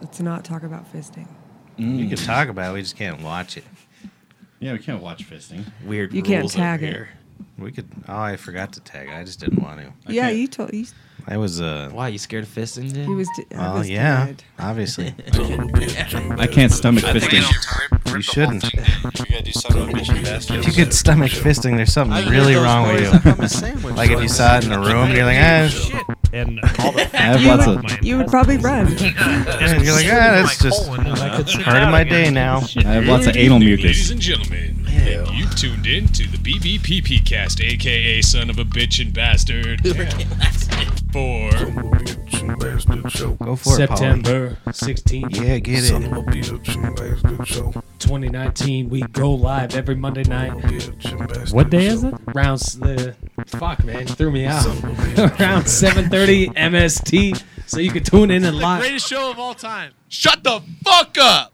Let's not talk about fisting. You can talk about it. We just can't watch it. Yeah, we can't watch fisting. Weird You rules can't over tag it. here. We could. Oh, I forgot to tag. I just didn't want to. I yeah, can't- you told you. I was. Uh, Why you scared of fisting? Dude? He was. d- I oh was yeah, denied. obviously. I can't stomach fisting. you shouldn't. We gotta do something with Mission Bastards. If you could stomach fisting, there's something really wrong with you. Like if you saw it in a room, you're like, ah, it's- and all the I have lots of You would probably run. and you're like, ah, that's just part of my day now. I have lots of anal Ladies mucus. and gentlemen, you tuned in to the BBPP cast, aka Son of a Bitch and Bastard, for Go for it, September Paul. 16th, Yeah, get it. 2019. We go live every Monday night. What day is it? Round s- the fuck, man, you threw me out. Around 7:30 MST. So you can tune in and live. greatest show of all time. Shut the fuck up.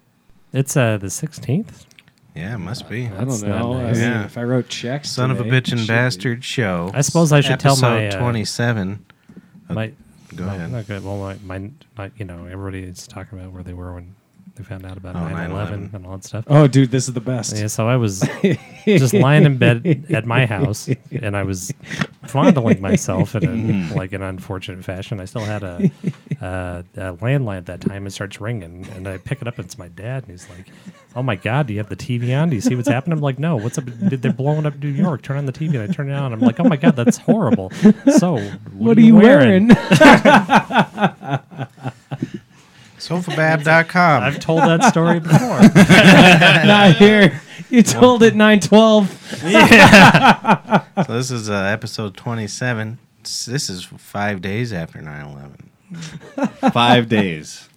It's uh the 16th. Yeah, it must be. I don't That's not know. I nice. mean, Yeah. Oh, If I wrote checks, Son of a today, bitch and shit. bastard show. I suppose I should tell my, Episode uh, 27. My, Go ahead. okay, well, my, my, my, you know, everybody's talking about where they were when they found out about Oh, 9 11 9/11. and all that stuff. Oh, dude, this is the best. Yeah, so I was just lying in bed at my house, and I was fondling myself in a, Mm-hmm. like an unfortunate fashion. I still had a, uh, a landline at that time. It starts ringing, and I pick it up, and it's my dad, and he's like, "Oh my God, do you have the TV on? Do you see what's happening?" I'm like, "No, what's up? Did They're blowing up New York. Turn on the TV." And I turn it on. I'm like, "Oh my God, that's horrible." So, what, What are you wearing? I've Sofabab.com. told that story before. Not here. You told it 912. So this is uh, episode 27. It's- This is five days after 9 11. Five days.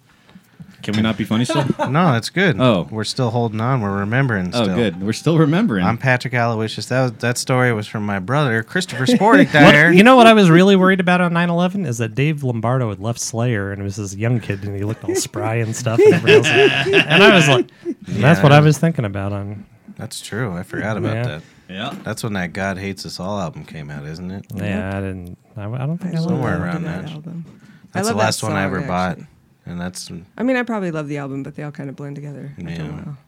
Can we not be funny still? No, that's good. Oh. We're still holding on. We're remembering Oh, still. good. We're still remembering. I'm Patrick Aloysius. That, was, that story was from my brother, Christopher Sportic Dyer. you know what I was really worried about on 9/11 is that Dave Lombardo had left Slayer and it was this young kid and he looked all spry and stuff. And, everything else. and I was like, that's what I was thinking about on. That's true. I forgot about Yeah. that. yeah. That's when that God Hates Us All album came out, isn't it? Yeah, I didn't. I, I don't think I, love Somewhere that around that. album. I That's the love that last one I song, ever bought. actually. And that's I mean, I probably love the album, but they all kind of blend together. After a Yeah. while.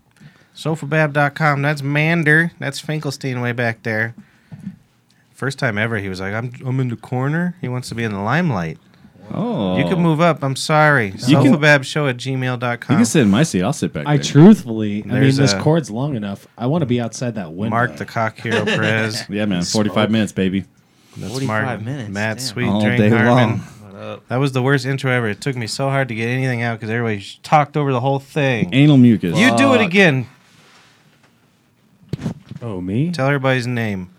Sofabab.com. That's Mander. That's Finkelstein way back there. First time ever, he was like, I'm, I'm in the corner. He wants to be in the limelight. Oh. You can move up. I'm sorry. can- Sofababshow at gmail.com. You can sit in my seat. I'll sit back I there. truthfully, I mean, There's this a- cord's long enough. I want to be outside that window. Mark the Cock Hero Perez. Yeah, man. 45 minutes, baby. That's 45 Mark. minutes, Matt damn. Sweet All Drink day Harmon. long. That was the worst intro ever. It took me so hard to get anything out because everybody sh- talked over the whole thing. Anal mucus. You do it again. Oh, me? Tell everybody's name.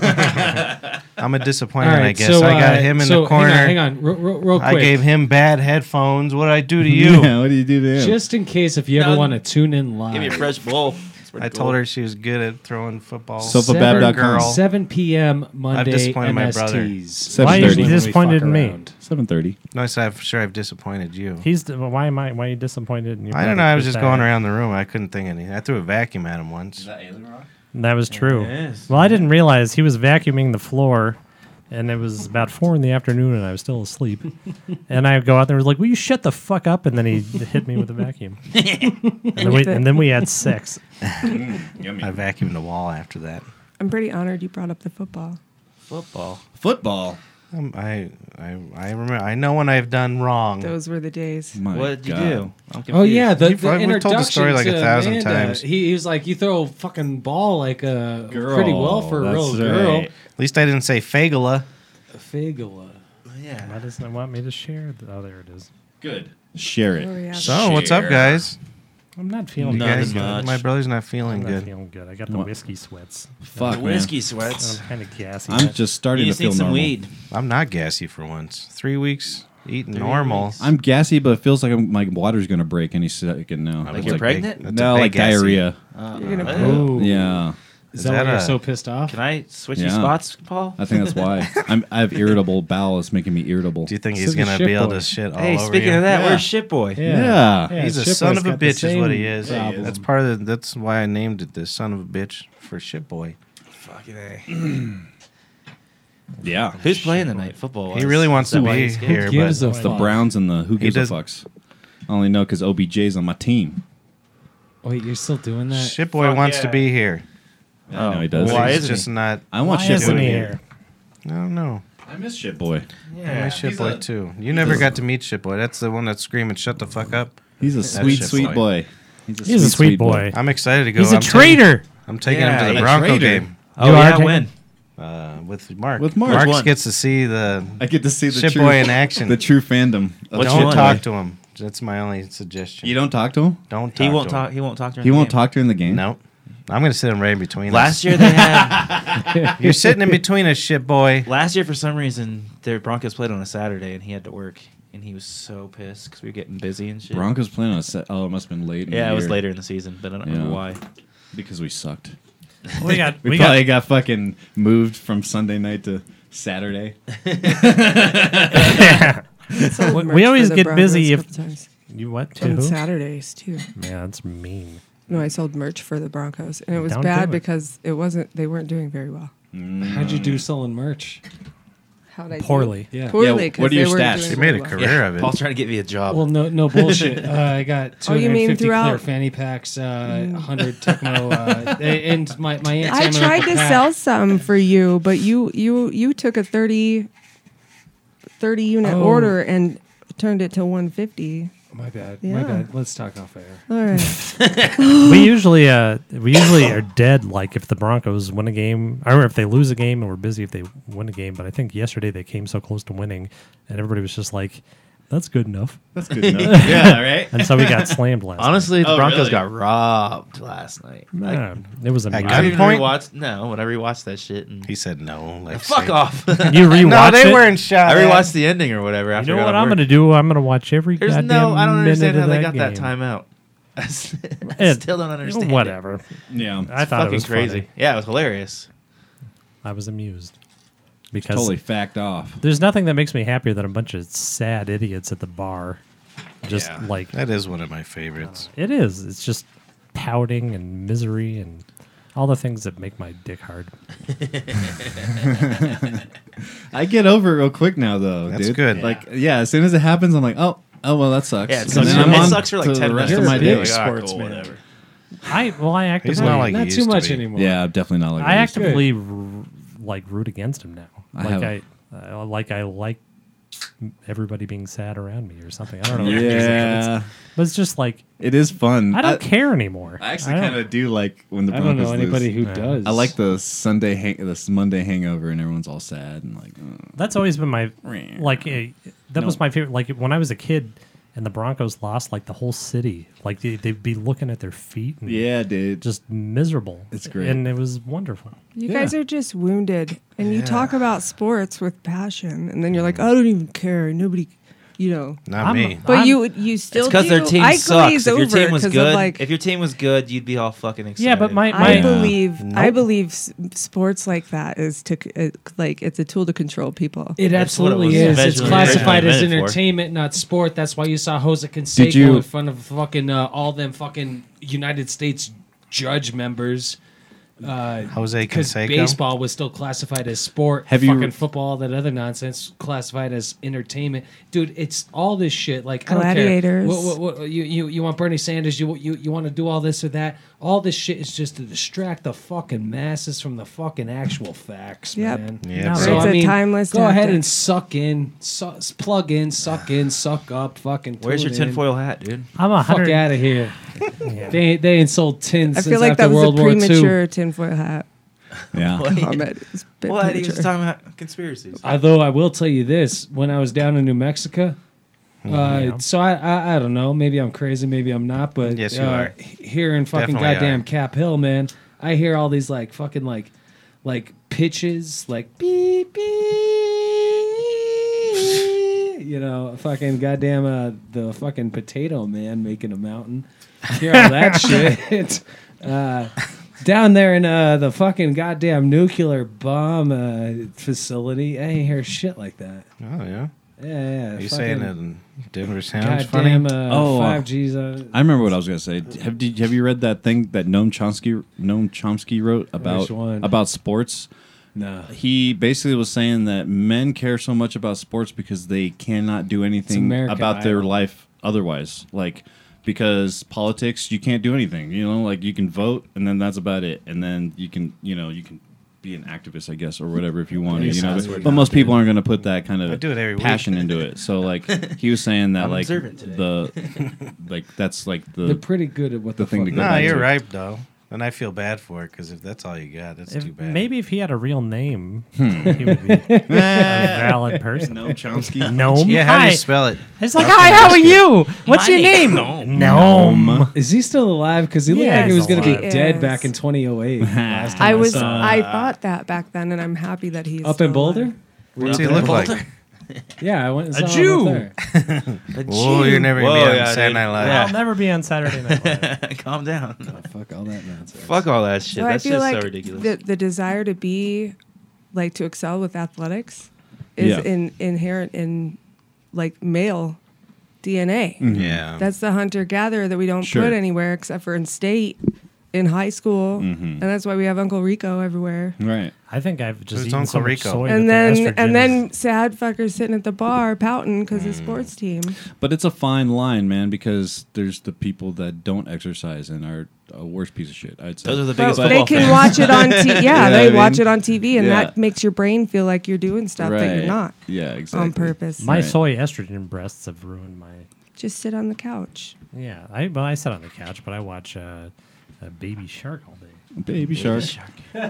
I'm a disappointment, I guess. I got uh, him in so the corner. Hang on, hang on. Real, real- real quick. I gave him bad headphones. What'd I do to you? Yeah, what do you do to him? Just in case if you ever want to tune in live. Give me a fresh blow. I told her she was good at throwing football. Sofa- Seven- Babcock. 7 p.m. Monday. disappointed my brother. MSTs. Why are you Usually when we disappointed fuck in me? around. 7.30. no, I said, I'm sure I've disappointed you. He's. Why am I? Why are you disappointed? In your I don't know. brother I for was just that? going around the room. I couldn't think of anything. I threw a vacuum at him once. That was true. Yes. Well, I didn't realize he was vacuuming the floor, and it was about four in the afternoon, and I was still asleep. and I go out there and was like, "Will you shut the fuck up?" And then he hit me with a vacuum. and, then we, and then we had sex. I vacuumed the wall after that. I'm pretty honored you brought up the football. Football. Football. Um, I, I, I remember. I know when I've done wrong. Those were the days. My what did you God. do? I'm confused. Oh yeah, the, You've- the we've told the introduction story like a to thousand Amanda, times. uh, He, he was like, "You throw a fucking ball like a pretty well for a Girl, real that's girl." right. At least I didn't say fagula. Figula. Why Yeah. doesn't it want me to share? th- Oh, there it is. Good. Share Oh, it. yeah. So what's up, Share. guys? I'm not feeling Not good. guys as much. my brother's not feeling I'm not good. feeling good. I got the What? whiskey sweats. Fuck, the man. whiskey sweats. I'm kind of gassy. I'm just starting You to just feel need some normal. weed. I'm not gassy for once. Three weeks eating normal. I'm gassy, but it feels like I'm, my water's gonna break any second now. Like It's you're big- pregnant? That's a no, big like gassy. diarrhea. You're gonna Ooh. Yeah, Is, Is that, that why a- you're so pissed off? Can I switch these Yeah. spots, Paul? I think that's why. I'm, I have irritable bowel. It's making me irritable. Do you think So he's the gonna shit be able boy. to shit all Hey, over speaking you? of that, Yeah. where's shit boy? Yeah. He's a Shipway's son of a got the bitch, is what he same is. problem. That's part of the, that's why I named it this son of a bitch for shit boy. Fucking a. Yeah. Who's playing tonight? Football. He really wants to be here, gives but a The fuck? Browns and the who gives a does- fucks. I only know because OBJ's on my team. Wait, you're still doing that? Shitboy wants to be here. I know he does. Why He's isn't just he? not. I want Why shit isn't boy. he here. here? I don't know. I miss shit boy. Yeah, my Shitboy too. You never got to meet Shitboy. That's the one that's screaming, "Shut the fuck up!" He's a sweet, shit boy. sweet boy. He's a sweet boy. I'm excited to go. He's a I'm taking- traitor. I'm taking him to the Yeah, a Bronco traitor. game Oh, You are yeah, taking- when? uh, with Mark. With Mark. Mark One. gets to see the I get to see the Shit true, boy in action. The true fandom. of What's Shit don't one? talk Boy. to him. That's my only suggestion. You don't talk to him. don't talk He won't to him. talk. He won't talk during He the won't game. talk during the game. Nope. I'm gonna sit him right in between. Last year they had. us. you're sitting in between us, shit boy. last year for some reason their Broncos played on a Saturday and he had to work and he was so pissed because we were getting busy and shit. Broncos playing on a set. Oh, it must have been late. in yeah, the it was year later in the season, but I don't Yeah. know why. because we sucked. We got We, we probably got got fucking moved from Sunday night to Saturday. we always get busy if- you what to on who? Saturdays too. Yeah, that's mean. No, I sold merch for the Broncos, and it was Don't bad do it. because it wasn't. They weren't doing very well. How'd you do selling merch? How'd I do? Poorly. Yeah. Poorly. Yeah, 'cause what are they your weren't stats? doing You You made a well. career of it. Paul's trying to get me a job. Well, no, no bullshit. uh, I got Oh, you mean 250 clear throughout- fanny packs, uh, 100 Tecmo, uh, and my, my aunt. I Sam and tried Uncle to Pat. sell some for you, but you you you took a 30, 30 unit Oh. order and turned it to one fifty. My bad. My Yeah. bad. Let's talk off air. All right. we usually uh we usually are dead like if the Broncos win a game or if they lose a game and we're busy if they win a game, but I think yesterday they came so close to winning and everybody was just like, That's good enough. That's good enough. yeah, right. And so we got slammed last Honestly, the Oh, Broncos really? got robbed last night. night. Nah, it was a I I got mean. it. even Gunpoint? rewatched. No, when I rewatched that shit and He said no. Like fuck say- off. You rewatch No, they it? weren't shot. I at. rewatched the ending or whatever. You After know I got what off I'm work. gonna do? I'm gonna watch every. There's goddamn no. I don't understand minute how of they got that game. timeout. I s- I It- still don't understand. it. Whatever. Yeah. I It's thought fucking it was crazy. crazy. Yeah, it was hilarious. I was amused because totally fact off. there's nothing that makes me happier than a bunch of sad idiots at the bar, just Yeah. like That is one of my favorites. it is. It's just pouting and misery and all the things that make my dick hard. I get over it real quick now though. That's dude. good. Like yeah, as soon as it happens, I'm like, oh, oh well, that sucks. Yeah, it And sucks. then For, I'm it on sucks for to like ten the minutes. rest of my You're day. a big Like, all right, sports Ah, cool, man. whatever. I well, I actively He's not like Not he too used much to be. anymore. Yeah, I'm definitely not like I I used to be. actively r- like root against him now. I Like I, have- uh, like I like everybody being sad around me or something. I don't know. Yeah, but it's just like it is fun. I don't care anymore. I actually don't- kind of do like when the I don't Broncos know anybody lose. who does. I like the Sunday hang, this Monday hangover, and everyone's all sad and like. uh, That's always been my Rare. like. eh, that was my favorite. Like when I was a kid, and the Broncos lost, like the whole city, like they, they'd be looking at their feet and yeah, dude. just miserable. It's great. and it was wonderful. You Yeah. guys are just wounded, and you talk about sports with passion, and then you're like, I don't even care. Nobody, you know. Not I'm- me. But I'm- you you still It's because do. their team I sucks. glaze If your over team was 'cause of, good, like, if your team was good, you'd be all fucking excited. Yeah, but my I my believe I Nope. believe s- sports like that is to c- uh, like it's a tool to control people. It That's what it absolutely was is. It's eventually- classified as originally meant for. entertainment, not sport. That's why you saw Jose Canseco you- in front of fucking uh, all them fucking United States judge members. Uh, Jose because Canseco. baseball was still classified as sport. Have you- fucking football, all that other nonsense, classified as entertainment. Dude, it's all this shit. Like Gladiators. I don't care. What, what, what, you, you you want Bernie Sanders? You you you want to do all this or that? All this shit is just to distract the fucking masses from the fucking actual facts, Yep. man. Yeah, No, bro. So, It's a timeless Go ahead tactic. and suck in, su- plug in, suck in, suck up, fucking. Where's your tune in. tinfoil hat, dude? I'm a Fuck hundred. out of here. They ain't, they ain't sold tin I since feel like after that was World a War II. premature tinfoil hat yeah. comment. It's a bit What? He premature. was talking about conspiracies. Although I will tell you this: when I was down in New Mexico, uh, Mm-hmm. so I, I I don't know. Maybe I'm crazy. Maybe I'm not. But Yes, you uh, are. h- Here in fucking Definitely goddamn are. Cap Hill, man, I hear all these like fucking like like pitches, like beep beep. You know, fucking goddamn uh, the fucking potato man making a mountain. Hear all that shit. Uh, down there in uh, the fucking goddamn nuclear bomb uh, facility. I ain't hear shit like that. Oh yeah. Yeah, yeah. Are you fucking saying it in Denver sounds funny? Goddamn, uh, Oh, uh, 5G's. Uh, I remember what I was gonna say. D- Have did, have you read that thing that Noam Chomsky Noam Chomsky wrote about one? about sports? No. He basically was saying that men care so much about sports because they cannot do anything American about their Idol. life otherwise. Like because politics, you can't do anything. You know, like you can vote, and then that's about it. And then you can, you know, you can be an activist, I guess, or whatever if you want. Yeah, You know, that's but, what but I most people aren't going to put that kind I of do it every week. passion into it. So like he was saying that I'm like observant today. the like that's like They're the pretty good at what The the, thing fuck to go they No, back do. you're to it. right though, and I feel bad for it because if that's all you got, that's If- too bad. maybe if he had a real name, he would be a valid person. Hmm. no Chomsky. Gnome. Yeah, how do hi. you spell it? It's like, hi, how are you? What's your name? Gnome. Is he still alive? Because he looked Yeah, like he was he's going to be alive. dead Yes. back in 2008. last time I was. saw him. uh, I thought that back then, and I'm happy that he's up still in Boulder. alive. What's he look like? Yeah, I went and saw A him Jew. up there. Oh, you're never gonna Whoa, be on yeah, Saturday dude. Night Live. I'll never be on Saturday Night Live. Calm down. Fuck all that nonsense. Fuck all that shit. So I That's feel just like so ridiculous. the the desire to be, like, to excel with athletics, is Yeah. in, inherent in, like, male DNA. Mm-hmm. Yeah. That's the hunter gatherer that we don't Sure. put anywhere except for in state, in high school, Mm-hmm. and that's why we have Uncle Rico everywhere. Right. I think I've just Who's eaten so Uncle much Rico? soy and that then the estrogen and then is- sad fuckers sitting at the bar pouting because Mm. his sports team. But it's a fine line, man, because there's the people that don't exercise and are a worse piece of shit. I'd say Those are the But biggest they football can fans. watch it on. T- yeah, Yeah, they I watch mean, it on TV, and yeah. that makes your brain feel like you're doing stuff that you're not Yeah, exactly. on purpose. my Right. soy estrogen breasts have ruined my. Just sit on the couch. Yeah, I well, I sit on the couch, but I watch uh, a Baby Shark all day. Baby shark.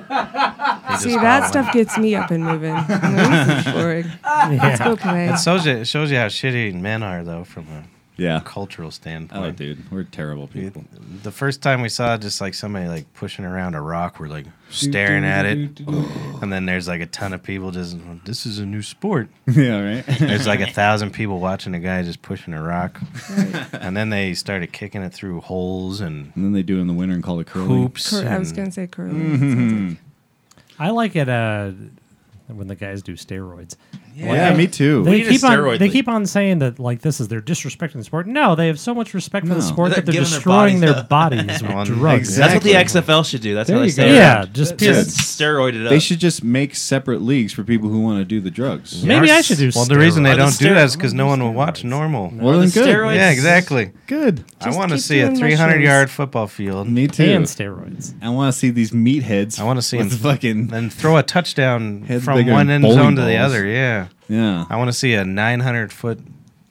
See, that stuff gets me up and moving. I'm like, "This is boring. Let's go Yeah. play. It shows you, it shows you how shitty men are though, from a Yeah. cultural Oh, standpoint. dude, we're terrible people. the first time we saw just like somebody like pushing around a rock, we're like staring at it, and then there's like a ton of people just. This is a new sport. yeah, right. There's like a thousand people watching a guy just pushing a rock, and then they started kicking it through holes and And then they do it in the winter and call it curling. hoops. Cur- I was and- gonna say curly. Mm-hmm. I like it uh, when the guys do steroids. Yeah, me too. They need a keep on steroid they league. keep on saying that like this is they're disrespecting the sport. No, they have so much respect for No. the sport They're that they're giving their destroying their bodies, Well, with drugs. That's exactly. what the XFL should do. That's There how they you go. say Yeah, just Dude. pure- Just steroid it up. They should just make separate leagues for people who want to do the drugs. Yeah. Maybe I should do. Well, the reason steroids. they Are the don't do that is steroids- because no one will watch normal. Well, the then good. steroids- Yeah, exactly. Good. I Just want to keep see a doing 300 mushrooms. yard football field. Me too. and steroids. I want to see these meatheads. I wanna see with them- fucking Then throw a touchdown Head from bigger one than end bowling zone to the balls. other. Yeah. yeah, I want to see a 900 foot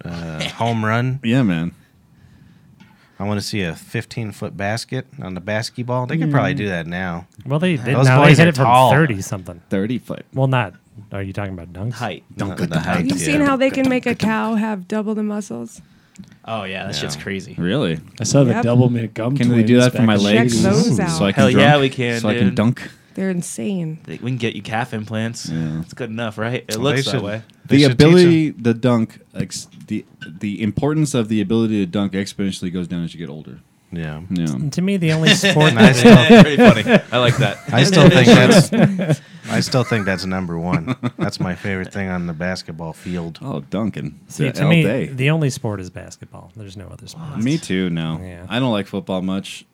uh, home run. yeah, man. I want to see a 15 foot basket on the basketball. They could probably do that now. Well, they they, Those now they boys hit are it from tall. thirty something. Thirty foot. Well, not. Are you talking about dunks? height. Don't get the hype. Have you seen how they can make a cow have double the muscles? Oh yeah, that shit's crazy. Really? I saw the Yep. double mint gum. Can we do twins that for back my in the Check legs? those out. So I can Hell yeah, drunk? we can, So I can dude. dunk. They're insane. They- We can get you calf implants. Yeah. It's good enough, right? It Well, they looks that should- way. They the should teach 'em. ability the dunk ex- the the importance of the ability to dunk exponentially goes down as you get older Yeah. yeah And to me, the only sport And I that still, Pretty funny. I like that. I still think that's I still think that's number one. That's my favorite thing on the basketball field. oh dunking See, Yeah, to all me, day. the only sport is basketball. There's no other sport. me too no Yeah. i don't like football much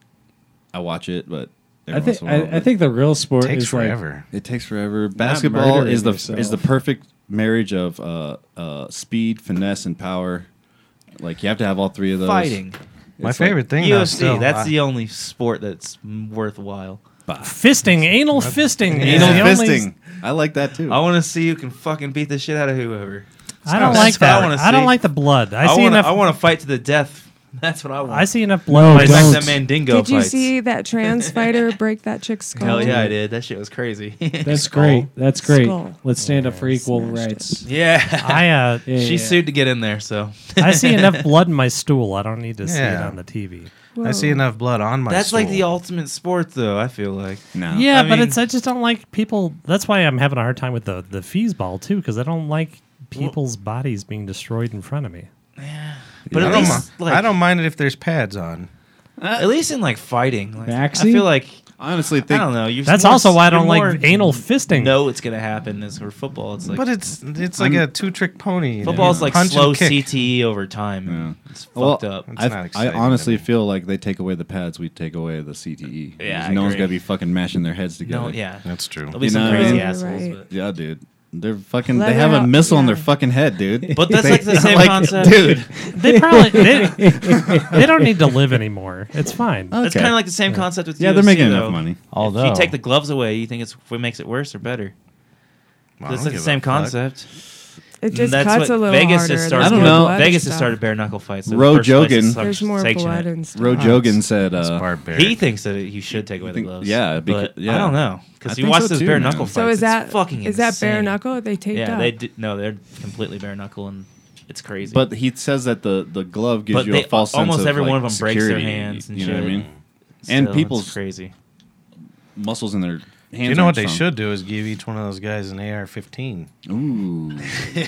i watch it but every once I think in a while, I, I but think the real sport takes is like forever. it takes forever basketball murdering is the is yourself. the perfect marriage of uh, uh, speed finesse and power like you have to have all three of those Fighting. my like favorite thing though, UFC. still, that's I- the only sport that's m- worthwhile. Fisting, anal fisting. is anal the only- fisting i like that too I want to see who can fucking beat the shit out of whoever. I don't That's like what I that. wanna I, don't see. like the blood. I, I, see want. enough. I want to fight to the death. That's what I want. I see enough blood. It's in my like life. the Mandingo Did you fights. see that trans fighter break that chick's skull? Hell yeah, I did. That shit was crazy. That's great. That's great. Skull. Let's stand up for equal Smashed it. rights. yeah. I uh, Yeah, she yeah. sued to get in there, so I see enough blood in my stool. I don't need to see it Yeah. on the TV. I see Whoa. enough blood on my. that's like stool. the ultimate sport, though. I feel like no Yeah, I but mean- it's I just don't like people. That's why I'm having a hard time with the the feesball too, because I don't like people's bodies being destroyed in front of me. But I at don't, least, mi- like, I don't mind it if there's pads on. At least in like fighting, like, Vaccine? I feel like honestly I think don't know. You're That's more- also why I don't you're like more anal fisting. Know it's gonna happen as for football. It's like but it's it's like a two trick pony. you know? football's like Punch and slow kick. CTE over time. Yeah. It's Well, fucked up. It's not I, I exciting honestly to me. feel like they take away the pads, we take away the CTE. Yeah, Because I no one's agree. gonna be fucking mashing their heads together. No, yeah. That's true. There'll be You some know, crazy you're assholes. right. But. Yeah, dude. They're fucking. Let they have out- a missile in yeah. their fucking head, dude. But that's like the same Like, concept. dude. They probably they, they don't need to live anymore. It's fine. That's Okay. kind of like the same concept with Yeah, UFC, they're making though. enough money. if Although- you take the gloves away, you think it's what makes it worse or better? Well, I That's don't like the give a same fuck. concept. It just That's cuts what a little Vegas harder. Has There's started, I don't more know. blood and Vegas has stuff. started bare knuckle fights. so Roe first place Jogan- is There's more sanction blood it. and stuff. Roe Jogan said, It's uh, barbaric. He thinks that you should take away the think- gloves. yeah, because- but I yeah. don't know I because you think watch so those too, bare man. knuckle fights. So is that it's fucking is that bare insane. knuckle? They taped Yeah, up. they did, no, they're completely bare knuckle and it's crazy. but he says that the the glove gives But you they- a false sense almost of, every like, one of 'em breaks their security, hands and you know what I shit. mean? and Still, people's- it's crazy. Muscles in their hands. You know aren't what they strong. should do is give each one of those guys an AR-15. Ooh.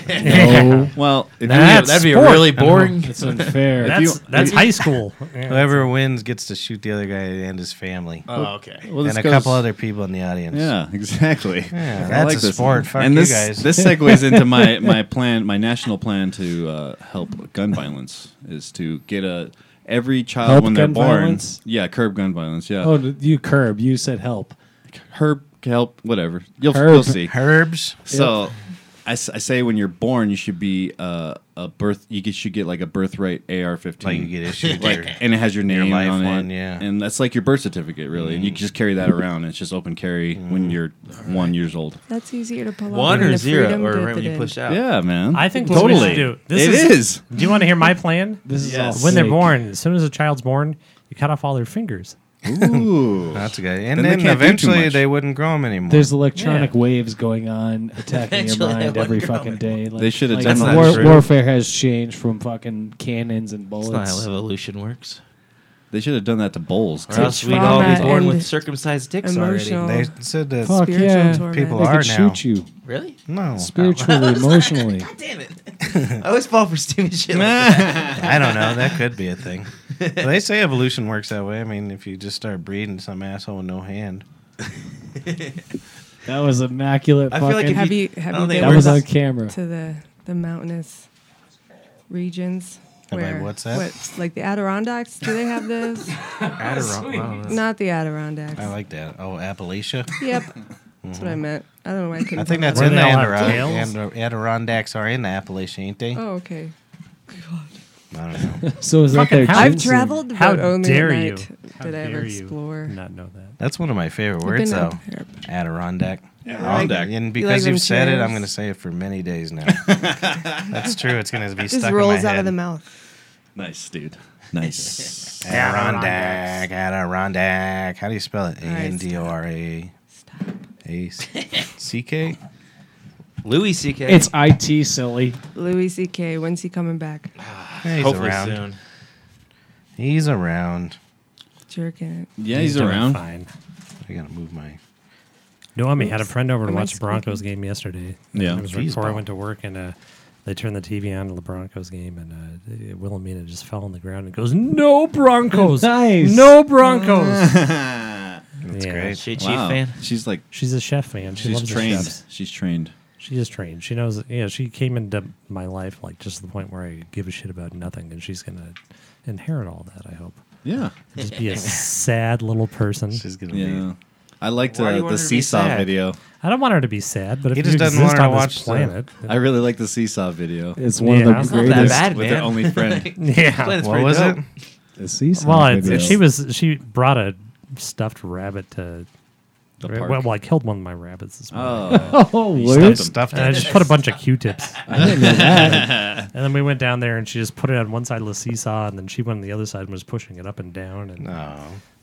No, Well, if That's that'd be a sport. really boring. it's unfair. That's you- that's if- high school. Yeah. Whoever wins gets to shoot the other guy and his family, Oh, okay. well, and this a goes- couple other people in the audience. Yeah, exactly. Yeah, I that's a this. sport. Fuck and you this, guys. This segues into my, my plan, my national plan to uh, help gun violence is to get a every child Help when they're gun born. violence? Yeah, curb gun violence. Yeah, Oh, you curb. You said help. herb help whatever. You'll Herb. you'll see. Herbs. So, I, s- I say when you're born, you should be uh, a birth. You get- should get like a birth rate AR-15. Like you get issued. Like, your- and it has your name life on it, one, yeah. Mm. and that's like your birth certificate, really. And you can just carry that around. And it's just open carry when you're one years old. That's easier to pull off. One than or the zero, freedom or did right when you today. push out. Yeah, man. I think what we totally. should do. It is- is. Do you want to hear my plan? This is Yes. all when they're fake. born, as soon as a child's born, you cut off all their fingers. Ooh. That's good. And Then they then, can't do too eventually much. they wouldn't grow them anymore. There's electronic Yeah. waves going on attacking your Eventually I mind every wonder how fucking many- day. Like, They should have like, done that. war- True. warfare has changed from fucking cannons and That's not how bullets. evolution works. They should have done that to Bowles. Or too. else we'd all be trauma born and with circumcised dicks emotional- already. they said that Fuck Spiritual yeah. torment. People They are could now. shoot you Really? No, spiritually, emotionally. God damn it! I always fall for stupid shit. Like that. I don't know. That could be a thing. they say evolution works that way. I mean, if you just start breeding some asshole with no hand, That was immaculate. I fucking, feel like if Have you- you have I don't you think been that was on Where's- camera. to the the mountainous regions? Am I- Where, what's that? like the Adirondacks? Do they have this? Not the Adirondacks. I like that. Oh, Appalachia. Yep, that's what I meant. I don't know why I couldn't. I think that's Where in they the all have Adirond- tails? Adir- Adirondacks are in the Appalachia, ain't they? Oh, okay. I don't know. So is that Fucking their how- I've ginseng? traveled, but How only dare at you. night How did I ever dare you explore. Not know that. That's one of my favorite I've been words, though. out there. Adirondack. Adirondack. And You because like you them have said it, chairs? I'm going to say it for many days now. That's true. It's going to be Just stuck rolls in my out head. of the mouth. Nice, dude. Nice. Adirondack. Adirondack. How do you spell it? A right, N D O R A Stop. A C K. Louis C.K. It's IT, silly. Louis C.K. When's he coming back? He's hopefully around. soon. He's around. Jerking it. yeah, he's doing around. Fine. I got to move my. Noemi had a friend over to Am I watch the Broncos game yesterday. Yeah. it was right Jeez, before I Bob. went to work, and uh, they turned the TV on to the Broncos game, and uh, uh, Wilhelmina just fell on the ground and goes, "No Broncos, Nice. no Broncos." That's Yeah. great. She a Chief Wow. fan. She's like, She's a chef fan. She she's loves the trained. chefs. She's trained. She is trained. She knows. Yeah, she came into my life like just to the point where I give a shit about nothing, and she's gonna inherit all that. I hope. Yeah. Just be a sad little person. She's going to Yeah. I liked Why do uh, you want the her to be seesaw sad? video. I don't want her to be sad, but if He you just doesn't exist want her to on watch this the- planet, I really like the seesaw video. It's one Yeah. of It's the not that greatest. bad, with man. their only friend. yeah. be. What was it? The seesaw Well, it, video. she was she brought a stuffed rabbit to. The Ra- park. Well, well, I killed one of my rabbits this morning. Oh, Oh, Stuffed, word. stuffed And I it. just put a bunch of Q-tips, and I didn't know that. then we went down there, and she just put it on one side of the seesaw, and then she went on the other side and was pushing it up and down, and No.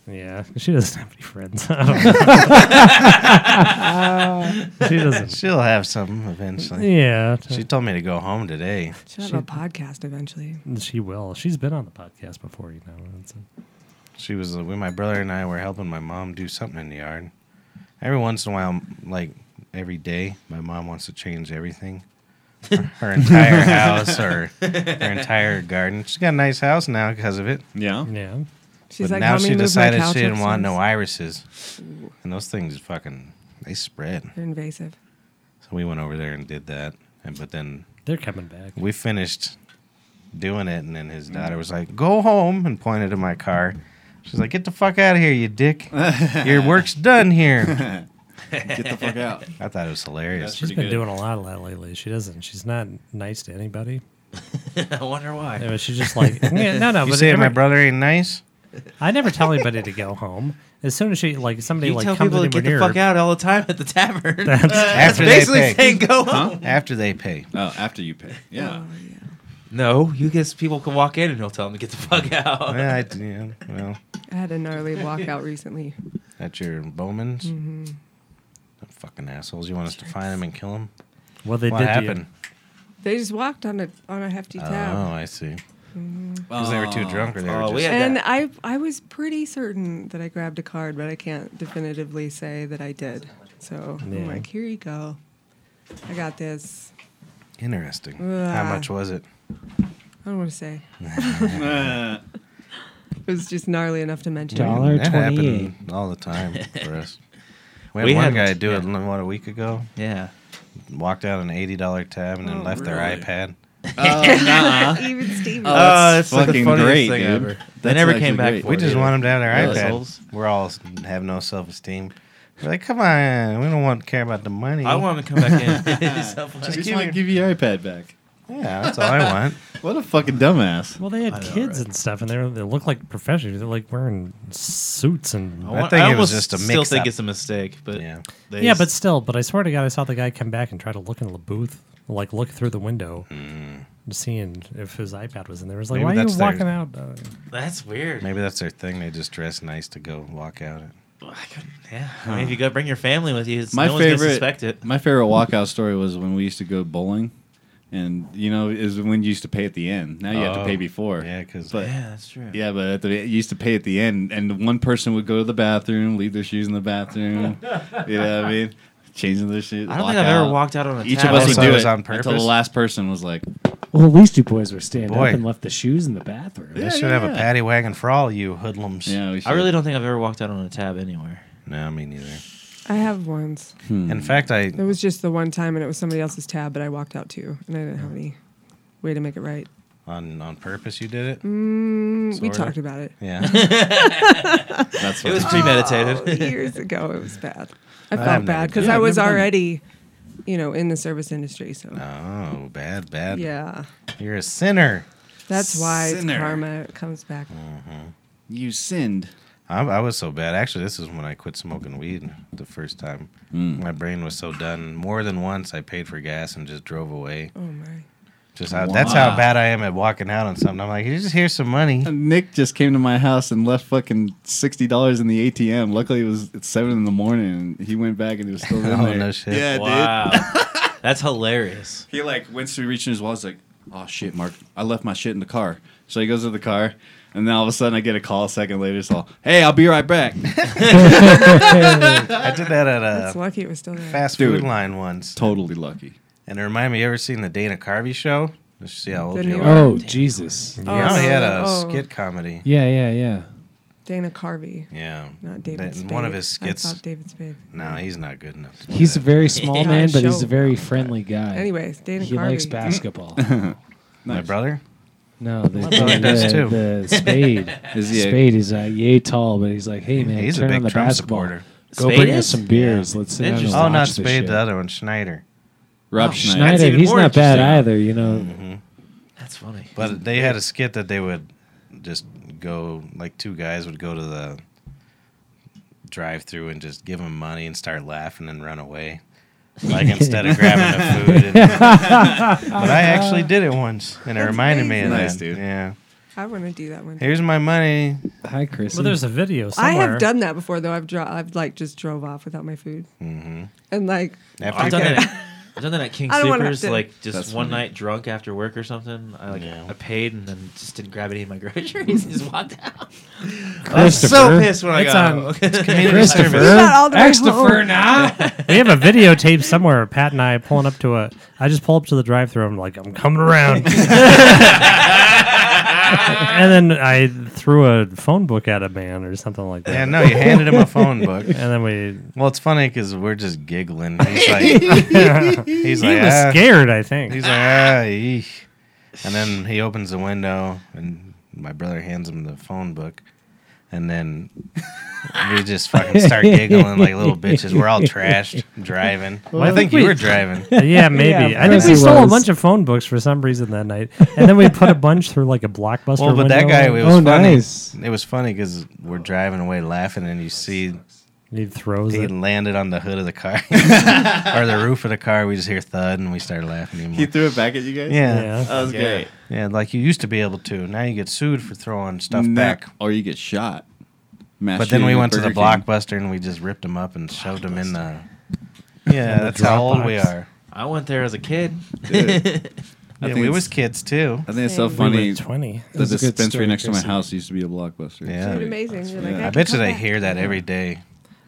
yeah, she doesn't have any friends. I don't know. she doesn't. She'll have some eventually. Yeah, She she, told me to go home today. She'll have a podcast eventually. she will. She's been on the podcast before, you know. It's a- She was uh, when my brother and I were helping my mom do something in the yard. Every once in a while, like every day, my mom wants to change everything. Her, her entire house or her entire garden. She's got a nice house now because of it. yeah. yeah, She's but like, now "Mommy, she move my decided couch she didn't want no upstairs." irises, and those things fucking they spread. They're invasive. So we went over there and did that, and but then They're coming back. we finished doing it, and then his daughter was like, "Go home," and pointed to my car. She's like, "Get the fuck out of here, you dick! Your work's done here." Get the fuck out. I thought it was hilarious. She's pretty been good. doing a lot of that lately. She doesn't. She's not nice to anybody. I wonder why. It was- she's just like, yeah, no, no. You but say my every- brother ain't nice? I never tell anybody to go home. As soon as she like somebody You like tell comes people to anywhere get the near, fuck out all the time at the tavern. That's After they basically pay. saying go home. After they pay. Oh, after you pay. Oh, Yeah. No, you guess people can walk in and he'll tell them to get the fuck out. Yeah, I, yeah, well, I had a gnarly walkout recently. at your Bowman's. Mm-hmm. Fucking assholes! You want us to find them and kill them? well, they what did to you. happened? They just walked on a on a hefty tab. Oh, I see. Because they were too drunk, or they Oh, were we just. had- And that. I I was pretty certain that I grabbed a card, but I can't definitively say that I did. So Yeah. I'm like, here you go. I got this. Interesting. Ugh. How much was it? I don't want to say. Uh, It was just gnarly enough to mention. Dollar that happened 28. all the time for us. We had We one had- guy do it yeah. what a week ago. Yeah. Walked out an eighty dollar tab and then Oh, left their really? iPad. Even Stevie. Oh, that's that's like the fucking funniest great, thing dude. ever. They That's never actually came back. great. for We it just either. want them to have their Yeah. iPad. Assholes. We're all have no self esteem. We're like, come on, we don't want to care about the money. I want him to come back in. It's so funny. just want to give you your iPad back. Yeah, that's all I want. What a fucking dumbass. Well, they had kids and stuff, and they were- they look like professionals. They're like wearing suits and I think it was almost just a Still think mix-up. it's a mistake, but Yeah. Oh, they yeah, just- but still. But I swear to God, I saw the guy come back and try to look in the booth, like look through the window, Hmm. seeing if his iPad was in there. It was like, Maybe why are you that's their- walking out? Uh, that's weird. Maybe that's their thing. They just dress nice to go walk out. I couldn't- yeah, I mean, if you go bring your family with you, it's, my no one's gonna favorite suspect it. my favorite walkout story was when we used to go bowling and you know is when you used to pay at the end now you have to Oh, pay before Yeah, because but Yeah, that's true. yeah but at the, you used to pay at the end and one person would go to the bathroom leave their shoes in the bathroom you know what i mean changing their shit I don't walk think I've ever out. walked out on a each of tab. us Also, would it do was it on until the purpose? last person was like Well, at least you boys were standing Boy. up and left the shoes in the bathroom. they should have a yeah. paddy wagon for all you hoodlums. yeah we I really don't think I've ever walked out on a tab anywhere. No, me neither. I have ones. Hmm. In fact, I It was just the one time, and it was somebody else's tab, but I walked out too, and I didn't have any way to make it right. on on purpose you did it. Mm, we Sorta. talked about it Yeah, that's It what was premeditated. years ago. It was bad. I I've never felt bad because done it. I was I've never done it. already, you know, in the service industry. So Oh, bad, bad. yeah, You're a sinner. that's why Sinner. it's karma. It comes back. you sinned I, I was so bad. Actually, this is when I quit smoking weed the first time. Mm. My brain was so done. More than once, I paid for gas and just drove away. Oh my. Just how, that's how bad I am at walking out on something. I'm like, here's here's some money. Nick just came to my house and left fucking sixty dollars in the ATM. Luckily, it was at seven in the morning. and He went back and it was still in Oh, there. no shit. Yeah, Wow, that's hilarious. dude. He like went to reach in his wallet. He's like, "Oh shit, Mark, I left my shit in the car." So he goes to the car, and then all of a sudden, I get a call a second later. It's all, "Hey, I'll be right back." I did that at It's a lucky it was still there. fast Dude. food line once, totally lucky. and it reminded me. You ever seen the Dana Carvey show? Let's see how old Didn't you he- are. Oh, Jesus. Oh, No, he had a oh, skit comedy. Yeah, yeah, yeah. Dana Carvey, Yeah, not David. That- Spade. One of his I skits. thought David Spade. No, he's not good enough. to do He's a that. very small Yeah, man, but he's show- a very friendly guy. Anyways, Dana he Carvey. likes basketball. my brother. No, the, brother the, does too. the, the spade. Is he a- spade is uh, yay tall, but he's like, hey man, He's a turn big on the Trump basketball. supporter. Go Spade bring us is? some beers. Let's sit down and Interesting. Oh, watch not this Spade. shit. The other one, Schneider. Rob Schneider. Oh, That's Schneider, even he's more not bad interesting. either. You know, That's funny. But they had a skit that they would just go, like two guys would go to the drive-through and just give them money and start laughing and run away, like instead of grabbing the food. And, but I actually did it once, and it reminded me of Nice, that. dude. Yeah, I want to do that one. here's my money. hi Chris. well, there's a video I somewhere. have done that before, though. I've dro- I've like just drove off without my food, mm-hmm. and like After I've you done get- that. At, I've done that at King I don't wanna have Supers, to- like just That's one funny. night drunk after work or something. I like Yeah. I paid and then just didn't grab any of my groceries and just walked out. I was so Christopher. pissed when I It's got on- home. Christopher. We got all the way Christopher, home. now. we have a videotape somewhere. of Pat and I pulling up to a. I just pull up to the drive-through. I'm like, I'm coming around. and then I threw a phone book at a man or something like that. Yeah, no, you handed him a phone book. And then we Well, it's funny because we're just giggling. He's like, he's he like, was "Ah." scared, I think. He's like, ah, eesh." and then he opens the window, and my brother hands him the phone book, and then we just fucking start giggling like little bitches. We're all trashed driving. I I think think you we- were driving. yeah, maybe. Yeah, I think we Percy stole a was. bunch of phone books for some reason that night, and then we put a bunch through like a blockbuster. Well, but that window. guy, it was funny. Oh, nice. It was funny because we're driving away laughing, and you see he throws he it. landed on the hood of the car or the roof of the car. We just hear thud, and we start laughing even He more. threw it back at you guys. Yeah. Yeah. that was great. yeah, like you used to be able to. Now you get sued for throwing stuff back. or you get shot. Mass But then shooting we at went to the Burger King. blockbuster and we just ripped them up and shoved them in the. Yeah, that's how old we Dropbox. are. I went there as a kid. Dude. I Yeah, think we it's- was kids too. I think it's so We We funny. were twenty. The was a good dispensary story, next to my Chrissy. house used to be a blockbuster. Yeah. It's amazing. You're like, Yeah. I can bet you come they back. hear that every day.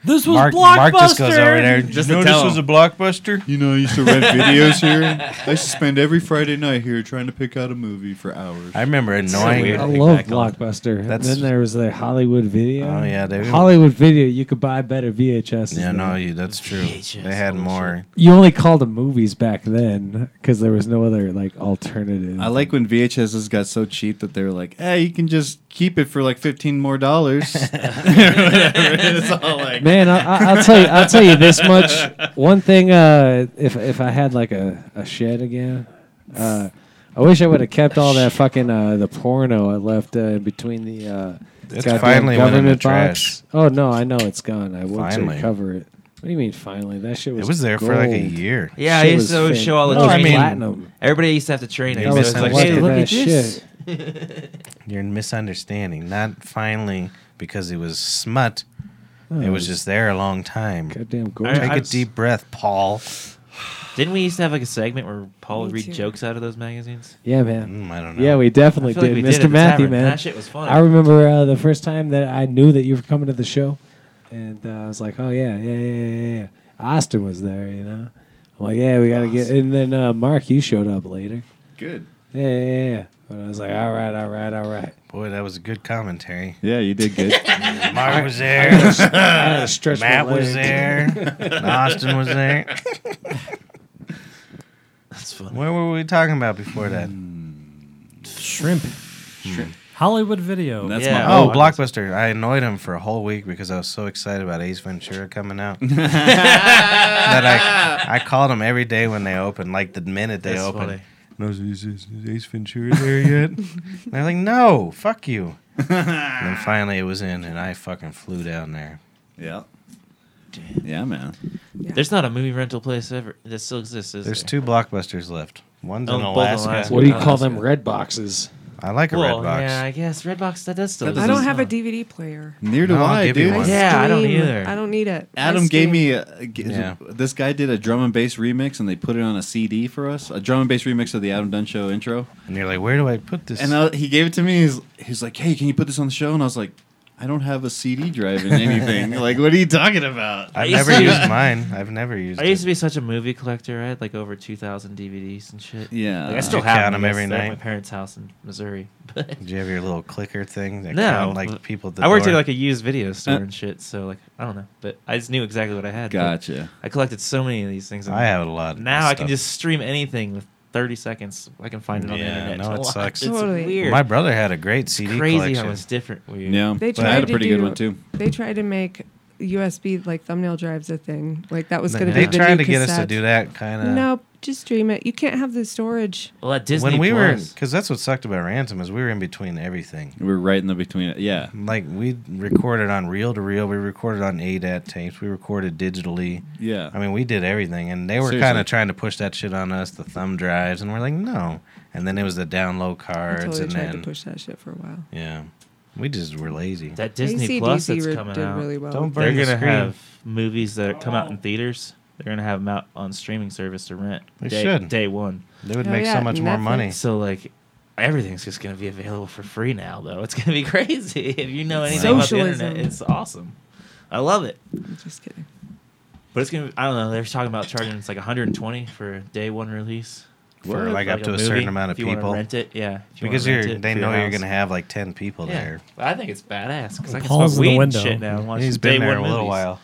This Mark, Mark just goes over there. "Did Just you to know tell this was a him. blockbuster. You know, I used to rent videos here. I used to spend every Friday night here trying to pick out a movie for hours. I remember annoying. weird. I Pick love back on. Blockbuster. That's- and then there was the Hollywood Video. Oh, yeah, they- Hollywood Video. You could buy better VHS. yeah, no, you, that's true. VHS, they had holy more. you only called them movies back then because there was no other like alternative. I like when VHSs got so cheap that they were like, "Hey, you can just keep it for like fifteen more dollars." it's all like, Man, I, I, I'll tell you. I'll tell you this much. One thing, uh, if if I had like a, a shed again, uh, I wish I would have kept all that fucking uh, the porno I left uh, in between the. Uh, It's goddamn finally went in the trash. Oh no, I know it's gone. I would Finally. to cover it. What do you mean finally? That shit was. It was there for like a gold. year. Yeah, Shit I used was to always fan- show all the No, I training. mean- Platinum. Everybody used to have to train. Yeah, it. So it's misunderstood like, hey, look at that this. shit. You're misunderstanding. Not finally because it was smut. It was just there a long time. Goddamn gold. I- Take I'm a s- deep breath, Paul. Didn't we used to have like a segment where Paul would Me read too. jokes out of those magazines? yeah, man. Mm, I don't know. Yeah, we I definitely feel like did, we did Mr. at the Matthew, tavern. man. That shit was funny. I remember uh, the first time that I knew that you were coming to the show, and uh, I was like, "Oh yeah, yeah, yeah, yeah, yeah." Austin was there, you know. I'm like, "Yeah, we gotta get." And then uh, Mark, you showed up later. "Good." Yeah, yeah, yeah. But I was like, "All right, all right, all right." Boy, that was a good commentary. Yeah, you did good. Mark was there. Uh, I had to stretch my Matt was leg. there. Austin was there. That's funny. What were we talking about before that? Shrimp. Hollywood video. That's Yeah. my Oh, Blockbuster. Blockbuster. I annoyed him for a whole week because I was so excited about Ace Ventura coming out. that I I called him every day when they opened, like the minute they That's opened. funny. And I was, is, is- is Ace Ventura there yet? and they're like, no, fuck you. and then finally it was in, and I fucking flew down there. Yeah. Yeah, man. There's not a movie rental place ever that still exists. Is There's there? two Blockbusters left. One's Oh, in both in Alaska. Alaska. What do you call them? Red boxes. I like a Well, red box. yeah, I guess Redbox that does still. I That doesn't- exist. don't have a DVD player. Near to No, I'll why, give you dude. one. Yeah. I don't Stream. either. I don't need it. I Adam gave stream. me a, g- Yeah. this guy did a drum and bass remix, and they put it on a CD for us, a drum and bass remix of the Adam Dunn Show intro. And you're like, where do I put this? And I, he gave it to me. He's, he's like, "Hey, can you put this on the show?" And I was like, "I don't have a CD drive in anything. like, what are you talking about?" I've used never to- used mine. I've never used I it. used to be such a movie collector. I had like over 2,000 DVDs and shit. Yeah. Like, I still You have count them. 'em yes, every they're at My night? parents' house in Missouri. Did you have your little clicker thing that No, counted, like but people? At the I worked door? at like a used video store Uh. and shit, so like I don't know, but I just knew exactly what I had. but Gotcha. I collected so many of these things. and I have a lot. of Now I can stuff. just stream anything with 30 seconds. I can find it on the Yeah, internet. no, it sucks. It's Totally. weird. My brother had a great CD crazy collection. how it's different. Weird. Yeah. They But I had tried a to pretty good do- one too. They tried to make USB like thumbnail drives a thing. Like that was going to they be. the tried new to get us to cassette. do that kind of. Nope, just stream it. You can't have the storage. Well, at Disney when we were, Plus, because that's what sucked about Ransom is we were in between everything. We were right in the between. It. Yeah. Like we recorded on reel to reel, we recorded on ADAT tapes, we recorded digitally. Yeah. I mean, we did everything, and they were Seriously. kind of trying to push that shit on us, the thumb drives, and we're like, no. And then it was the download I cards, totally and tried to then push that shit for a while. yeah, we just were lazy. that Disney ACDC Plus that's re- coming did out. really well. Don't They're Burn the gonna screen. have movies that come Oh. out in theaters. They're gonna have them out on streaming service to rent. They day, should. day one. They would Oh, make yeah, so much more Netflix. money. So like, everything's just gonna be available for free now. Though it's gonna be crazy. If you know anything about the Socialism. internet, it's awesome. I love it. I'm just kidding. But it's gonna. Be, I don't know. They're talking about charging. It's like 120 for a day one release. for like, up to a, movie, certain amount of if you wanna people Rent it, yeah. If you wanna because you're rent it they for know your you're house. gonna have like ten people there. I think it's badass because I can Paul's smoke in the weed and window. shit now. And watch He's some been day there one a little movies. while.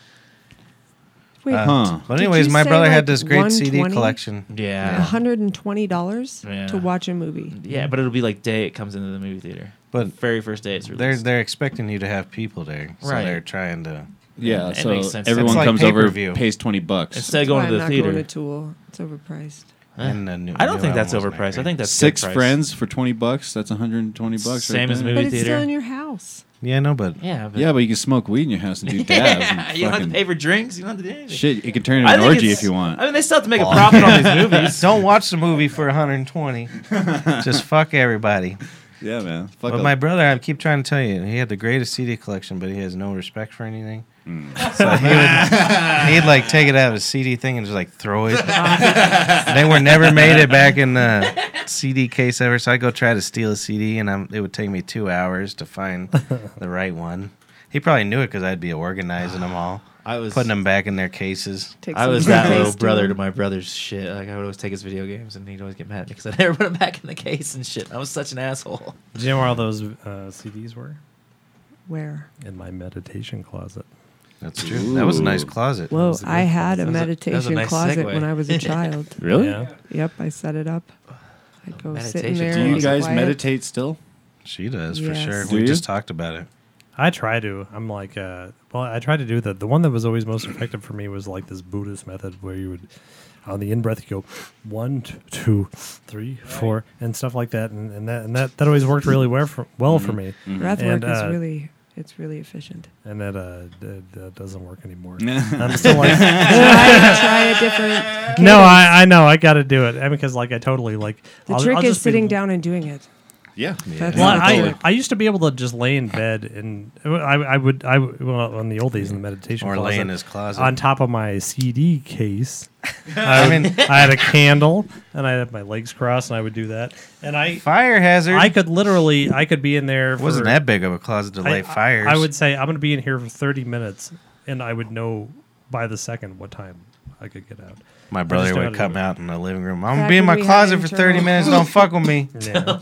Wait, Huh. But Did anyways, you my say, brother like, had this great CD 120? collection. Yeah. $120 Yeah. to watch a movie. Yeah, but it'll be like day it comes into the movie theater. But Very first day it's they're released. they're expecting you to have people there, so Right. they're trying to. Yeah, It so makes sense. everyone It's like comes over, pay-per-view. pays twenty bucks. Instead Why of going I'm to the not theater. going to Tool. It's overpriced. And the new, I don't new think that's album wasn't overpriced. that I think that's good Six price. friends for twenty bucks. That's one hundred and twenty bucks. Same right as there. But Movie it's still theater. in your house. great. Yeah, no, but Yeah, but Yeah, but you can smoke weed in your house and do dabs. and you don't have to fucking- pay for drinks. You don't have to do anything. Shit, you can turn it into an orgy it's- if you want. I mean, they still have to make a profit on these movies. don't watch the movie for 120. Just fuck everybody. yeah, man. Fuck But up. my brother, I keep trying to tell you, he had the greatest CD collection, but he has no respect for anything. Mm. So he would, he'd like take it out of his CD thing and just like throw it. they were never made it back in the CD case ever. So I go try to steal a CD, and I'm, it would take me two hours to find the right one. He probably knew it because I'd be organizing them all, I was putting them back in their cases. Take I some was that space little to brother to them. my brother's shit. Like I would always take his video games, and he'd always get mad because I never put them back in the case and shit. I was such an asshole. Do you know where all those uh, CDs were? Where? In my meditation closet. That's true. That was a nice closet. Whoa, I had a That was a- that was a meditation nice closet segue. when I was a child. really? Yeah. yep, I set it up. I go sit meditation in there. Do and you Everyone's be guys quiet. meditate still? She does for Yes. sure. Do we you? just talked about it. I try to. I'm like, uh, well, I try to do that. The one that was always most effective for me was like this Buddhist method where you would, on the in breath, you go one, t- two, three, four, and stuff like that. And, and that and that, that always worked really well for, well for me. Breath And, work is uh, really, it's really efficient. And that, uh, that, that doesn't work anymore. I'm still like, try, try a different. no, cadence. I, I know I got to do it. I mean, because like I totally like The I'll- trick I'll is just be- sitting down and doing it. Yeah. That's Well, not I, dark. I used to be able to just lay in bed and I, I would I would- well on the old days in the meditation Or lay closet, in his closet. on top of my CD case. I, I mean, mean- I had a candle and I had my legs crossed and I would do that and I Fire hazard. I could literally I could be in there. For, wasn't that big of a closet to I- light fires. I, I would say I'm going to be in here for 30 minutes and I would know by the second what time I could get out. My I brother just don't would know. come out in the living room. I'm Back gonna be in when my we had closet for internal- 30 minutes. Don't fuck with me. Yeah.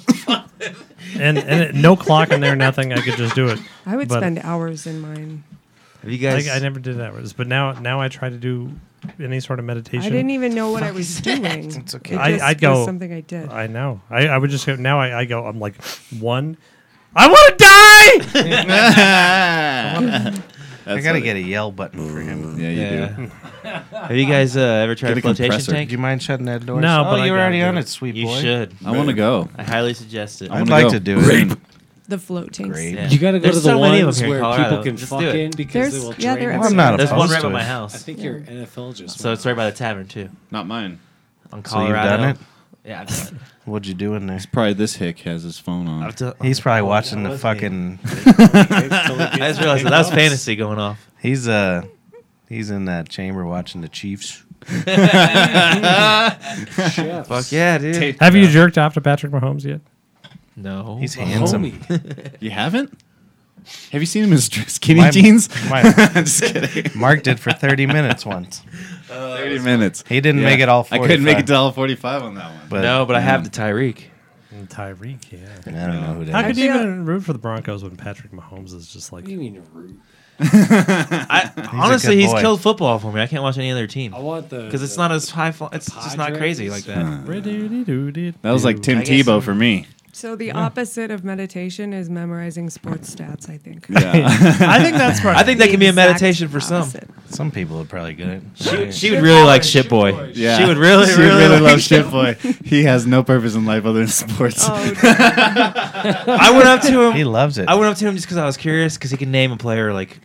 and and it, no clock in there, nothing. I could just do it. I would But- spend hours in mine. Have you Like guys? I never did that, but now now I try to do any sort of meditation. I didn't even know what I was doing. It's okay. It I- just I'd go- was something I did. I know. I, I would just go now. I, I go. I'm like one. I want to die. I gotta get a yell button for Mm. him. Yeah, you Yeah. do. Have you guys uh, ever tried Get a a flotation compressor. Do you tank? mind shutting that door? No, oh, but I you're gotta already do on it. it, sweet You boy. should. I want to go. I highly suggest it. I'd wanna like go. to do it. the float tanks. Great. Yeah. You got to go There's to the so many of ones them here where in people Colorado. can Just fuck do it. in because There's- they will yeah, train they're you. Well, I'm not There's one opposed right to by my it. I house. think your NFL just So went it's right by the tavern too, Not mine. on So you've done Colorado. it. Yeah, I've done it. What'd you do in there? Probably this hick has his phone on. I've done. He's probably watching the that wasn't me. fucking. I just realized that, that was fantasy going off. He's uh, he's in that chamber watching the Chiefs. chefs. Fuck yeah, dude. Have you jerked off to Patrick Mahomes yet? No. He's A handsome. homie. You haven't? Have you seen him in str- skinny My- jeans? my- just kidding. Mark did for 30 minutes once. Thirty minutes. He didn't make it all. 45, I couldn't make it to all forty-five on that one. But no, but I have Mm. the Tyreek. And Tyreek, yeah. I don't know who How that could is. you even root for the Broncos when Patrick Mahomes is just like What do you mean root? I, good honestly, he's boy. killed football for me. I can't watch any other team I want the because it's the- not as high. Fl- it's just not crazy like that. Hmm. that was like Tim I guess- Tebow for me. So the opposite of meditation is memorizing sports stats. I think. Yeah. I think that's right. I think that The can be a exact meditation for some. opposite. Some people would probably get it. She would really like shit boy. yeah. She would really, She would really really like love shit boy. He has no purpose in life other than sports. Oh, dude, I went up to He him. loves it. I went up to him just because I was curious because he could name a player like,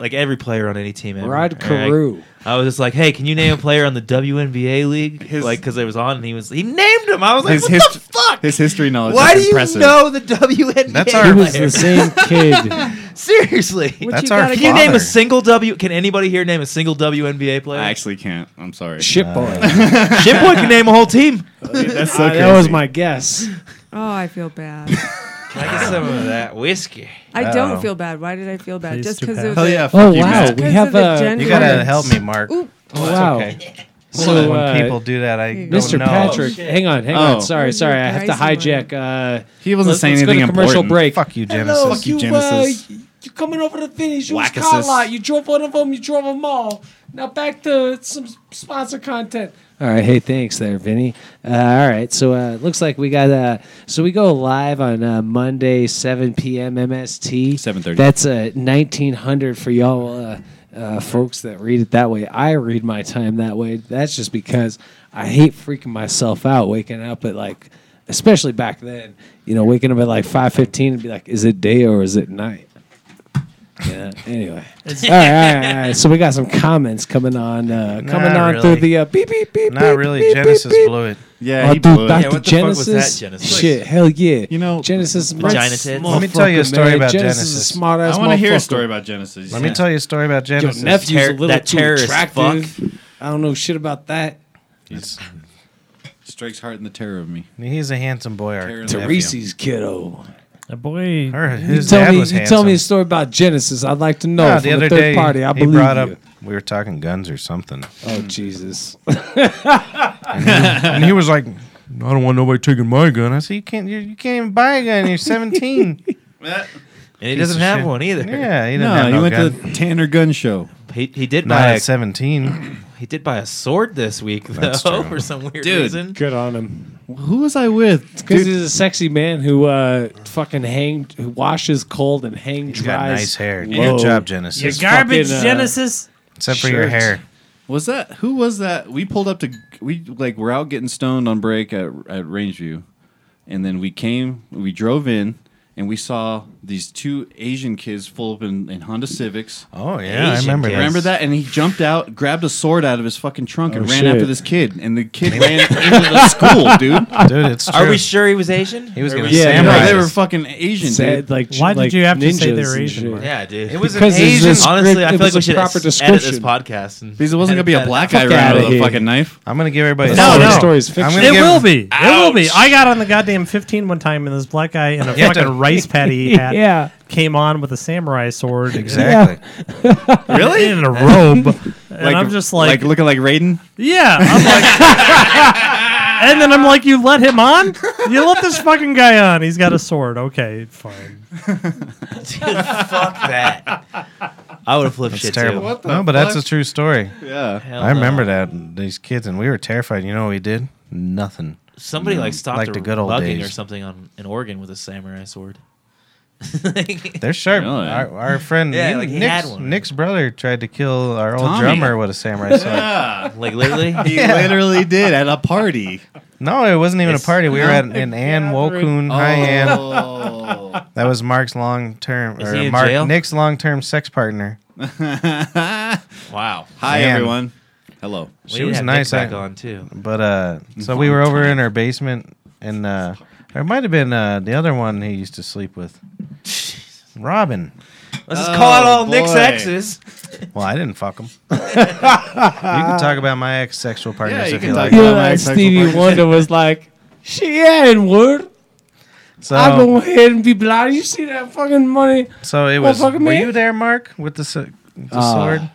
like every player on any team. Ever. Rod And I- Carew. I, was just like, hey, can you name a player on the WNBA league? His- like because it was on and he was he named him. I was like, His what hist- the fuck? His history knowledge. Why do is you impressive. know the WNBA? That's He our- was player? the same kid. Seriously. what That's you our gotta Can you get- name Father. a single W? Can anybody here name a single WNBA player? I actually can't. I'm sorry. Shit boy. Shitboy can name a whole team. That's so crazy. That was my guess. Oh, I feel bad. Can I get some of that whiskey? I Uh-oh. don't feel bad. Why did I feel bad? Please Just do because pass. of Hell the- yeah. Fuck Oh you, wow, uh, Matt. we Because have of the a gender- You Yes. gotta help me, Mark. Oop. Oh, wow. okay. So, when uh, people do that, I don't Mr. know. Patrick, hang on, hang on. Oh. Sorry, sorry. I have to hijack. Uh, He wasn't let's- saying let's go anything to commercial important. break. Fuck you, Genesis. Hello, Fuck you, uh, Genesis. y- you coming over to finish? You Wackasis. car lot. You drove one of them. You drove them all. Now back to some sponsor content. All right. Hey, thanks there, Vinny. Uh, all right. So uh, it looks like we got. Uh, so we go live on uh, Monday, 7 p.m. MST. 7:30. That's uh, 1900 for y'all. Uh, uh, folks that read it that way, I read my time that way. That's just because I hate freaking myself out, waking up at like especially back then, you know, waking up at like five fifteen and be like, is it day or is it night? Yeah. Anyway, all, right, all right, all right. So we got some comments coming on, uh, coming Not on really. through the uh, beep beep beep. Not beep, really. beep, Genesis beep, beep. blew it. Yeah, oh, he dude, blew it. back Yeah, to what the fuck was Genesis. that, Genesis? Shit, hell yeah. You know- Genesis. is my Vagina tits. small Let me tell you a fucking story man. about is a Genesis. smart ass. I want to hear a story about Genesis. Let me tell you a story about Your Genesis. nephew's Ter- a little that too terrorist attractive. I don't know shit about that. He's, Strikes heart in the terror of me. he's a handsome boy. Our Terror. nephew. Teresi's kiddo. A boy. Her- You his tell, dad me, was you handsome. tell me a story about Genesis. I'd like to know No, from the other a third day party. I he believe brought you. up we were talking guns or something, Oh Jesus! and he was like, "I don't want nobody taking my gun." I said, "You can't. You, you can't even buy a gun. You're 17." And he Piece doesn't of have shit. one either. yeah, he didn't No, have he no went gun. to the Tanner Gun Show. He, he did Not buy at a, 17. he did buy a sword this week though That's true. for some weird Dude. reason. Good on him. Who was I with? Because he's a sexy man who uh, fucking hanged, who washes cold and hang He's got dries. nice hair. Whoa. Good job, Genesis. You got- Garbage, fucking, uh, Genesis. Except for your shirt. hair. Was that who was that? We pulled up to we like we're out getting stoned on break at at Rangeview, and then we came, we drove in, and we saw these two Asian kids full up in, in Honda Civics. Oh yeah, I Asian remember kid. that. Remember that? And he jumped out, grabbed a sword out of his fucking trunk, and Oh, ran shit. after this kid. And the kid ran into the school, dude. dude. It's true. Are we sure he was Asian? He was Are gonna we- say- Yeah, Samurai. no, they were fucking Asian, Said, dude. like, Why did like you have to say ninjas they're and Asian, shit. Mark? Yeah, dude. It was an Because it's Asian. just- honestly. I It feel was like a we should proper edit this description. podcast. And Because it wasn't gonna be a black guy Fuck running outta with a here. fucking knife. I'm gonna give everybody. No, a no. story. Story's I'm fiction. gonna It give- will be. It will be. I got on the goddamn 15 one time, and this black guy in a You have to- fucking rice patty hat Yeah. came on with a samurai sword. Exactly. Really? In a robe. and I'm just like, looking like Raiden. yeah. I'm like, and then I'm like, you let him on? You let this fucking guy on. He's got a sword. Okay, fine. fuck that. I would have flipped It's shit terrible. too. no, but that's a true story. Yeah. Hell I remember no. that and these kids, and we were terrified. You know what we did? Nothing. somebody like stopped like a the good old mugging days. or something on in Oregon with a samurai sword. They're sharp. Really? Our, our friend Yeah, you- like he Nick's, had one. Nick's brother tried to kill our old Tommy. drummer with a samurai sword. Yeah. like lately, He literally did at a party. no, it wasn't even It's a party. We were at an Ann Wokun. Hi, Ann. Oh. That was Mark's long term, Is or he in Mark jail? Nick's long term sex partner. wow. Hi, Man. everyone. Hello. She was nice, Back I- on too. But uh, so we were over in her basement, and uh, or it might have been uh, the other one he used to sleep with, Robin. Let's just Oh, call it all Nick's boy. exes. Well, I didn't fuck him. you can talk about my ex sexual partners Yeah, you if can you talk like. You know, Oh, my that sexual Stevie partners. Wonder was like, "She ain't word. So, I go ahead and be blind. You see that fucking money? so it was. Motherfucker, Were man. you there, Mark, with the, se- with the Uh, sword? I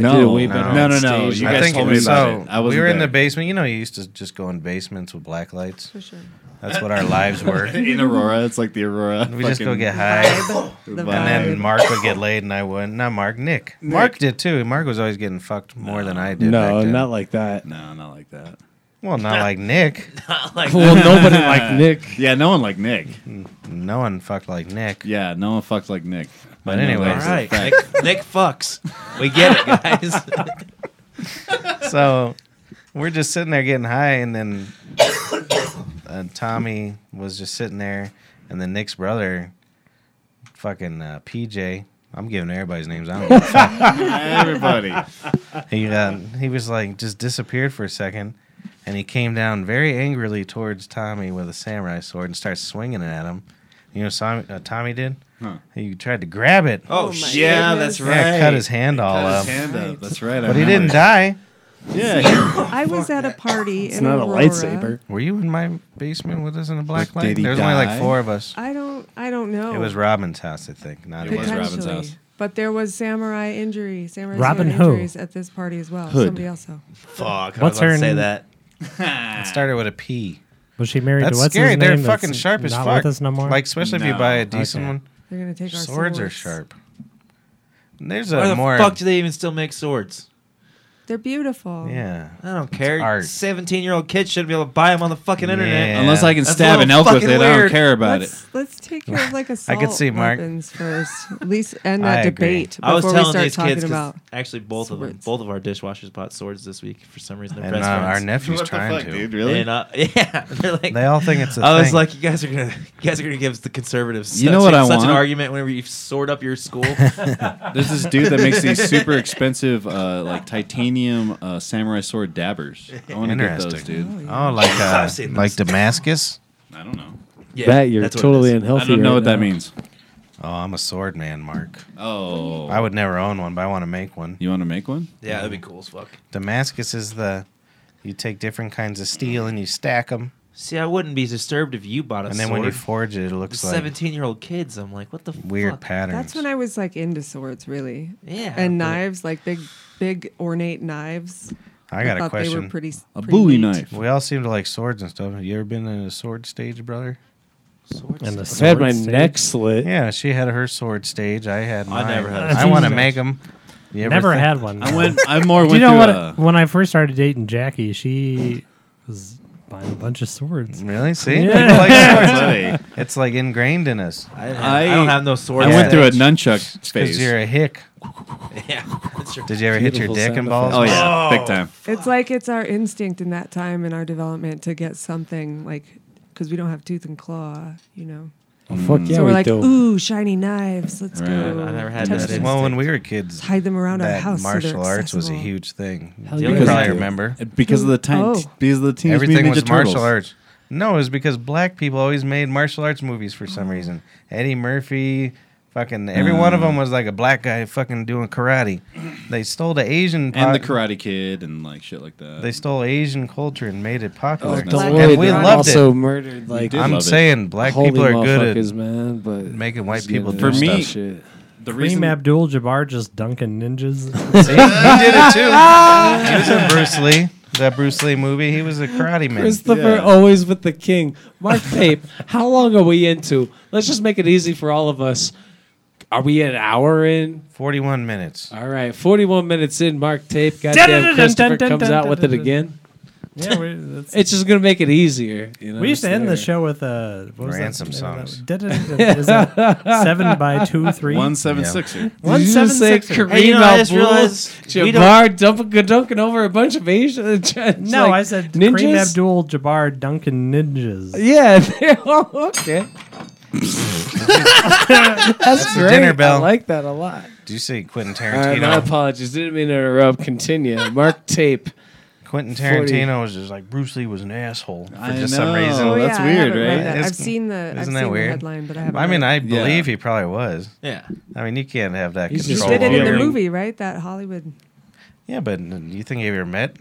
did it way better no, on no, no. stage. You I guys think told me about so. it. I was we were in the basement. You know, you used to just go in basements with black lights. For sure. That's what our lives were. in Aurora. It's like the Aurora. We just go fucking get high, The vibe. and then vibe. Mark would get laid, and I wouldn't. Not Mark, Nick. Mark did too. Mark was always getting fucked more than I did. No, back then. not like that. No, not like that. well, not like Nick. Well, nobody like Nick. Yeah, no one like Nick. No one fucked like Nick. Yeah, no one fucks like Nick. But I know anyways. All that. right, Nick, Nick fucks. We get it, guys. so we're just sitting there getting high, and then uh, Tommy was just sitting there, and then Nick's brother, fucking uh, PJ. I'm giving everybody's names. I don't give a fuck. everybody. He uh, he was like just disappeared for a second, and he came down very angrily towards Tommy with a samurai sword and starts swinging it at him. You know, what Tommy, uh, Tommy did. Huh. He tried to grab it. Oh, my shit. Yeah, goodness. that's Yeah, right. cut his hand all Cut up. his hand up. That's right. I But he didn't remember. die. Yeah. I was at a party. It's in not a Aurora. lightsaber. Were you in my basement with us in a black But light? did he There was only die? like four of us. Oh. I don't. I don't know. It was Robin's house, I think. Not It was Potentially. Robin's house. But there was samurai injury, samurai Robin samurai Ho. injuries at this party as well. Hood. Somebody else. though. Fuck. What's What's I her was going to say name? that. It started with a P. Was she married That's to what's scary. his They're name fucking that's sharp as not fuck. With us no more? Like especially if you No. buy a decent Okay. one. They're gonna take Swords, our are sharp. And There's a Why the more fuck do they even still make swords? They're beautiful. yeah. I don't care. art. Seventeen-year-old kids shouldn't be able to buy them on the fucking internet. Yeah. Unless I can That's a stab little an elk with it, fucking I don't weird. care about it. let's, Let's take care of like I assault could see Mark. weapons first. At least end I that agree. debate I was before we telling start these talking kids 'cause about. actually both of them, swords. both of our dishwashers bought swords this week for some reason. They're And uh, best our friends. nephew's trying to. Really? And, uh, yeah, they're like. They all think it's a I was thing. like, you guys are gonna, you guys are gonna give the conservatives. You such, know what a- I such an want? argument whenever you sort up your school. There's this dude that makes these super expensive, uh, like titanium uh, samurai sword dabbers. I want to get those, Interesting. dude. oh, like uh, I've seen like Damascus. I don't know. yeah, that you're that's what it totally is. unhealthy. I don't know right what that now. means. Oh, I'm a sword man, Mark. Oh, I would never own one, but I want to make one. you want to make one? Yeah, that'd be cool as fuck. Damascus is the you take different kinds of steel and you stack them, See, I wouldn't be disturbed if you bought a and then sword. when you forge it, it looks like seventeen-year-old kids, I'm like, what the weird fuck? patterns. That's when I was like into swords, really, yeah, and but- knives, like big, big ornate knives. I got a thought They were question. pretty, A pretty Bowie neat. knife. We all seem to like swords and stuff. Have you ever been in a sword stage, brother? Swords. And the I've had my swords, dude. neck slit. Yeah, she had her sword stage. I had mine. never had a I want to sword make them. You ever Never think- had one. I no. went. I more Do went you to know what? a- when I first started dating Jackie, she was buying a bunch of swords. Really? See, Yeah. People like swords. I, it's like ingrained in us. I, didn't have- I I- don't have no sword. I went through a stage. nunchuck Because phase. you're a hick. Yeah, that's your Did you ever hit your Beautiful dick sound and balls? Oh yeah, Oh. big time. It's like it's our instinct in that time in our development to get something like because we don't have tooth and claw, you know. Oh, fuck yeah, so we're we like, do. ooh, shiny knives. Let's Right. go. I never had Touch that. them. Well, when we were kids, Hide them around our that house. so they're martial arts was a accessible. huge thing. Hell you yeah. probably Because- remember. Because of the time, Oh. because of the Teenage Everything Mutant was Ninja martial Turtles. arts. No, it was because black people always made martial arts movies for some reason. Eddie Murphy, fucking every one of Mm. them was like a black guy fucking doing karate. They stole the Asian and the pop- Karate Kid and like shit like that. They stole Asian culture and made it popular. don't and worry, we they loved also it. murdered like did I'm Oh, love it. saying black holy people are good motherfuckers, at man. But making white just getting people into do For me, that stuff. shit. the Reem reason Abdul Jabbar just dunking ninjas. See, he did it too. He was in Bruce Lee, that Bruce Lee movie. He was a karate man. Christopher Yeah. always with the king. Mark Pape, how long are we into? Let's just make it easy for all of us. Are we an hour in? Forty-one minutes. All right, 41 minutes in. Mark Tape, goddamn Christopher comes out with it again. yeah, we, that's, It's just gonna make it easier. You know, we used to it's end the there. show with uh, what was that? Ransom songs. Is that seven by two three? one seven er. sixer. Did you just say Kareem Hey, you know, I just Abdul, realized we don't- Jabbar dunking, dunking over a bunch of Asian. it's No, like I said Kareem ninjas? Abdul Jabbar Duncan Ninjas. Yeah, they're all okay. That's, great. dinner bell. I like that a lot. Do you see Quentin All right, Tarantino? my apologies. Didn't mean to interrupt. Continue. Mark Tape. Quentin 40. Tarantino was just like Bruce Lee was an asshole for I just some know. reason. Oh, Well, that's yeah, I weird, haven't read right? that. I've Isn't- seen the. I've isn't seen that the weird? headline, but I haven't. I mean, read it. I believe he probably was. yeah. I mean, you can't have that He's just he control. did it in over- the Trolling. movie, right? That Hollywood. Yeah, but do you think you ever met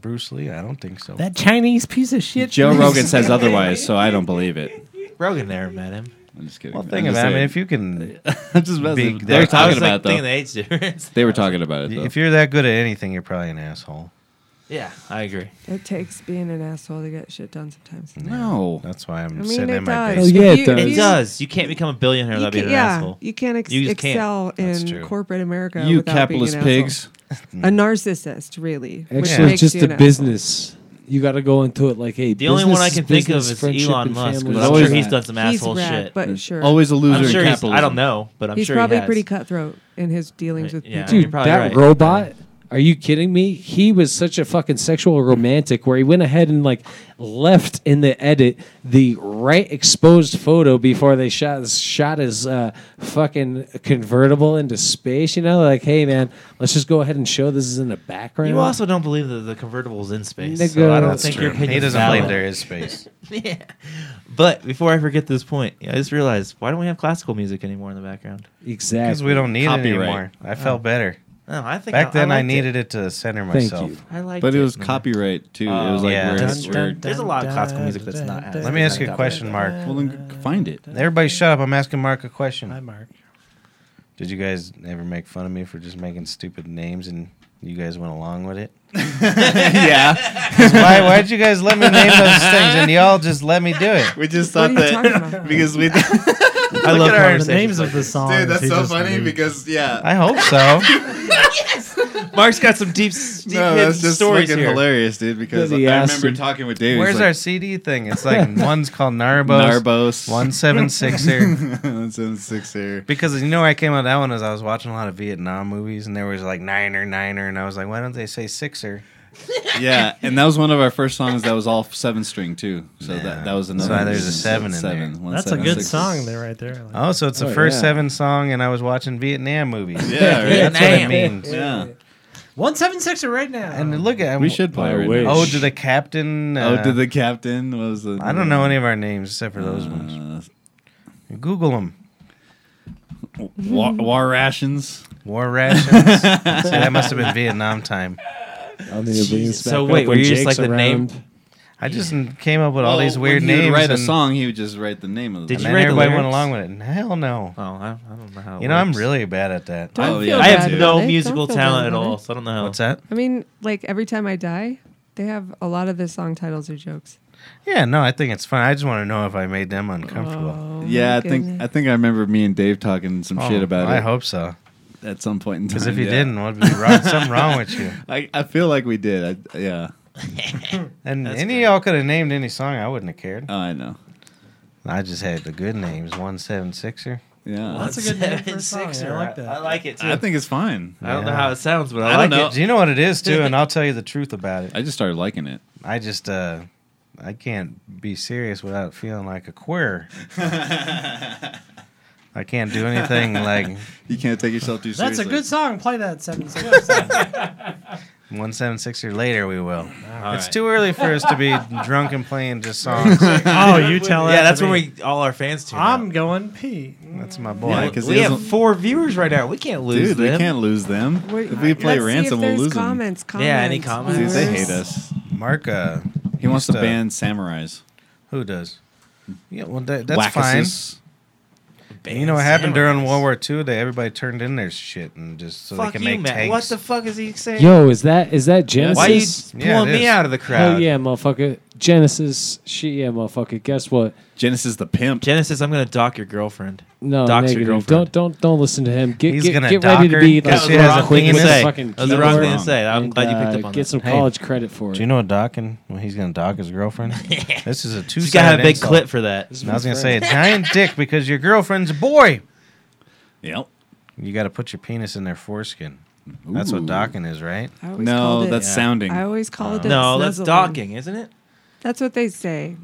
Bruce Lee? I don't think so. That Chinese piece of shit. Joe Rogan says otherwise, so I don't believe it. Rogan never met him. I'm just kidding. well, I'm think just about it. I mean, saying. if you can, I'm just messing. Big they were dick. I talking was like about it, thinking though. the age difference. They were talking about it though. if you're that good at anything, you're probably an asshole. Yeah, I agree. It takes being an asshole to get shit done sometimes. no, That's why I'm I mean, sitting it in my does. basement. yeah, If you- if it does. It you- does. You can't become a billionaire You without being can, an yeah, asshole. you can't ex- You just can't. excel That's in true. corporate America. you without capitalist being an asshole. Mm. pigs. A narcissist, really. which Actually, makes it's just you an a asshole. business. You got to go into it like, hey, The only one I can think of is Elon Musk. 'cause I'm sure Always- he's done some He's asshole rad, shit. but sure. Always a loser I'm in sure he's, capitalism. I don't know, but I'm he's sure probably he has. pretty cutthroat in his dealings with Yeah. people. You're Dude, probably that right. robot. Are you kidding me? He was such a fucking sexual romantic where he went ahead and like left in the edit the right exposed photo before they shot shot his uh, fucking convertible into space. You know, like, hey man, let's just go ahead and show this is in the background. You also don't believe that the convertible is in space, Nigga. so I don't That's think your opinion He doesn't valid. believe there is space. yeah. But before I forget this point, I just realized why don't we have classical music anymore in the background? Because exactly. we don't need Copyright. it anymore. I felt better. No, I think Back then, I, liked it. needed it. to center Thank myself. you. I liked But it was man. copyright too. it was Oh, like yeah. where it's Dun, where- There's a lot of classical music that's not. Let me Uh, ask you a question, Mark. Well, then find it. Everybody, shut up! I'm asking Mark a question. Hi, Mark. Did you guys ever make fun of me for just making stupid names and you guys went along with it? yeah, Why why'd you guys let me name those things and y'all just let me do it? we just What thought are you talking that about? because we, I love the conversations. names like of the this. songs. dude, that's they so Oh, just funny leave. because yeah, I hope so. Mark's got some deep, s- deep no, hidden that's just stories fucking here. hilarious, dude. Because I Bloody remember Aston. talking with Dave. Where's our he's CD thing? It's like one's called Narbos, Narbos? one seven sixer. seven six here. Because you know where I came out of that one is I was watching a lot of Vietnam movies and there was like niner niner and I was like, why don't they say sixer? Yeah, and that was one of our first songs that was all seven string too. So Yeah. that that was another. why there's a seven in there. one, That's a seven, good six. song there, right there. Like, Oh, so it's the Oh, first yeah. seven song and I was watching Vietnam movies. Yeah, right? That's what it Damn. means. yeah. One seven six right now. And look at We should play. I Right wish. now. Oh, to the captain. Oh, uh, did the captain what was the? I don't know any of our names except for those ones. Uh, Google them. war, war rations. War rations. See, that must have been Vietnam time. I'll need to bring this So back wait, up were when you just Jake's like the name- around. I just came up with all Well, these when weird he would names. Write a and, song. He would just write the name of the. Did and you then write the everybody went lyrics? along with it. And hell no. Oh, I, I don't know how. It you know, I'm works. really bad at that. Don't Oh, feel yeah. bad I have about it. no Don't musical feel bad talent at about all, it. so I don't know how. What's that? I mean, like every time I die, they have a lot of the song titles are jokes. Yeah, no, I think it's fun. I just want to know if I made them uncomfortable. Oh, Yeah, my I think goodness. I think I remember me and Dave talking some Oh, shit about I it hope so. at some point in time. Because if you yeah. didn't, what would be wrong? Something wrong with you. I, I feel like we did. I, yeah. And That's any great. of y'all could have named any song. I wouldn't have cared. Oh, I know. I just had the good names. One seven sixer. Yeah. That's a good name for a song. Sixer. I like that. I like it too. I, I think it's fine. don't know Yeah. how it sounds, but I, I like don't know. it. Do you know what it is too? And I'll tell you the truth about it. I just started liking it. I just uh I can't be serious without feeling like a queer. I can't do anything like You can't take yourself too That's seriously. a good song. Play that seven six. one seven six or later we will. All It's right. too early for us to be drunk and playing just songs. oh, you tell Yeah, that that's to when me. we all our fans tune I'm out. going pee. That's my boy. Yeah, Well, 'cause we he have doesn't- four viewers right now. We can't lose Dude, them. we can't lose them. Wait, if we play let's see if ransom, we'll there's lose them. comments, comments. Yeah, any comments? Dude, Dude, they viewers. hate us. Mark uh He wants to Used to- ban samurais. who does? Yeah, well that, that's Wackuses. fine. You know what happened during World War II? They everybody turned in their shit and just so Fuck they can you, make Matt. tanks. What the fuck is he saying? Yo, is that is that Genesis? Why are you Yeah, pulling it me is. out of the crowd? Oh, Hell yeah, motherfucker! Genesis, shit, yeah, motherfucker. Guess what? Genesis the pimp. Genesis, I'm gonna dock your girlfriend. No, Dox your negative. girlfriend. Don't don't don't listen to him. Get He's get, gonna get dock ready to her be 'cause like she has a quick thing to with the say. fucking That was the wrong keyboard thing to say. I'm and, glad you picked uh, up on Get that. some Hey. college credit for it. Do you know what docking? Well, he's gonna dock his girlfriend. this is a two. She's gotta have a big clip for that. This is I was my gonna say a friend. giant dick because your girlfriend's a boy. Yep. You got to put your penis in their foreskin. That's Ooh. what docking is, right? I always No, called it- that's sounding. I always call it. a No, that's snuzzling. docking, isn't it? That's what they say.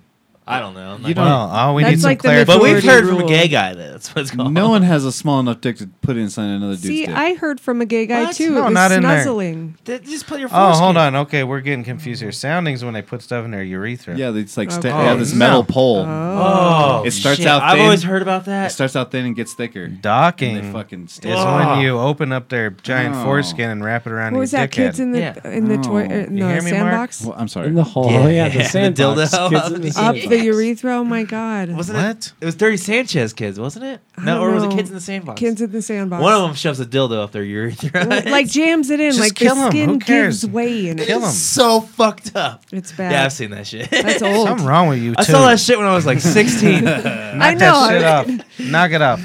I don't know. You don't- Well, oh, we That's need some like the clarity. but we've Majority heard from a rule. gay guy that that's what it's called. no one has a small enough dick to put inside another dude's See, dick. I heard from a gay guy What? too. No, it was not in there. snuzzling. Th- Just put your Oh, foreskin. hold on. Okay, we're getting confused here. Soundings when they put stuff in their urethra. yeah, it's like sta- Okay. they have this Oh, metal no. pole. Oh, It starts shit. out I've thin. always heard about It that. starts out thin and gets thicker. Docking And they fucking is stand. Whoa. when you open up their giant Oh. foreskin and wrap it around What your was that? dickhead. Kids in the Yeah. in the toy Oh. er, in You the hear me, Mark? sandbox Well, I'm sorry. in the hall. Yeah, Yeah, yeah, the the sandbox. dildo. Kids in the up sandbox. the urethra. Oh my god! Wasn't What? it? It was Dirty Sanchez kids, wasn't it? I No, don't or was it know. Kids in the Sandbox? Kids in the sandbox. One of them shoves a dildo up their urethra. like jams it in, Just like kill 'em. the skin Who cares? gives way, and Kill it, 'em. so fucked up. it's bad. Yeah, I've seen that shit. That's old. Something wrong with you too. I saw that shit when I was like 16. I I Knock know. that shit off. Knock it off.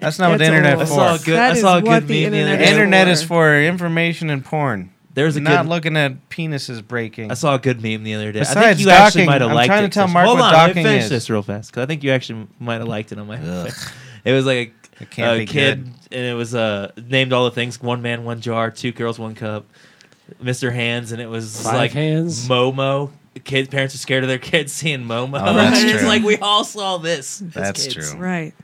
That's not what the That's internet old. for. saw a good. That I is saw a good what meme the the other internet day. is. Internet is for. for information and porn. There was a Not good. looking at penises breaking. I saw a good meme the other day. I think Besides you docking, actually might have I'm liked it. trying to tell Chris. Mark Hold what on, let me docking finish is. this real fast because I think you actually might have liked it on my. Ugh. It was like a, It can't a be kid, good. and it was uh named all the things: one man, one jar, two girls, one cup, Mister Hands, and it was Five like hands? Momo. Kids, parents are scared of their kids seeing Momo. Oh, that's and it's true. like we all saw this. as That's kids. true. Right.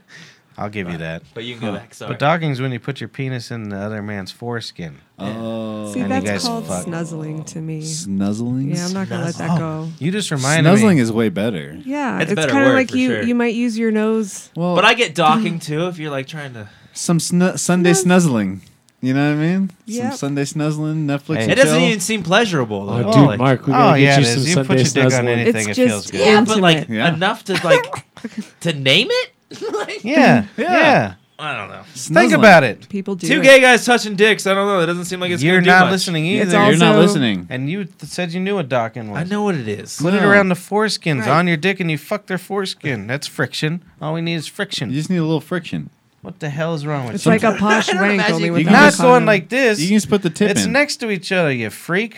I'll give you that. But you can go back. Sorry. But docking's when you put your penis in the other man's foreskin. Oh. See, And you guys that's called fuck. snuzzling to me. Snuzzling? Yeah, I'm not gonna let that go. You just reminded Snuzzling me. is way better. Yeah, Oh. It's it's, a better kind of word like for you sure. you might use your nose. Well, but I get docking too if you're like trying to. some snu- Sunday Snuzz- snuzzling. You know what I mean? Some Yep. Sunday snuzzling, Netflix. Hey. and It doesn't chill. even seem pleasurable. Oh, though. dude, Like- Mark, we oh, gotta yeah, it get you some is. You put Sunday your dick on snuzzling. anything, it It's feels just- good. Yeah, but like Intimate. Yeah. enough to like to name it. like, Yeah, yeah. I don't know. Snuzzling. Think about it. People do. Two it. gay guys touching dicks. I don't know. That doesn't seem like it's. You're gonna do not much. listening either. It's You're not Also- listening. and you th- said you knew what docking was. I know what it is. Put it No. around the foreskins Right. on your dick, and you fuck their foreskin. That's friction. All we need is friction. You just need a little friction. what the hell is wrong with It's you? like a posh wank only you with can- not going like this. You can just put the tip it's in. next to each other, you freak.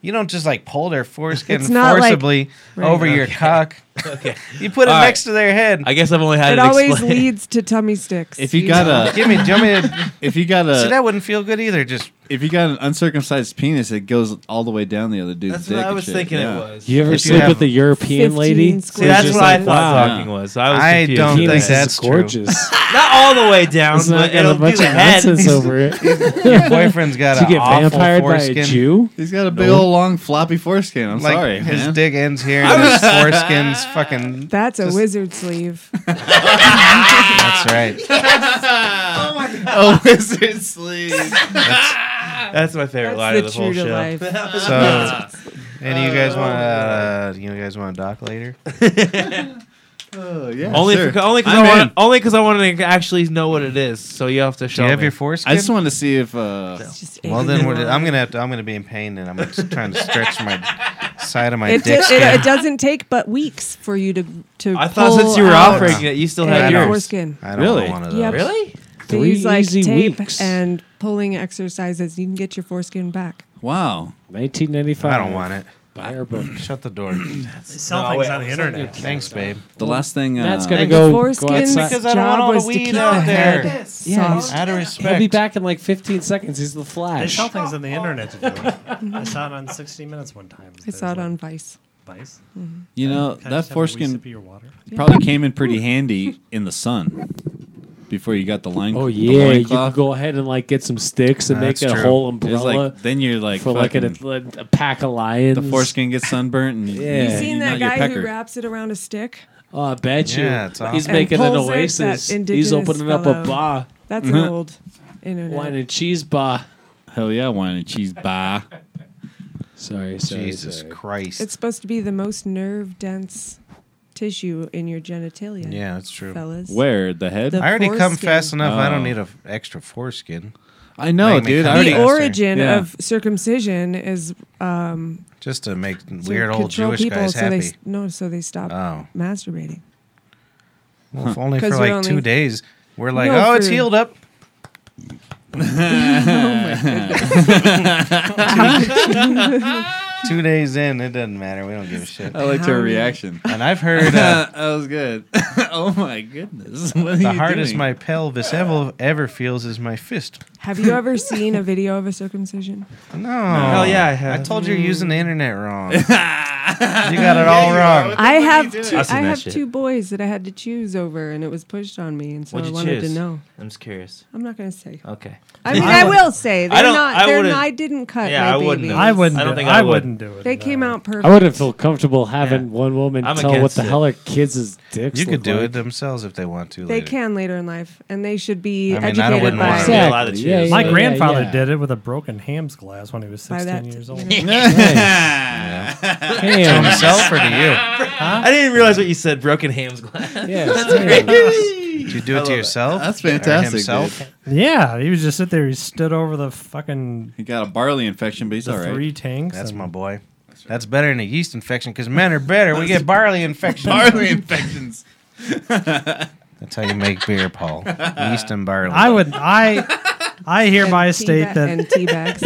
You don't just like pull their foreskin It's not like- forcibly Right. over your cock. Okay. You put it All right. next to their head. I guess I've only It had it, always explained. leads to tummy sticks. If you got a, Give me, do you want me to- if you got see, a, that wouldn't feel good either. Just if you got an uncircumcised penis, it goes all the way down the other dude's That's dick. what I and was shit. thinking Yeah. it was. You ever If you sleep have with a European 15 lady? squares. See, that's Just what I like, thought wow. talking was. I was. I confused. don't Penis think is that's true. gorgeous. Not all the way down, It's not but got it'll a bunch do of the head. nonsense over it. Did your boyfriend's got you an get awful vampired by foreskin. a Jew? He's got a big old long floppy foreskin. I'm Like sorry, his man. dick ends here, and his foreskin's fucking. That's a wizard sleeve. That's right. Oh, wizard sleeve. That's my favorite line That's of the the whole true to show. life. So, and you guys want uh, you guys want to dock later? Oh, yeah, Only sure. for, only because I'm I in. want only because I want to actually know what it is. So you have to show Do you have me. your foreskin? I just wanted to see if. Uh, It's just well, then we're we're, I'm gonna have to. I'm gonna be in pain, and I'm just trying to stretch my side of my It, dick di- skin. it, it doesn't take but weeks for you to to. I thought pull since you were out offering it, you still a had I know. yours. Foreskin. I don't Really? want one of those. Yep. Really? They Three use like easy tape weeks. and pulling exercises. You can get your foreskin back. wow. 1995. I don't want it. Buy her book. Shut the door. They sell No, things wait, on the internet. Thanks, babe. The last thing. Uh, Matt's gonna And go. the go foreskin's outside. Because I don't want job all the was to weed keep out the there. head Yeah, soft. Out of He'll respect. be back in like 15 seconds. He's the They Flash. sell things on the internet to do. I saw it on 60 Minutes one time. I saw it on Vice. Vice. you know Can I that just have a wee foreskin sip of your water? probably came in pretty handy in the sun before you got the line. Oh the yeah, you can loincloth. go ahead and like get some sticks and make That's a true. whole It's umbrella like then you're like for like fucking- an, a pack of lions. the foreskin gets sunburnt and You Yeah. You seen that not your guy who pecker. wraps it around a stick? Oh, I bet you. Yeah, it's awesome. He's And making an pulls it, oasis. that He's indigenous opening up fellow. a bar, That's an Uh-huh. old internet. wine and cheese bar. Hell yeah, wine and cheese bah. Sorry, sorry, Jesus sorry. Christ. It's supposed to be the most nerve dense tissue in your genitalia. yeah, that's true. fellas. Where the head? The I already come foreskin. fast enough. I don't Oh. need an extra foreskin. I know, Make me dude. I come already The faster. origin Yeah. of circumcision is um, Just to make to weird old control Jewish people guys so they happy. s- no, so they stop Oh. masturbating. Well, if only for 'Cause like you're two only- days. We're like, No, oh, it's for- Oh healed up. Two days in, it doesn't matter. We don't give a shit. I liked her reaction. And I've heard uh, that was good. oh my goodness. What are the you hardest doing? my pelvis ever ever feels is my fist. Have you ever seen a video of a circumcision? No. Hell yeah, I I have. told you you're using the internet wrong. you got it all wrong. I have two, I've seen I that have shit. two boys that I had to choose over, and it was pushed on me, and so What'd I you wanted choose? Uh, to know. I'm just curious. I'm not going to say. Okay. I mean, I, will say they're don't- not. I they're wouldn't- not. I didn't cut. Yeah, my I wouldn't babies. have. I wouldn't. I don't do- think I I would. wouldn't do it. They came no. out perfect. I wouldn't feel comfortable having one woman I'm tell what against the it. hell her kids' dicks. You could look do like. it themselves if they want to. They later. can later in life, and they should be I mean, I educated wouldn't by want Exactly. to. allowed to choose. Yeah, yeah, My yeah, grandfather yeah. did it with a broken ham's glass when he was By 16 that- years old. To Hams. himself or to I didn't realize what you said. Broken hams glass. Yes, you? Did you do it to yourself? That's Or fantastic, Himself? dude. Yeah, he was just sit there. He stood over the fucking He got a barley infection, but he's the all right. three tanks. That's and- my boy. That's better than a yeast infection because men are better. We get barley infection. barley infections. That's how you make beer, Paul. Yeast and barley. I would. I. I hereby and tea state ba- that and tea bags.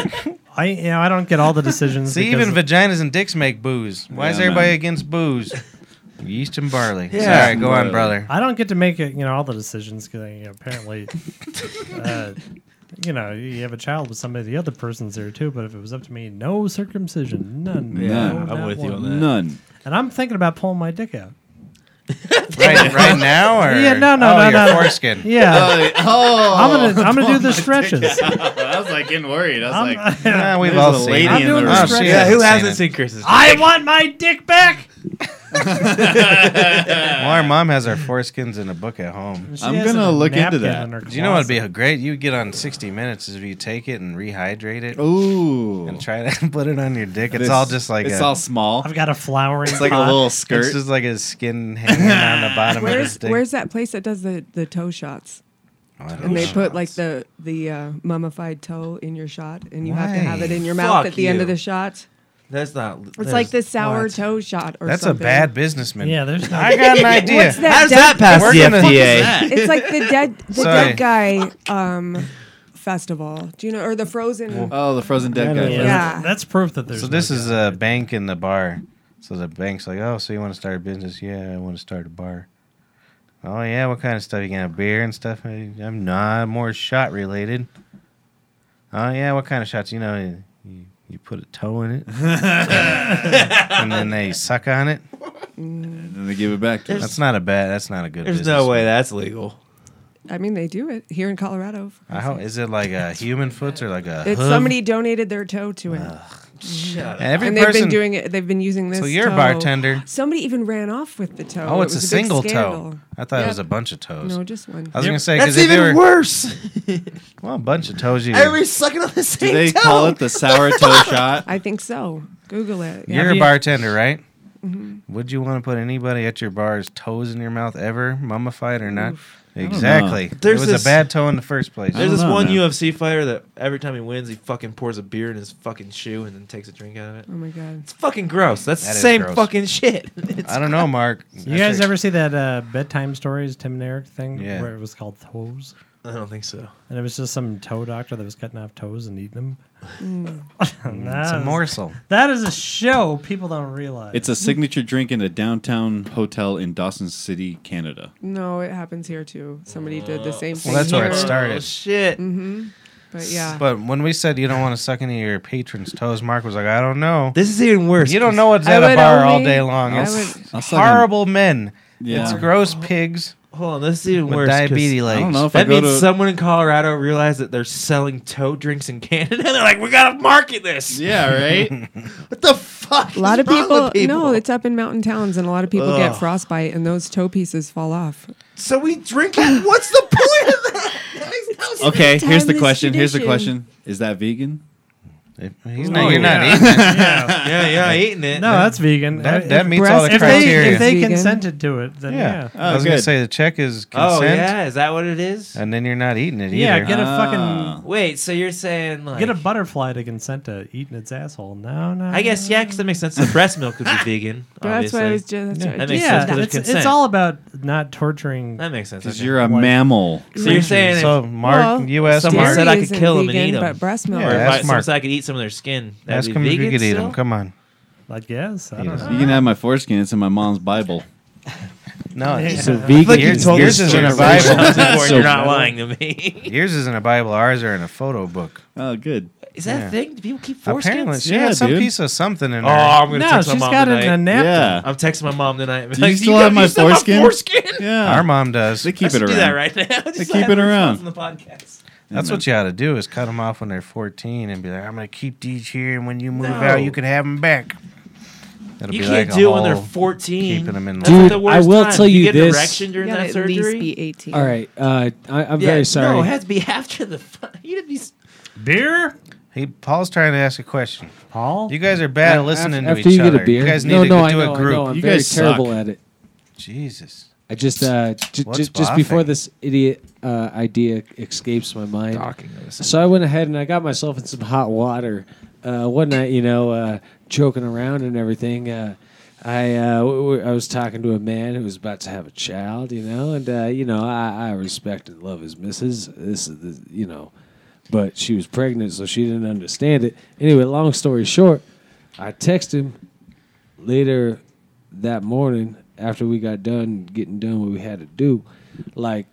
I. You know, I don't get all the decisions. See, because even vaginas and dicks make booze. Why is Yeah, everybody man. against booze? Yeast and barley. Yeah. Sorry, go on, brother. I don't get to make it. You know all the decisions because you know, apparently, uh, you know, you have a child with somebody. The other person's there too. But if it was up to me, no circumcision, none. Yeah, no, I'm not with you one. on that. None. And I'm thinking about pulling my dick out. right, right now, or Yeah, no, no, oh, no, your no. foreskin. Yeah, Oh, I'm gonna I'm gonna do the stretches. I was like getting worried. I was I'm- Yeah, we've There's all a seen lady it. I'm in doing the the room. Oh, she stretches. Yeah, who hasn't hasn't seen seen Chris's? I want my dick back. Well, our mom has our foreskins in a book at home. She I'm has gonna a look into napkin that. in her Do you know what'd be closet. great? You get on 60 Minutes is if you take it and rehydrate it Ooh. and try to put it on your dick. It's This- all just like it's a, all small. I've got a flowering. It's like a pot. little It's skirt. just like his skin hanging on the bottom of his Where's dick. Where's that place that does the the toe shots? Oh, I And they don't know. put like the the uh, mummified toe in your shot, and you have to have it in your Why? mouth Fuck at the end of you. the shot. That's not. It's like the sour toe shot or That's something. a bad businessman. Yeah, there's no. I got an idea. What's that How does dead- that pass We're the gonna- FDA? It's like the dead the Sorry. dead guy um, festival. Do you know or the frozen? Oh, the frozen dead guy. Yeah. That's proof that there's. So this no is God. a bank in the bar. So the bank's like, oh, so you want to start a business? Yeah, I want to start a bar. Oh yeah, what kind of stuff? You gonna have beer and stuff? "I- I'm not more shot related. Oh yeah, what kind of shots? You know, you, you put a toe in it, and then they suck on it. And then they give it back to us. That's not a bad. That's not a good. There's business. no way that's legal. I mean, they do it here in Colorado. I hope, is it like a human foot or like a? It's hoof? somebody donated their toe to it, And Uh-huh. Every and they've person. been doing it. They've been using this. so you're toe. a bartender. Somebody even ran off with the toe. Oh, It it's a was big single scandal. toe. I thought Yep. it was a bunch of toes. No, just one. I was gonna say because That's if they even were worse. well, a bunch of toes, you Every sucking on the same Do they toe. call it the sour toe shot? I think so. Google it. You're Have a you- bartender, right? Would you want to put anybody at your bar's toes in your mouth ever, mummified or not? Exactly. There There's was this- a bad toe in the first place. There's don't this know, one man. UFC fighter that every time he wins, he fucking pours a beer in his fucking shoe and then takes a drink out of it. Oh my god. It's fucking gross. That's That the is same gross. fucking shit. It's I don't know, Mark. You guys ever see that uh, bedtime stories Tim and Eric thing Yeah. where it was called toes, I don't think so. and it was just some toe doctor that was cutting off toes and eating them. Mm. It's that, a is, morsel. that is a show people don't realize. It's a signature drink in a downtown hotel in Dawson City, Canada. No, it happens here too. Somebody did the same thing. Well, that's where it here, Oh started. shit. But yeah. But when we said you don't want to suck any of your patrons' toes, Mark was like, I don't know. This is even worse. You don't know what's I at a would bar all only- day long. I It's would- I'll suck on- horrible men. Yeah. It's gross pigs Hold on. This is even with worse. 'cause diabetes legs. I don't know if I That go means to. someone in Colorado realized that they're selling toe drinks in Canada. They're like, we gotta market this. yeah, right. What the fuck? a lot is of wrong people, with people. no it's up in mountain towns and a lot of people Ugh. get frostbite and those toe pieces fall off So we drink it. What's the point of that? that? makes no sense. okay, here's the Timeless question. Here's the tradition. question. Is that vegan? He's not, you're not eating. Yeah, yeah, eating it. no, that's vegan. That, If- that meets all the breast- if they, criteria. if they Vegan. consented to it, then yeah. yeah. I was going Oh, to good. say the check is Oh consent. yeah, is that what it is? And then you're not eating it either. Yeah, get a Ah. fucking Wait, so you're saying like get a butterfly to consent to eating its asshole. No, no. I guess yeah, because that makes sense. The breast milk would be vegan. but that's why i obviously. was just that's what I just That makes Yeah, sense, 'cause there's it's, it's consent. all about not torturing. That makes sense. Because okay. you're a mammal. so you're saying So if, Mark, Well, U.S. someone Mark, dairy said I could isn't kill 'em and vegan, eat 'em. but breast milk Yeah, or if ask I, Mark. since I could eat some of their skin, that'd ask be him if you vegan could eat still? him. Come on. I guess I Yes. don't know. You can have my foreskin. It's in my mom's Bible. No, it's- So vegan. yours, is the yours isn't a shit. Bible. You're not lying to me. yours isn't a Bible. Ours are in a photo book. Oh, good. Is that Yeah. a thing? Do people keep Apparently, foreskins? she Yeah, had some dude. piece of something in Oh, her. I'm gonna No, text my she's mom got tonight. a, a napkin. Yeah. I'm texting my mom tonight. Do you still have my foreskin? Yeah. Our mom does. They keep it Keep it around. Do that right now. Just keep have it her around. on the podcast. That's what you ought to do is cut them off when they're 14 and be like, I'm going to keep these here, and when you move out, you No. can have them back. That'll You be can't like a do it when they're whole 14. Keeping them in That's line. Dude, the worst I will time. tell you get this- an erection during you gotta that at surgery. least be 18 All right. Uh, I, I'm Yeah, very sorry. No, it has to be after the. fu- You didn't be. s- Beer, He, Paul's trying to ask a question. Paul. You guys are bad at listening after to each you other. get a beer. You guys need no, to no, I do know, a I know, group. I'm You very guys suck. terrible at it. Jesus. I just uh, j- What's j- just before boffing? this idiot uh, idea escapes my mind. So I went ahead and I got myself in some hot water uh, one night. You know, uh, joking around and everything. Uh, I uh, w- w- I was talking to a man who was about to have a child. You know, and uh, you know I, I respect and love his missus. This is the, you know, but she was pregnant, so she didn't understand it. Anyway, long story short, I text him later that morning after we got done getting done what we had to do like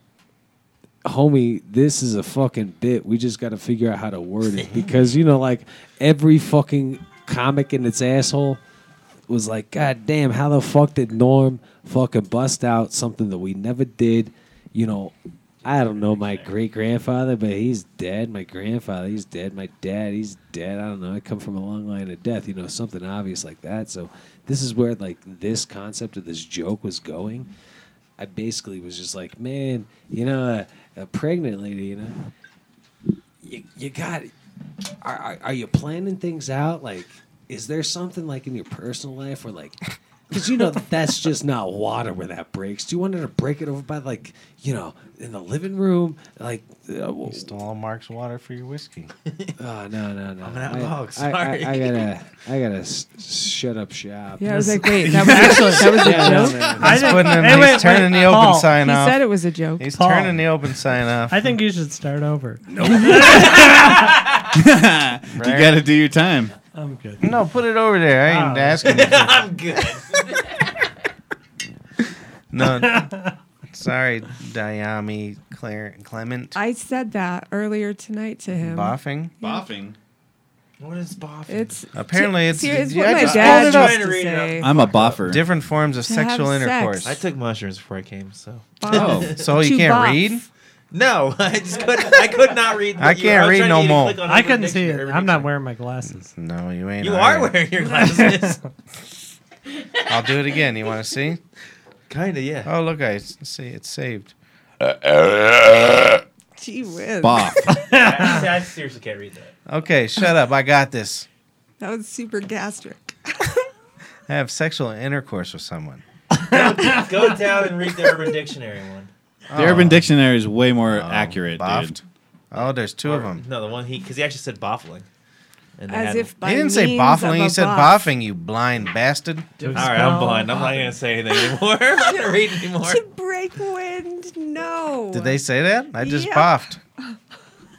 homie this is a fucking bit we just got to figure out how to word it because you know like every fucking comic in its asshole was like god damn how the fuck did norm fucking bust out something that we never did you know i don't know my great grandfather but he's dead my grandfather he's dead my dad he's dead i don't know i come from a long line of death you know something obvious like that so this is where like this concept of this joke was going I basically was just like, man, you know, a, a pregnant lady, you know, you, you got, are, are, are you planning things out? Like, is there something like in your personal life where like Because you know that that's just not water where that breaks. Do you want her to break it over by like you know in the living room? Like uh, w- You stole Mark's water for your whiskey. oh, no no no. I'm an outlaw, I, sorry. I, I gotta I gotta s- shut up shop. Yeah, I was like, wait, that was actually that was Yeah, no, a joke. no, no. He's, think- putting in, hey, he's wait, wait, turning the Paul, open sign He off. said it was a joke. he's Paul. turning the open sign off. I think you should start over. you got to do your time. I'm good. no, put it over there. I ain't Oh. asking. you to- I'm good. No. Sorry, Diami Claire, Clement. I said that earlier tonight to him. Boffing. Boffing. What is boffin? It's Apparently, it's, see, it's yeah, what I my just dad pulled it up. used to Trying to read say. I'm a boffer. different forms of To sexual have sex. intercourse. I took mushrooms before I came, so Boff. Oh. so you To can't boff. read? no, I just couldn't. I could not read. I you- can't was read trying to no get you to more. click on I every couldn't see dictionary, it. every I'm not dictionary. wearing my glasses. No, you ain't. You I are am. wearing your glasses. I'll do it again. You want to see? Kinda, yeah. Oh, look, I s- see it's saved. Gee whiz. Boff. I, I seriously can't read that. Okay, shut up. I got this. That was super gastric. Have sexual intercourse with someone. Go down and read the Urban Dictionary one. The Urban Dictionary is way more accurate, boffed. dude. Oh, there's two of Or- them. No, the one he because he actually said boffling. And they As had- if by He didn't say means of boffling. a He said boff. boffing. You blind bastard. All right, I'm blind. I'm not gonna say anything anymore. I'm not gonna read anymore. To break wind, no. Did they say that? I just Yeah. boffed.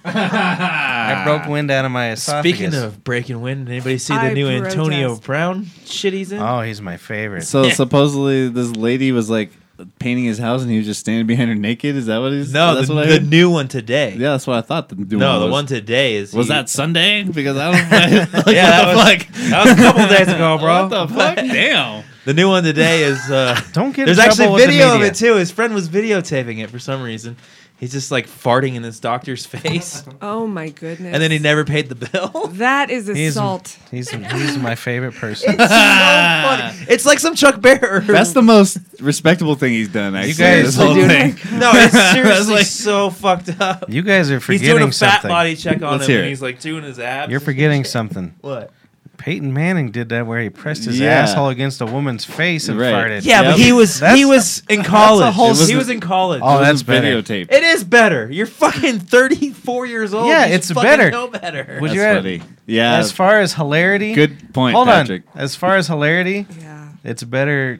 I broke wind out of my esophagus. Speaking of breaking wind, anybody see the I new Antonio protest. Brown shit he's in? oh, he's my favorite. So supposedly this lady was like painting his house, and he was just standing behind her naked. Is that what he's? no, that's the, what I the heard? new one today. Yeah, that's what I thought. The new no, the was. one today is was he- that Sunday? Because I don't. like, Yeah, that was like that was a couple days ago, bro. what the fuck? Damn. The new one today is uh, Don't get in there's trouble actually with the video of media. it too. His friend was videotaping it for some reason. He's just like farting in his doctor's face, Oh my goodness. and then he never paid the bill. That is He's, assault. he's he's my favorite person. it's like some Chuck Berry. That's the most respectable thing he's done. Actually, guys- this whole Dude, thing. no, it's That's seriously like- so fucked up. You guys are He's forgetting doing a fat something. body check on Let's him, hear and it. he's like doing his abs. You're forgetting something. what? Peyton Manning did that where he pressed his Yeah. asshole against a woman's face and Right. farted. Yeah, Yep. but he was That's- he was in college. whole It was- he s- was in college. Oh, It was that's better. videotape. It is better. You're fucking 34 years old. Yeah, You should it's fucking better. Know better. Would That's you add- funny. Yeah. As far as hilarity, good point, Hold Patrick. on. As far as hilarity, Yeah. it's better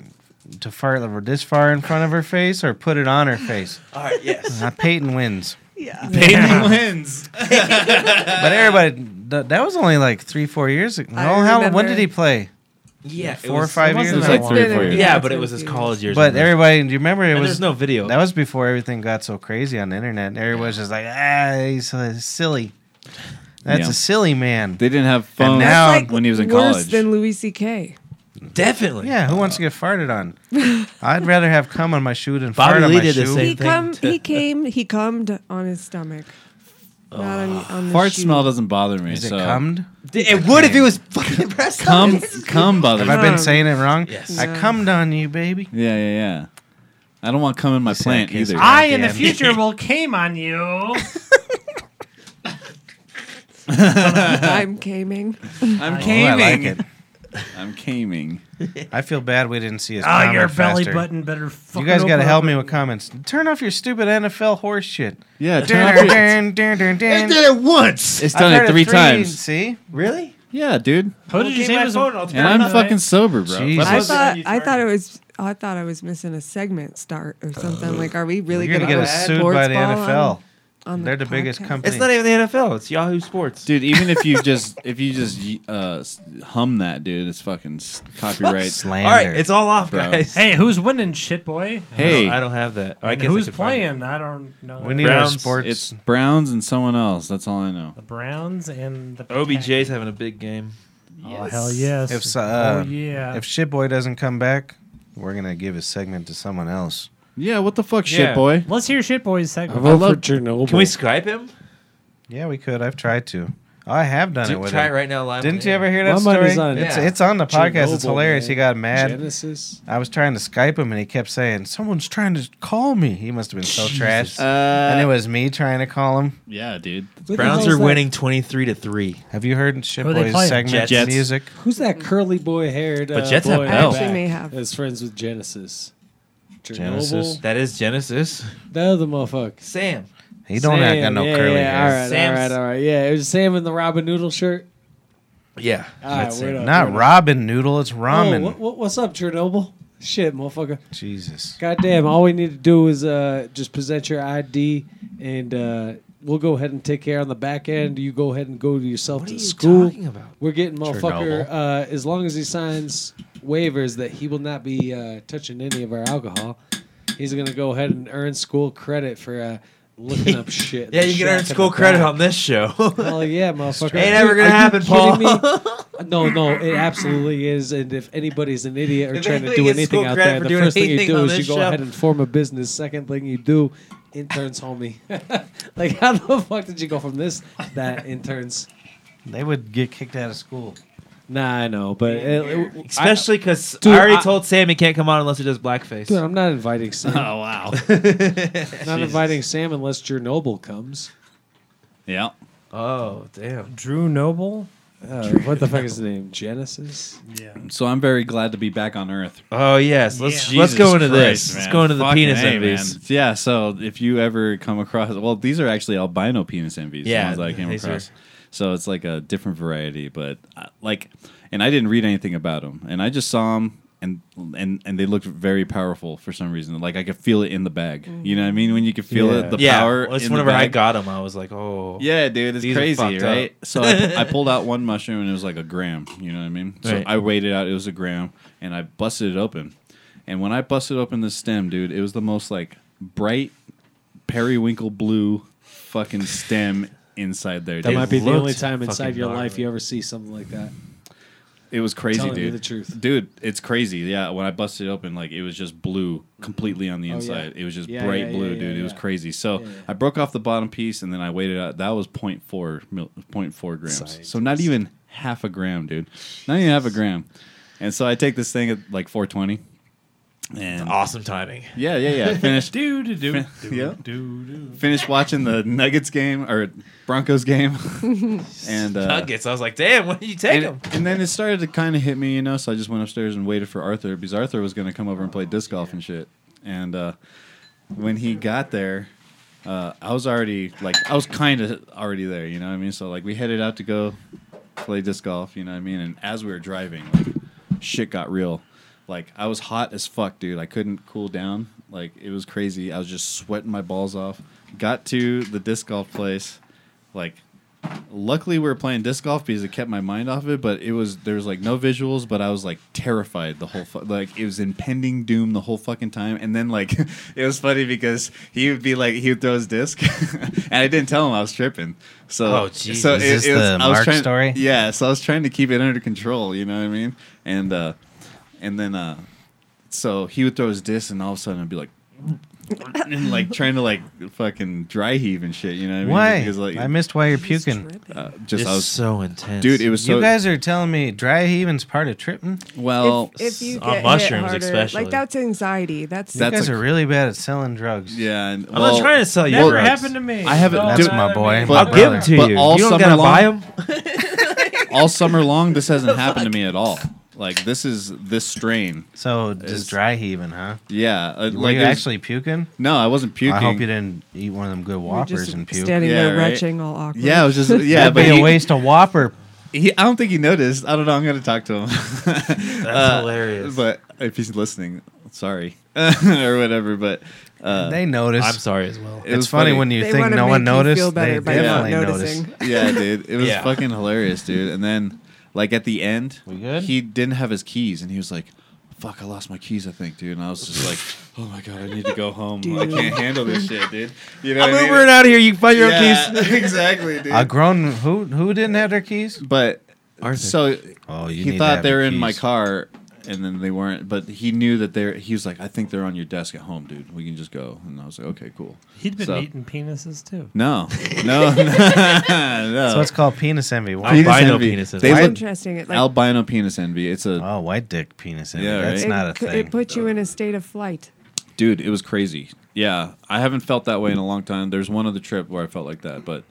to fart over this far in front of her face or put it on her face. All right, yes. Now, Peyton wins, Yeah. Peyton wins. but everybody. Th- that was only like three, four years ago. I Oh, how? When remember. did he play? Yeah, it Four or was- five it years. wasn't ago? that like three or four years. Yeah, but it was his college years. But and there's- everybody, do you remember it and was there's no video. that was before everything got so crazy on the internet. Everyone was just like, ah, he's uh, silly. That's Yeah. a silly man. They didn't have phones now- when he was in worse college. than Louis C.K. definitely. Yeah, who wants to get farted on? I'd rather have cum on my shoe than Bobby fart on Lee my did the shoe. same- He thing come. to- He came. He cummed on his stomach. Not on, on the Fart shoe. smell doesn't bother me. Is it so. cummed? It would if it was fucking pressed up. Cum, cum bothers Have me. I been Um, saying it wrong? yes. I No. cummed on you, baby. Yeah, yeah, yeah. I don't want cum in my said plant kiss either. my- I in the Goddamn. future will came on you. I'm caming. I'm Oh, I like caming. it. I'm caming. I feel bad we didn't see his Oh, comment your belly faster. button better. You fucking guys got to open help up. me with comments. Turn off your stupid NFL horse shit. Yeah, turn Dun, off your- dun, dun, dun, dun. it once. it's I've done heard it three, times. See? Really? Yeah, dude. Who did you say was? And I'm fucking sober, bro. Jesus. I Those thought. I thought it was. I thought I was missing a segment start or something. Uh, like, are we really You're going to going to get us sued by the NFL. On the They're the biggest podcast? company. It's not even the NFL. It's Yahoo Sports. Dude, even if you just if you just uh, s- hum that, dude, it's fucking s- copyright. Slander. all right, it's all off, Bro. guys. Hey, who's winning, shit boy? hey, I don't have that. Oh, I And guess I who's could find it. playing? I don't know. we need our Browns, sports. it's Browns and someone else. That's all I know. the Browns and the OBJ's having a big game. Oh hell yes! If so- uh, oh yeah. if Shitboy doesn't come back, we're going to give his segment to someone else. Yeah, what the fuck, Yeah. shit boy? Let's hear shit boys segment. vote love- for Chernobyl. Can we Skype him? Yeah, we could. I've tried to. Oh, I have done Do- it with try him. it right now live. Didn't on you air. ever hear that My money's story? on it's yeah. it's on the podcast. it's Chernobyl, hilarious. man. He got mad. Genesis. I was trying to Skype him and he kept saying, "Someone's trying to call me." He must have been so trashed. Uh, and it was me trying to call him. Yeah, dude. Who the Browns hell's are that- winning 23 to 3. Have you heard Who they Shitboy's playing? segment Jets. music? Who's that curly boy haired? uh, But Jets have boy in the Bell. I actually may back have. that's friends with Genesis. Chernobyl. Genesis? That is Genesis. The other motherfucker. Sam. He don't have got Sam, no yeah, curly yeah, hair. All right, Sam's- all right, all right. Yeah, it was Sam in the Robin Noodle shirt. Yeah. All right, That's Ah, we're it. done, Not we're done. Robin Noodle. It's Oh, ramen. what, what, what's up, Chernobyl? Shit, motherfucker. Jesus. Goddamn, all we need to do is uh, just present your ID and uh, we'll go ahead and take care on the back end. You go ahead and go to yourself What are to you school. talking about? We're getting motherfucker uh, as long as he signs waivers that he will not be uh, touching any of our alcohol. He's gonna go ahead and earn school credit for uh, looking up shit. Yeah, you can earn school credit on this show. Hell yeah, motherfucker! Ain't ever gonna Are you happen, kidding Paul. me? No, no, it absolutely is. And if anybody's an idiot or If trying to anybody do gets anything school out credit there, for the doing first thing you anything do on is you this go show. ahead and form a business. Second thing you do, interns, homie. like, how the fuck did you go from this to that interns? They would get kicked out of school. Nah, I know, but uh, it, it- Especially because I Dude, already I- told Sam he can't come on unless he does blackface. Dude, I'm not inviting Sam. wow. not inviting Sam unless Chernobyl comes. yeah. Oh, damn. Drew Noble. Uh, what the fuck is his name? Genesis. Yeah. So I'm very glad to be back on Earth. Oh, yes. Let's Jesus let's go into Christ, this. man. Let's go into the Fucking penis A, envies. man. Yeah, so if you ever come across, well, these are actually albino penis envies. the Yeah, ones that I came these across. are- So it's like a different variety, but uh, like, and I didn't read anything about them, and I just saw them, and and and they looked very powerful for some reason. Like I could feel it in the bag. You know what I mean? When you could feel Yeah. it, the Yeah. power. well, it's in whenever the I bag. got him, I was like, oh. Yeah, dude, it's These are crazy, fucked right? up. So I, I pulled out one mushroom and it was like a gram. You know what I mean? So Right. I weighed it out. It was a gram, and I busted it open. And when I busted open the stem, dude, it was the most like bright periwinkle blue fucking stem inside there. That dude. might be the looked only time inside fucking your gnarly. life you ever see something like that. It was crazy, Telling dude. you the truth. dude. It's crazy. Yeah, when I busted it open, like it was just blue completely on the Oh, yeah. inside. It was just Yeah, bright yeah, blue, yeah, yeah, dude. It was yeah. crazy. So Yeah, yeah. I broke off the bottom piece and then I weighed it out. That was 0.4, mil- 0.4 grams. So not even half a gram, dude. Not even half a gram. And so I take this thing at like 420. And Ah. Awesome timing. yeah, yeah, yeah. I Finished, Do do do. yeah. Finished watching the Nuggets game or Broncos game, and uh, Nuggets. I was like, damn, when did you take him? and, and then it started to kind of hit me, you know. So I just went upstairs and waited for Arthur because Arthur was going to come over and play disc golf and shit. And uh, when he got there, uh, I was already like I was kind of already there, you know what I mean. So like we headed out to go play disc golf, you know what I mean. And as we were driving, like shit got real. Like I was hot as fuck, dude. I couldn't cool down. Like it was crazy. I was just sweating my balls off. Got to the disc golf place, like luckily we were playing disc golf because it kept my mind off it but it was there was like no visuals but i was like terrified the whole fu- like it was impending doom the whole fucking time and then like it was funny because he would be like he would throw his disc and i didn't tell him i was tripping so Oh, geez. so Is this the Mark trying story? yeah so i was trying to keep it under control you know what i mean and uh and then uh so he would throw his disc and all of a sudden i'd be like and like trying to like fucking dry heave and shit, you know what I mean? Why? Because, like, I missed why you're He's puking. tripping. uh, just Just I was so intense. dude it was so you guys are telling me dry heaving's part of tripping. well if, if you on get hit mushrooms harder, especially. like that's anxiety. That's You That's guys a- are really bad at selling drugs. yeah and, I'm not trying to sell you. Never drugs. happened to me. I haven't- No, That's Dude, my not boy. me. my But- I'll give brother. them to But you. all you don't summer gotta long- buy them. all summer long this hasn't happened to me at all like this is this strain So just Is- dry heaving, huh? yeah uh, Were like you there's- actually puking? no I wasn't puking I hope you didn't eat one of them good you're whoppers just and puke. standing Yeah, there right. retching all awkward. yeah I was just yeah That'd but be a he- waste of whopper. He, I don't think he noticed. I don't know. I'm gonna talk to him. That's Uh, hilarious. But if he's listening, sorry or whatever. But uh, they noticed. I'm sorry as well. it It's was funny when you They think wanna no one make you noticed. feel they better by not definitely noticing. noticed. yeah, dude. It was Yeah. fucking hilarious, dude. And then, like at the end, We good? he didn't have his keys, and he was like, "Fuck, I lost my keys, I think, dude." And I was just like, "Oh my god, I need to go home. I can't handle this shit, dude." You know, I'm what I mean? Ubering out of here. You can find your own keys. Yeah, exactly, dude. A grown who who didn't have their keys? but so Oh, you he need to thought have they your were in my keys. car, and then they weren't. But he knew that they're. He was like, I think they're on your desk at home, dude. We can just go. And I was like, okay, cool. He'd been So- eating penises too. No, no, no. So it's called penis envy. Why? Penis Albino envy. penis envy. They It's look- interesting. It like albino penis envy. It's a Oh, white dick penis envy. Yeah, right. That's it, not a c- thing. it puts you in a state of flight. dude. It was crazy. Yeah, I haven't felt that way in a long time. There's one other trip where I felt like that, but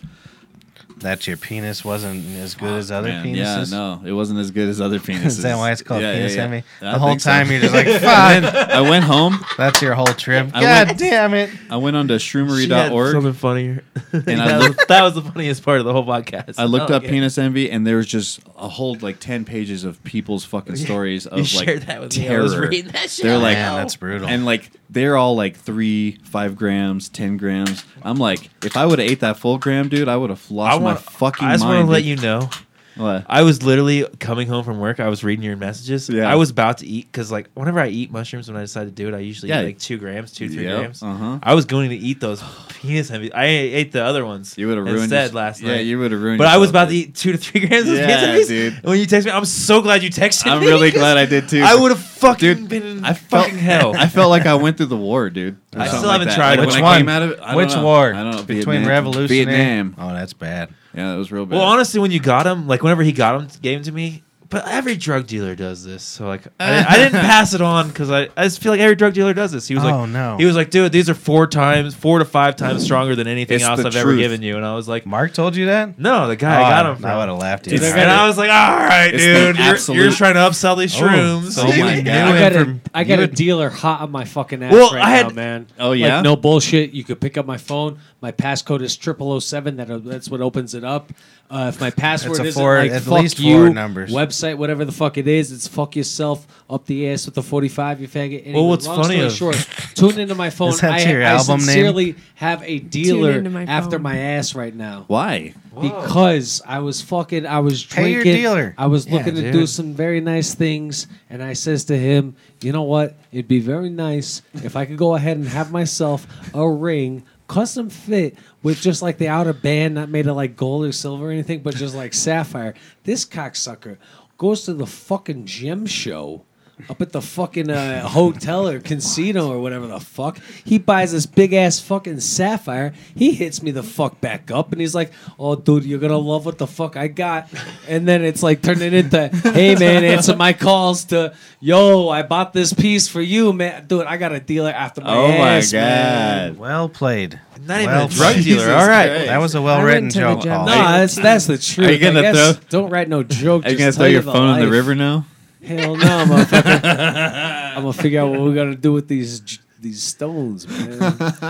that your penis wasn't as good as other man, penises. yeah, no, it wasn't as good as other penises. Is that why it's called Yeah, yeah, penis yeah. envy? I The whole think so. time you're just like, fuck, I went home. that's your whole trip. I God went- damn it. I went onto She had shroomery.org Something funnier. and I that, looked. was, that was the funniest part of the whole podcast. I looked Oh, up yeah. penis envy, and there was just a whole like ten pages of people's fucking stories of You like shared that with me. I terror. was reading that shit. They're like, Man, that's brutal. and like they're all like three, five grams, ten grams. I'm like, if I would have ate that full gram, dude, I would have lost my fucking I just mind. to let dude. you know. What? I was literally coming home from work. I was reading your messages. Yeah. I was about to eat because, like, whenever I eat mushrooms, when I decide to do it, I usually Yeah. eat like two grams, two three Yep, grams. uh-huh. I was going to eat those penis envy. I ate the other ones. You would have ruined instead your- last yeah, night. you would have ruined. But I was yourself, about to dude. eat two to three grams of Yeah, penis envies. dude. And when you texted me, I'm so glad you texted I'm me. really 'cause glad I did too. I would have fucking Dude, been in I felt- fucking hell. I felt like I went through the war, dude. or I something still like haven't that. tried Like, it. when Which I one? came out of it- I don't Which know. war? I don't know. Between Vietnam. revolutionary. Vietnam. Oh, that's bad. Yeah, that was real bad. well, honestly, when you got him, like whenever he got him, gave him to me. But every drug dealer does this, so like I didn't, I didn't pass it on because I, I just feel like every drug dealer does this. He was Oh, like, no. he was like, dude, these are four times, four to five times stronger than anything It's else the I've ever truth. given you, and I was like, Mark told you that? Oh, no, the guy I got him. I would From. have laughed at Dude, you. Dude, I got and heard it. I was like, all right, It's dude, the you're, absolute- Oh, you're trying to upsell these shrooms. so you Like, knew I him got, from- a, I got a dealer hot on my fucking ass Well, right I had- now, man. Oh, yeah? Like, no bullshit. You could pick up my phone. My passcode is 0007. That, that's what opens it up. Uh, if my password a is four- like at fuck least you, four numbers. website, whatever the fuck it is, it's fuck yourself up the ass with the 45, you faggot. Anyway, Well, what's long funny story of- short, tune into my phone. Is that I, your I album name? sincerely have a dealer into my after phone. my ass right now. why? Because I was fucking, I was Pay your drinking. dealer. I was looking to dude. do some very nice things, and I says to him, "You know what? It'd be very nice if I could go ahead and have myself a ring." Custom fit with just like the outer band, not made of like gold or silver or anything, but just like sapphire. This cocksucker goes to the fucking gym show up at the fucking uh, hotel or casino or whatever the fuck. He buys this big ass fucking sapphire. He hits me the fuck back up and he's like, "Oh, dude, you're gonna love what the fuck I got." And then it's like turning into, "Hey, man, answer my calls." To, "Yo, I bought this piece for you, man, dude. I got a dealer after my Oh my ass, man." god! Well played. not even well a drug played. dealer. All right, Christ. That was a I well written went to the joke. gym. Paul. No, that's that's the truth. you gonna I guess throw- Don't write no joke. Are you gonna just throw tell your the phone in the life. river now? Hell no, motherfucker. I'm gonna figure out what we're gonna do with these j- these stones, man.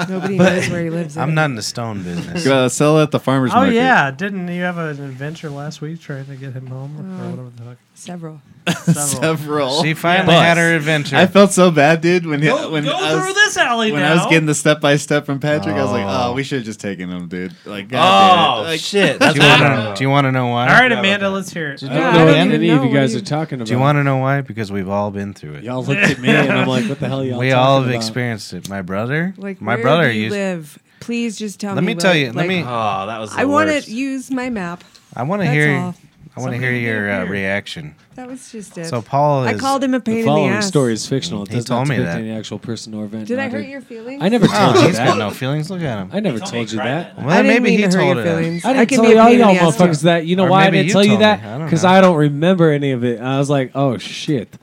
Nobody knows where he lives. I'm in. not in the stone business. Uh, sell it at the farmer's Oh market. yeah, didn't you have an adventure last week trying to get him home or, Uh, whatever the fuck? several. Several. Several. She finally But- had her adventure. I felt so bad, dude. When when Go I through was, this alley when now. I was getting the step by step from Patrick, I was like, Oh. oh, we should have just taken him, dude. Like, Oh God damn it. Like, shit! do, you wanna, do you wanna know why? All right, Amanda, let's hear it. I Yeah, I don't even know what you- talking about. Do you want to know why? Because we've all been through it. Y'all looked at me and I'm like, what the hell, y'all? we talking all have about? experienced it. My brother, Like my where brother do you used. live. Please just tell Let me. me where- tell you, let like, me- Oh, that was. The I want worst. to use my map. I want to That's hear. all. I want to hear Somebody your uh, here. reaction. That was just it. So Paul is. I called him a pain The in the following ass. story is fictional. It He does not told me depict that. any actual person or event. Did I neither. hurt your feelings? I never told Oh, you he's got that. no feelings. Look at him. I never told me told to you try that. Well, I didn't maybe mean he to hurt told your her. that. feelings. I I didn't can tell be a y'all, pain in y'all the ass too. motherfuckers that. You know Or why I maybe didn't you tell you told that? me. I don't Because know. I don't remember any of it. I was like, oh shit.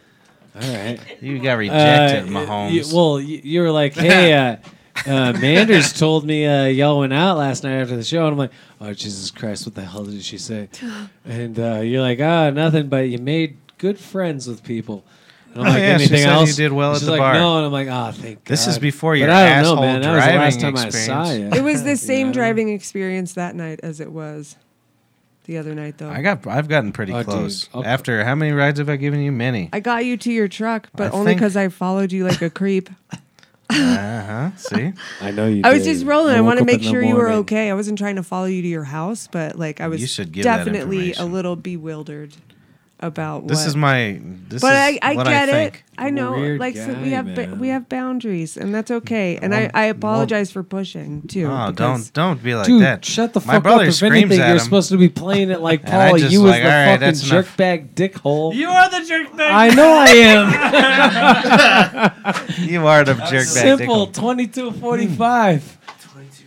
All right. You got Uh, rejected, y- Mahomes. y- well, y- you were like, hey, uh, uh, Manders told me uh, y'all went out last night after the show. And I'm like, oh, Jesus Christ, what the hell did she say? And uh, you're like, oh, nothing, but you made good friends with people. And I'm Oh, like, yeah, she anything said you else? did well And at she's the like, bar. No, and I'm like, oh, thank God. This is before your But I don't asshole know, man. That was the last time driving I saw experience. you. It was the same Yeah. driving experience that night as it was the other night, though. I got. I've gotten pretty Oh, dude. close. Up- After how many rides have I given you? Many. I got you to your truck, but I only think- because I followed you like a creep. Uh huh. See. I know you I was did. just rolling. I woke want to up make in the sure you were morning. okay. I wasn't trying to follow you to your house, but like I was should give that definitely a information. little bewildered. about This what. is my. This but is I, I what get I it. think. I know, Weird like so guy, we have ba- man. we have boundaries, and that's okay. And I, I apologize for pushing too. Oh, because- don't don't be like Dude, that. shut the My fuck up. brother If screams anything, at you're him. supposed to be playing it like And I Paul. just You was like, the all right, fucking that's enough. jerkbag dickhole. You are the jerk Uh, bag. I know I am. You are the jerk back. Simple, 22 45.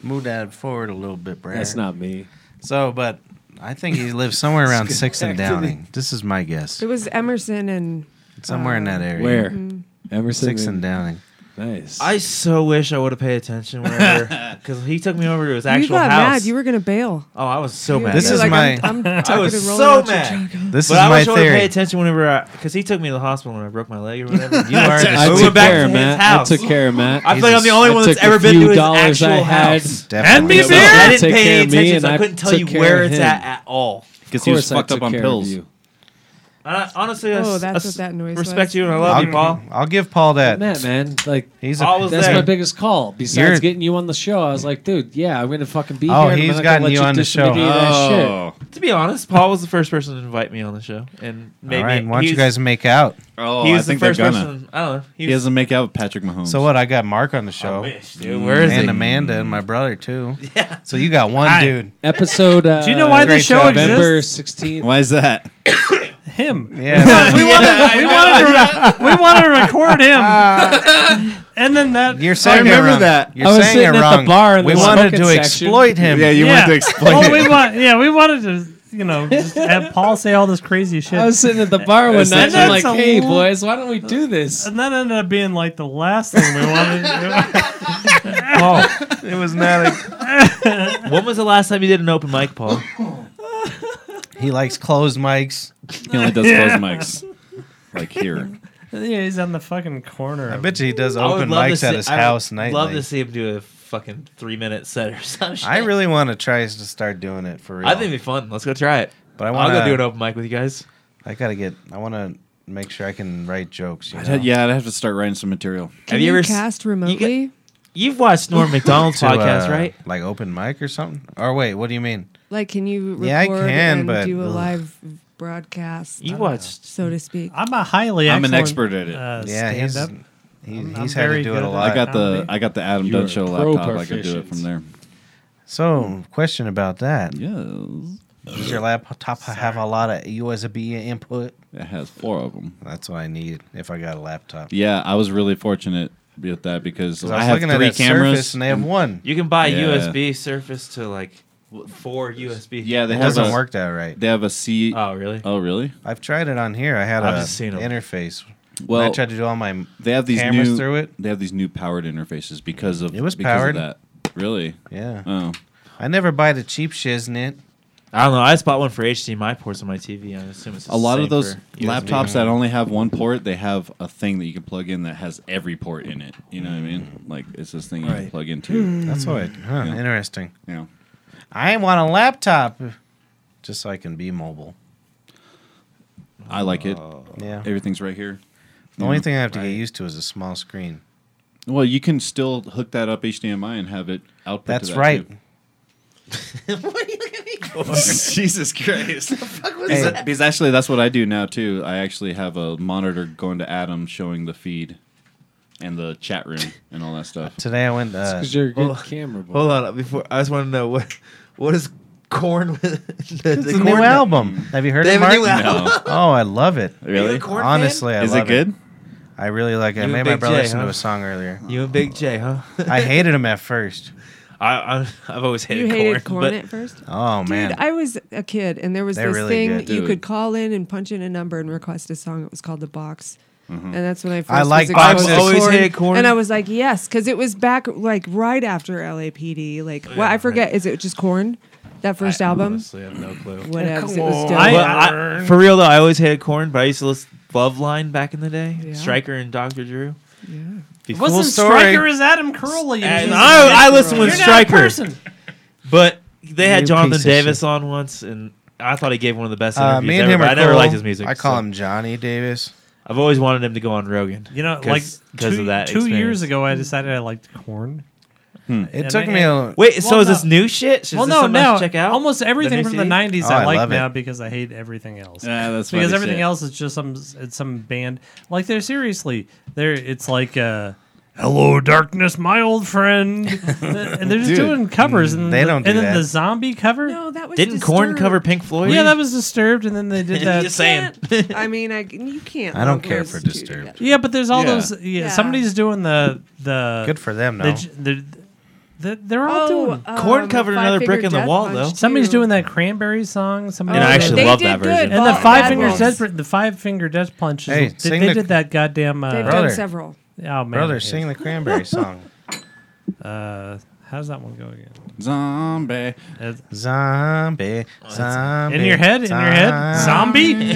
Move that forward a little bit, Brad. That's not me. So, but I think he lives somewhere around Six and back to the- Downing. This is my guess. It was Emerson and Somewhere in that area. Where? Mm-hmm. Emerson. Six and Downing. Nice. I so wish I would have paid attention whenever, because he took me over to his actual you got house. mad. You were gonna bail. oh, I was so You- mad. This you're is like, my- I'm, I'm I was talking to roll so out your mad. jacket. This but is I my wish I would have paid theory. attention whenever, because he took me to the hospital when I broke my leg or whatever. You are the- I I took went back care of to his Matt. house. I took care of Matt. I feel like I'm the only I one that's took ever a been few to his dollars actual I had. house. Hand me Definitely. beer! I I took didn't care pay any of me attention, and so I I couldn't tell took you care where of it's him. at at all. Because Of he was course I fucked up took on care of pills. you. And I, honestly, I, Oh, s- I that's s- what that noise respect was. you and I love you, Paul. I'll, I'll give Paul that. Matt, man, like He's a, Paul was that's there. my biggest call. Besides You're- getting you on the show, I was like, dude, yeah, I'm gonna fucking be Oh, here. and I'm he's not gonna gotten let you on the show. distribute that shit. Oh, to be honest, Paul was the first person to invite me on the show, and all maybe right. Why don't he you was- guys make out? oh he I was the think they're first gonna. person. I don't know. He He was, doesn't make out with Patrick Mahomes. So what? I got Mark on the show, dude, where is and it? Amanda, and my brother too. Yeah. So you got one I- dude. Episode. Uh, Do you know why Great this show job. November exists? sixteenth. Why is that? Him. Yeah. We wanted, we, wanted to, we wanted to record him. and then that. You're saying it remember wrong. that. You're I was saying sitting it at the wrong. bar in we the wanted to smoking section. exploit him. Yeah, you yeah. wanted to explain Well, it. we want, yeah, we wanted to, you know, just have Paul say all this crazy shit. I was sitting at the bar one night. That's and I'm like, a hey, long- boys, why don't we do this? and that ended up being like the last thing we wanted. to It was not. A, When was the last time you did an open mic, Paul? he likes closed mics. He only does close mics. Like here. do. yeah, he's on the fucking corner. I bet you he does I would open love to mics at see- his I would house nightly. Love to see him do a fucking three minute set or something. I really want to try to start doing it for real. I think it'd be fun. Let's go try it. but I I'll want go do an to. open mic with you guys. I gotta get. I want to make sure I can write jokes. You know? I'd- yeah, I'd have to start writing some material. Can Have you you, ever s- cast remotely? You've watched Norm McDonald's To, podcast, uh, right? Like open mic or something? Or wait, what do you mean? like, can you record Yeah, I can, and but- do a ugh. live broadcast, You watched. so to speak? I'm a highly. I'm an expert excellent, at it. Uh, yeah, he's stand-up. he, I'm- he's I'm had to very do it good a at lot. I got the Comedy. I got the Adam You are Dunn show pro laptop. I could do it from there. So, question about that: Yes, Does your laptop have a lot of USB input? it has four of them. That's what I need if I got a laptop. Yeah, I was really fortunate with that because 'Cause I, I was have looking at three that cameras. Surface and they have one. You can buy Yeah. USB Surface to like w- four USB. yeah, they It have doesn't a, work that right. They have a C. Oh, really? oh, really? I've tried it on here. I had I've a just seen 'em. interface. Well, I tried to do all my they have these cameras new. through it. They have these new powered interfaces because of It was because powered. of that. Really? Yeah, Oh, I never buy the cheap shiznit. I don't know. I just bought one for HDMI ports on my TV. I assume it's a the lot same of those for USB. laptops that only have one port, they have a thing that you can plug in that has every port in it. You know what I mean? Mm. Like it's this thing you can Right. plug into. That's what. I, huh, Interesting. You know. I want a laptop, just so I can be mobile. I like it. Yeah. Everything's right here. The only thing I have to get used to is a small screen. Well, you can still hook that up HDMI and have it output. to That's that, right. too. Jesus Christ! because, because actually, that's what I do now too. I actually have a monitor going to Adam showing the feed and the chat room and all that stuff. Today I went. Uh, Because you're a good Hold- camera boy. Hold on. Before I just want to know what what is corn with the, it's a new album. Have you heard They it, have a Mark? new album. No, Oh, I love it. really? Corn fan? Honestly, I Is love it good? I really like it. I You made and my Big brother J, listen huh? to a song earlier. You and Big J, huh? I hated him at first. I, I I've always you hated hated corn, corn. but at first, Oh man, dude. I was a kid, and there was They're this really thing good, you dude. could call in and punch in a number and request a song. It was called the box. Mm-hmm. And that's when I first I like was boxes. exposed to Always corn. hated corn. and I was like, yes, because it was back like right after LAPD. Like, well, I forget, is it just corn? That first album, honestly, I have no clue. whatever. It was dope. I- Well, I- for real though, I always hated corn, but I used to listen Love Line back in the day. Yeah. Stryker and Dr. Drew. yeah. Wasn't story. Stryker is Adam Carolla? you And piece of I- I shit. listened with You're not a Stryker. person. But they had You Jonathan piece of Davis shit. on once, and I thought he gave one of the best interviews uh, me and ever. him but are I never cool. liked his music. I call so him Johnny Davis. I've always wanted him to go on Rogan. You know, 'Cause- like 'cause two, of that two experience. years ago, I decided I liked corn. It And took I- me a Wait, so Well, is this no. new shit? Is well, this no, something I no. should check out? Almost everything new from CD? the '90s Oh, I, I like love it. now because I hate everything else. Yeah, that's because what everything else. else is just some it's some band. Like they're seriously, they're it's like uh, "Hello Darkness, my old friend," and they're just Dude, doing covers. And mm, they the- don't do And then that. the zombie cover. No, that was Didn't Corn Disturbed. cover Pink Floyd? Yeah, that was disturbed, and then they did that. Just saying. Can't- I mean, I you can't. I don't lump care those for two Disturbed. together. Yeah, but there's all Yeah. those. Yeah, Yeah. somebody's doing the the. good for them. the No, j- the, the, they're all doing. Korn covered Oh, um, Five another Finger brick in the Death wall, Punch, though. too. Somebody's doing that cranberry song. Somebody And I Oh, actually they love did that good, version. And the Bob- five Bad finger Wolves. death, the five finger death punch. Hey, is, they, sing they the- did that goddamn. They've Uh, Brother. done several. oh man, brother, it- sing the Cranberry song. Uh, how's that one go again? Zombie. It's- Zombie, zombie. in your head, in your head, zombie,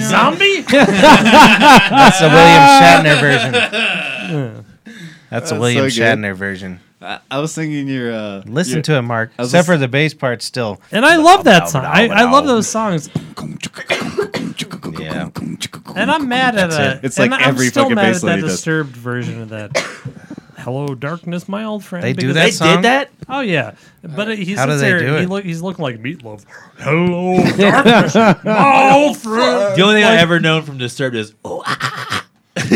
zombie. That's the William Shatner version. That's the That's William so good. Shatner version. I, I was thinking your. Uh, Listen to it, Mark. was Except for listen- the bass part, still. And I love that song. I, I love those songs. Yeah. And I'm mad at That's a. it. It's and like I'm every still fucking mad bass at that lady does. disturbed version of that. Hello, darkness, my old friend. They do because that They song? did that? Oh yeah, but uh, he How do sits they there. do he it? look, he's looking like meatloaf. Hello, darkness, my old friend. The only thing I've ever known from Disturbed is, oh, ah, Dude,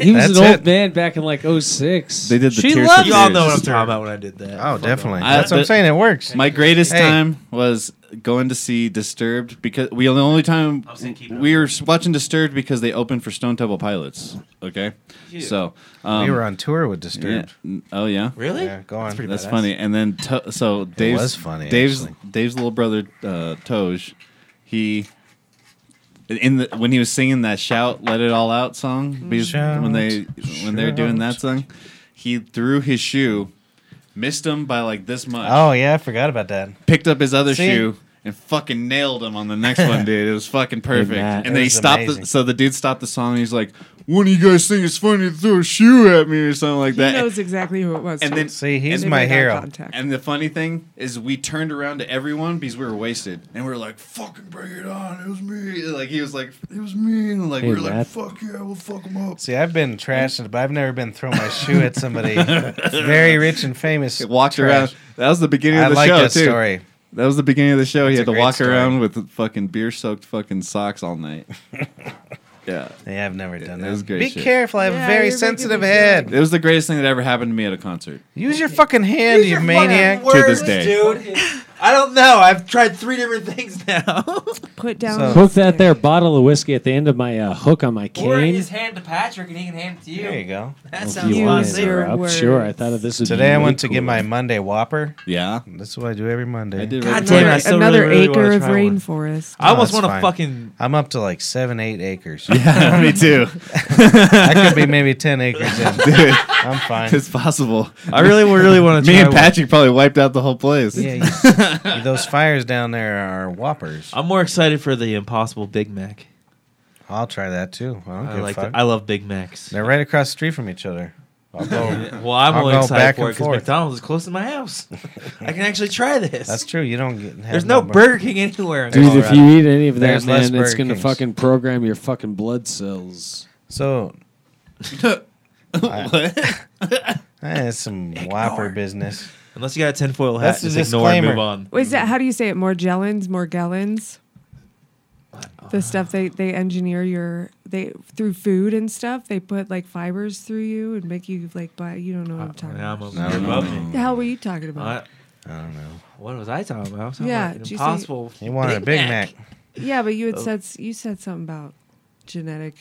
he was That's an old it. man back in like 06. They did the She tears. loves- for you all Fears. know what I'm talking about when I did that. Oh, definitely. I- That's what I'm but- saying. It works. My greatest Hey. time was going to see Disturbed because we the only time was saying keep it we were watching Disturbed because they opened for Stone Temple Pilots. Okay, so um, we were on tour with yeah, Disturbed. n- oh yeah, Really? Yeah, go on. that's funny. And then to, so Dave's was funny, Dave's actually. Dave's little brother uh, Toj, he in the when he was singing that shout "Let It All Out" song because Shout, when they when they're doing shout. that song, he threw his shoe, missed him by like this much. Oh yeah, I forgot about that. picked up his other See? shoe and fucking nailed him on the next one, dude. It was fucking perfect. that. And then It he was stopped. amazing. The, so the dude stopped the song and he's like, "One of you guys think it's funny to throw a shoe at me or something like He that." knows exactly who it was. and too. then See, They he's made my eye hero. contact. and the funny thing is, we turned around to everyone because we were wasted, and we were like, "Fucking bring it on! It was me!" Like he was like, "It was me!" And like we were like, Matt. "Fuck yeah, we'll fuck him up." See, I've been trashed, but I've never been throwing my shoe at somebody very rich and famous. It walked around. That was the beginning I of the like show that too. story. That was the beginning of the show. he It's had a to great walk story. around with fucking beer-soaked fucking socks all night. yeah. Yeah, I've never done that that. was great Be shit. careful. I have Yeah, a very you're making sensitive me head. It was the greatest thing that ever happened to me at a concert. Use your fucking hand, you maniac. To this day. dude. I don't know. I've tried three different things now. put down. So- the Hook that there stick. bottle of whiskey at the end of my uh, hook on my cane. hand to Patrick and he can hand it to There you go. That If sounds you a want lot wanna it. safer. Your interrupt, words. sure. I thought of this. Would be Today I really went to get cool. my Monday Whopper. Yeah, That's what I do every Monday. I did. God right- damn it, I another, still another really, really acre wanna of try one. rainforest. I almost No, want it's to fine. fucking. I'm up to like seven, eight acres. me too. I could be maybe ten acres in. I'm fine. It's possible. I really, really want to. Me and Patrick probably wiped out the whole place. Yeah, you- those fires down there are whoppers. I'm more excited for the Impossible Big Mac. I'll try that too. I don't I give like. a fuck. The, I love Big Macs. They're right across the street from each other. I'll go. Well, I'm I'll only go excited back for it and because forth. McDonald's is close to my house. I can actually try this. That's true. You don't get. have There's no bur- Burger King anywhere. In Dude, if Colorado. you eat any of that, There's less man, it's Burger going to Kings. fucking program your fucking blood cells. So. I, I had some whopper business. Unless you got a tinfoil hat, That's the just ignore and move disclaimer. on. Wait, is that how do you say it? Morgellons, Morgellons. The stuff they they engineer your they through food and stuff. They put like fibers through you and make you like buy. You don't know what I'm talking Yeah, I'm about. over No, here. no, Above no. me. The hell were you talking about? I- I don't know. What was I talking about? I was talking Yeah, about did you say- impossible. He wanted a Big Mac. yeah, but you had said s- you said something about genetic.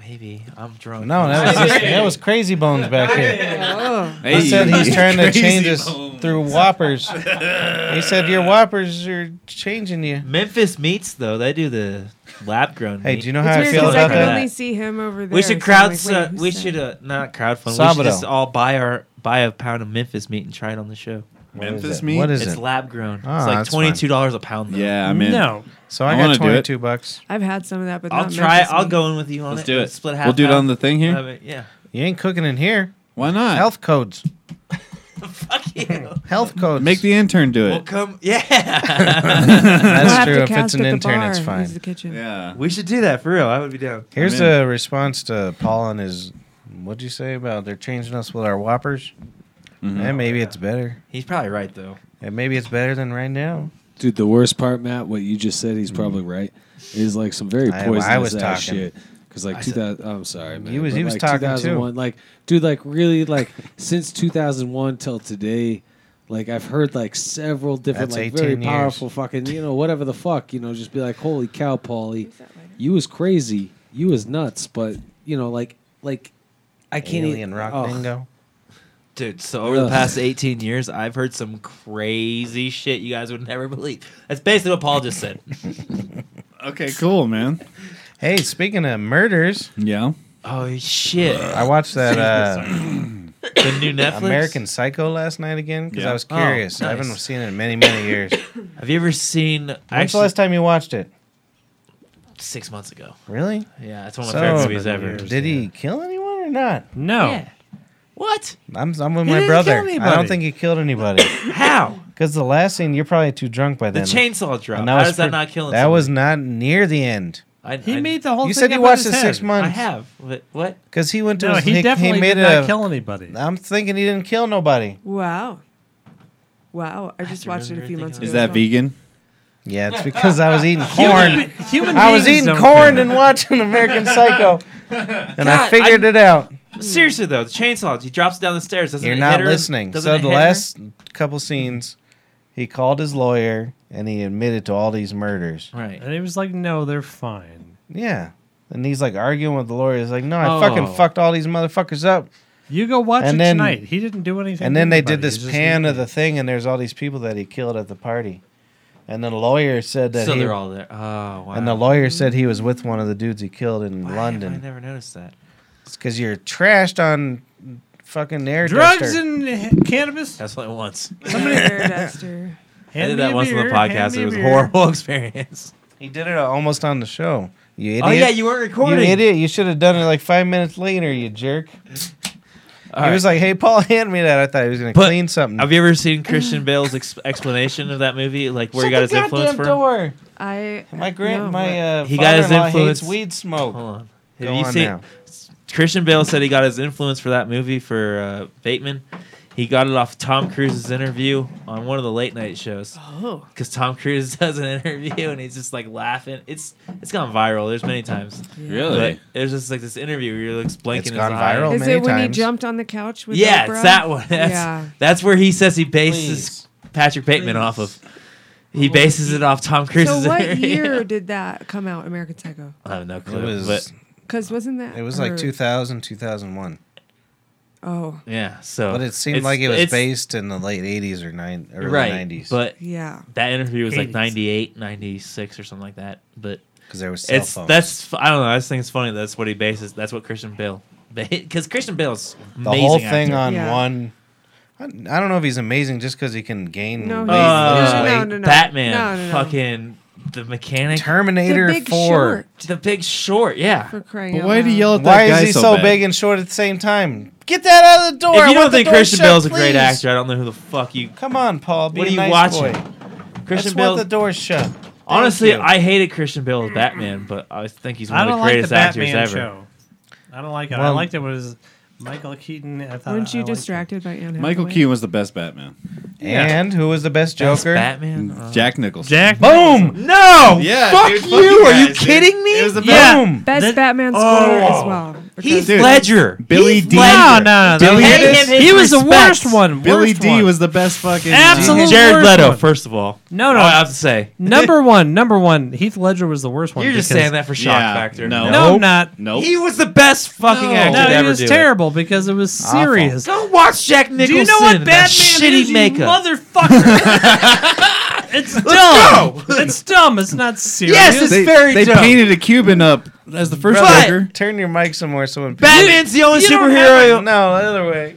Maybe I'm drunk. No, that was that was Crazy Bones back here. Oh, He said he's trying to Crazy change us Bones. through whoppers. He said your whoppers are changing you. Memphis meats though. They do the lab grown. Hey, meat. do you know it's how I weird feel because I about could that? only see him over there. We should so crowd. I'm like, uh, wait, who's we that? should uh, not crowdfund. We Sabado. should just all buy our buy a pound of Memphis meat and try it on the show. What is Memphis it? meat? What is it's it? lab grown. Ah, it's like that's fine. twenty two dollars a pound. Though. Yeah, I'm in. no, So I, I got wanna do it. twenty two bucks. I've had some of that, but I'll not try. it. Memphis I'll meat. go in with you on Let's it. do it. Split half. We'll do it half. on the thing Have here. it, Yeah. You ain't cooking in here. Why not? Health codes. Fuck you. Health codes. Make the intern do We'll it. come. Yeah. We'll That's have to true. If it's cast an at the intern, it's bar. Use fine. The kitchen. Yeah. we should do that for real. I would be down. Here's I'm in. a response to Paul and his. What'd you say about they're changing us with our whoppers? Yeah, maybe it's better. He's probably right though. And maybe it's better than right now. Dude, the worst part, Matt, what you just said, he's probably right. Is like some very Mm-hmm. I- I poisonous was ass talking. shit. Because like 2000, I'm sorry, man. He was- but, he was like talking, too. 2001, Like, dude, like really, like since 2001 till today, like I've heard like several different, That's like very 18 years. powerful fucking, you know, whatever the fuck, you know, just be like, holy cow, Paulie, you was crazy, you was nuts, but you know, like, like I can't Alien even. rock oh, dingo. Dude, so over the Ugh. past 18 years, I've heard some crazy shit you guys would never believe. That's basically what Paul just said. Okay, cool, man. Hey, speaking of murders, Yeah. oh shit! I watched that uh, the new Netflix. American Psycho last night again because Yeah. I was Oh, curious. I haven't nice. seen it in many many years. Have you ever seen? When's the Actually, last time you watched it? six months ago. Really? Yeah, it's one of my So, favorite movies ever. Did he kill anyone or not? No. Yeah. What? I'm I'm with He my didn't brother. kill I anybody. don't think he killed anybody. How? Because the last scene, you're probably too drunk by The then. chainsaw drop. And How was does that pre- not kill him? That was not near the end. I, He I- made the whole You thing said you up in watched his it six head. I months. have. But what? Because he went to No, his, he definitely made did not a- kill anybody. I'm thinking he didn't kill nobody. Wow. Wow. I just to watched it remember a few everything months on ago. Is that vegan? Yeah, it's because I was eating corn. Human I was beings eating don't corn care. and watching American Psycho, and I God, figured I- it out. Seriously though, the chainsaw. He drops down the stairs. Doesn't Hmm. You're it not hit her? listening. Doesn't So it the hit her? last couple scenes, he called his lawyer and he admitted to all these murders. Right. And he was like, "No, they're fine. Yeah. And he's like arguing with the lawyer. He's like, "No, I Oh. fucking fucked all these motherfuckers up." You go watch And it then- tonight." He didn't do anything. And to then they anybody. did this He's just pan of leaving. the thing, and there's all these people that he killed at the party. And the lawyer said that So he, they're all there. Oh wow. and the lawyer said he was with one of the dudes he killed in Why have I London. never noticed that. It's because you're trashed on fucking air drugs duster. and h- cannabis. That's only once. Air duster. I Hand did me that a once on beer, the hand podcast. me It a was a beer. horrible experience. he did it almost on the show. You idiot! Oh yeah, you weren't you recording. idiot! You should have done it like five minutes later. You jerk! All he right. was like, "Hey, Paul, hand me that." I thought he was gonna But- clean something. Have you ever seen Christian Bale's ex- explanation of that movie? Like where he Shut got the his influence goddamn from? door. I My no, grand, my uh, He got his father-in-law influence- hates weed Hold smoke. on. Have Go you on seen? now. Christian Bale said he got his influence for that movie for uh, Bateman. He got it off Tom Cruise's interview on one of the late night shows Oh. because Tom Cruise does an interview and he's just like laughing. It's it's gone viral. There's many times. But there's just like this interview where he looks blank It's in gone his eye. viral. Is many it when he times. jumped on the couch with Yeah, Oprah? it's that one. That's, Yeah. that's where he says he bases Please. Patrick Bateman off of. He bases it off Tom Cruise's So what interview. year did that come out, American Psycho? I have no It clue. but was, Because wasn't that? it was like or- 2000, 2001. Oh, yeah, so But it seemed it's- like it was it's- based in the late 80s or nine, early right, 90s. But yeah. that interview was like 80s. 98, 96 or something like that. But Because there was cell it's phones. that's I don't know. I just think it's funny. That's what he bases. That's what Christian Bale because Christian Bale's the whole amazing thing actor. on Yeah. one. I, I don't know if he's amazing just because he can gain No, weight, he's- Uh, lose no, no, weight. no, no. Batman, No, no, no. fucking the mechanic, Terminator the big 4. short the Big Short. Yeah, for crying But out why do loud. you yell at that Why guy is he so, bad? big and short at the same time? Get that out of the door. if I you don't want the think door Christian shut, Bale's a great please. actor, I don't know who the fuck you. Come on, Paul. Be What a are you nice watching? Boy. Christian That's why Bale. the door's shut. Thank honestly, you. I hated Christian Bale as Batman, but I think he's one I of don't the like the greatest actors Batman ever. show. I don't like it. I Well- liked it was Michael Keaton. I Uh, thought Weren't I you liked it. distracted by Anne? Michael Hathaway? Keaton was the best Batman. And who was the best That's Joker? Batman. Uh, Jack Nicholson. Jack. Boom! No! Yeah, Fuck dude, fuck you! you Are you guys, dude. kidding me? It was the yeah. best- Boom! Best That- Oh. Batman scorer as well. Heath Because- Dude. Ledger. Billy Heath Dean. No, no, no. that Billy was- Dennis. he was the Respect. worst one. Billy worst D one. was the best fucking. Absolute Jared worst Leto, one. first of all. Oh, No, no. I have to say. number one. Number one. Heath Ledger was the worst one. You're just because- saying that for shock Yeah, factor. no. No, I'm not. Nope. He was the best fucking No. actor No, to he ever was do it. terrible because it was serious. Go watch Jack Nicholson. Do you know what that Batman shitty is, you makeup. motherfucker? it's dumb. It's dumb. It's not serious. Yes, it's they very they dumb. painted a Cuban up as the first But- Joker. Turn your mic somewhere so when Batman's the only You don't superhero. No, the other way.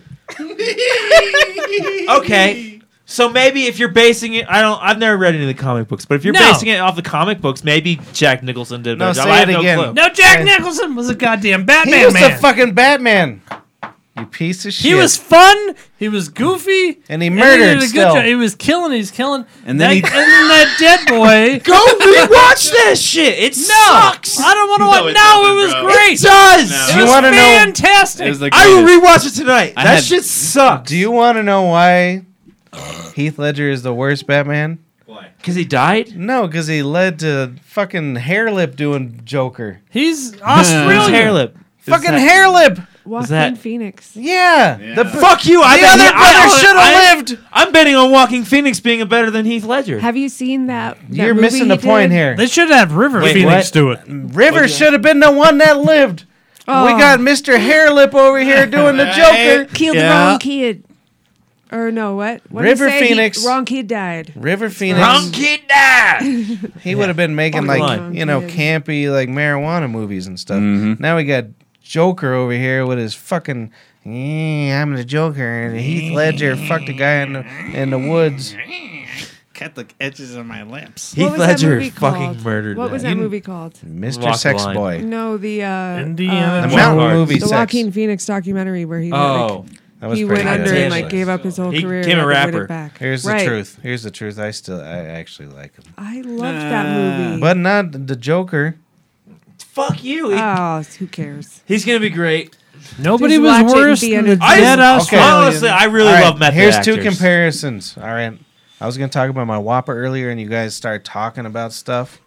Okay. So maybe if you're basing it, I don't. I've never read any of the comic books, but if you're No. basing it off the comic books, maybe Jack Nicholson did. a No, better job. say I have it again. No clue. no, Jack Nicholson was a goddamn He Batman was man. the fucking Batman. You piece of shit. He was fun. He was goofy. And he did murdered a good still. job. He was killing. He's killing. And then that, he- and then that dead boy. Go rewatch that shit. It sucks. I don't want to No, watch. it No, it doesn't, was bro. great. It does. No. It You was wanna know- fantastic. It was the I will greatest. rewatch it tonight. I that had- shit sucks. Do you want to know why Heath Ledger is the worst Batman? Because he died. No, because he led to fucking hairlip doing Joker. He's His hair Australian. lip. fucking hairlip. Joaquin that- Phoenix. Yeah. Yeah. The fuck. Fuck you. I The bet other he- I- brother I- should I- have lived. I'm betting on Walking Phoenix being a better than Heath Ledger. Have you seen that? that You're movie missing the he point did? here. They should have River Wait, Phoenix what? do it. River should have been the one that lived. We Oh. got Mr. Hairlip over here doing the Joker. killed the Yeah. wrong kid. Or no, what? what River Phoenix. wrong kid died. River Phoenix. Wrong kid died. He would have been making like Wrong you know kid. campy like marijuana movies and stuff. Mm-hmm. Now we got Joker over here with his fucking. "Eh, I'm the Joker, and Heath Ledger fucked a guy in the in the woods. Cut the edges of my lips. What Heath was that Ledger movie fucking called? murdered. What was that movie called? Mr. Walk the Sex line. Boy. No, the uh, Indiana uh, The Walk mountain hard. movie the sex. Joaquin Phoenix documentary where he like, Oh, That was he pretty went under good. and like gave up his whole He career. became a and never did it rapper. Back. Here's the Right. truth. Here's the truth. I still, I actually like him, I loved that movie. but not the Joker. fuck you. He- oh, who cares? He's gonna be great. Nobody Just was watch it and worse be than the entertained. I dead just, Australian. honestly, I really All right, love method Here's two actors. comparisons. All right, I was gonna talk about my Whopper earlier, and you guys started talking about stuff.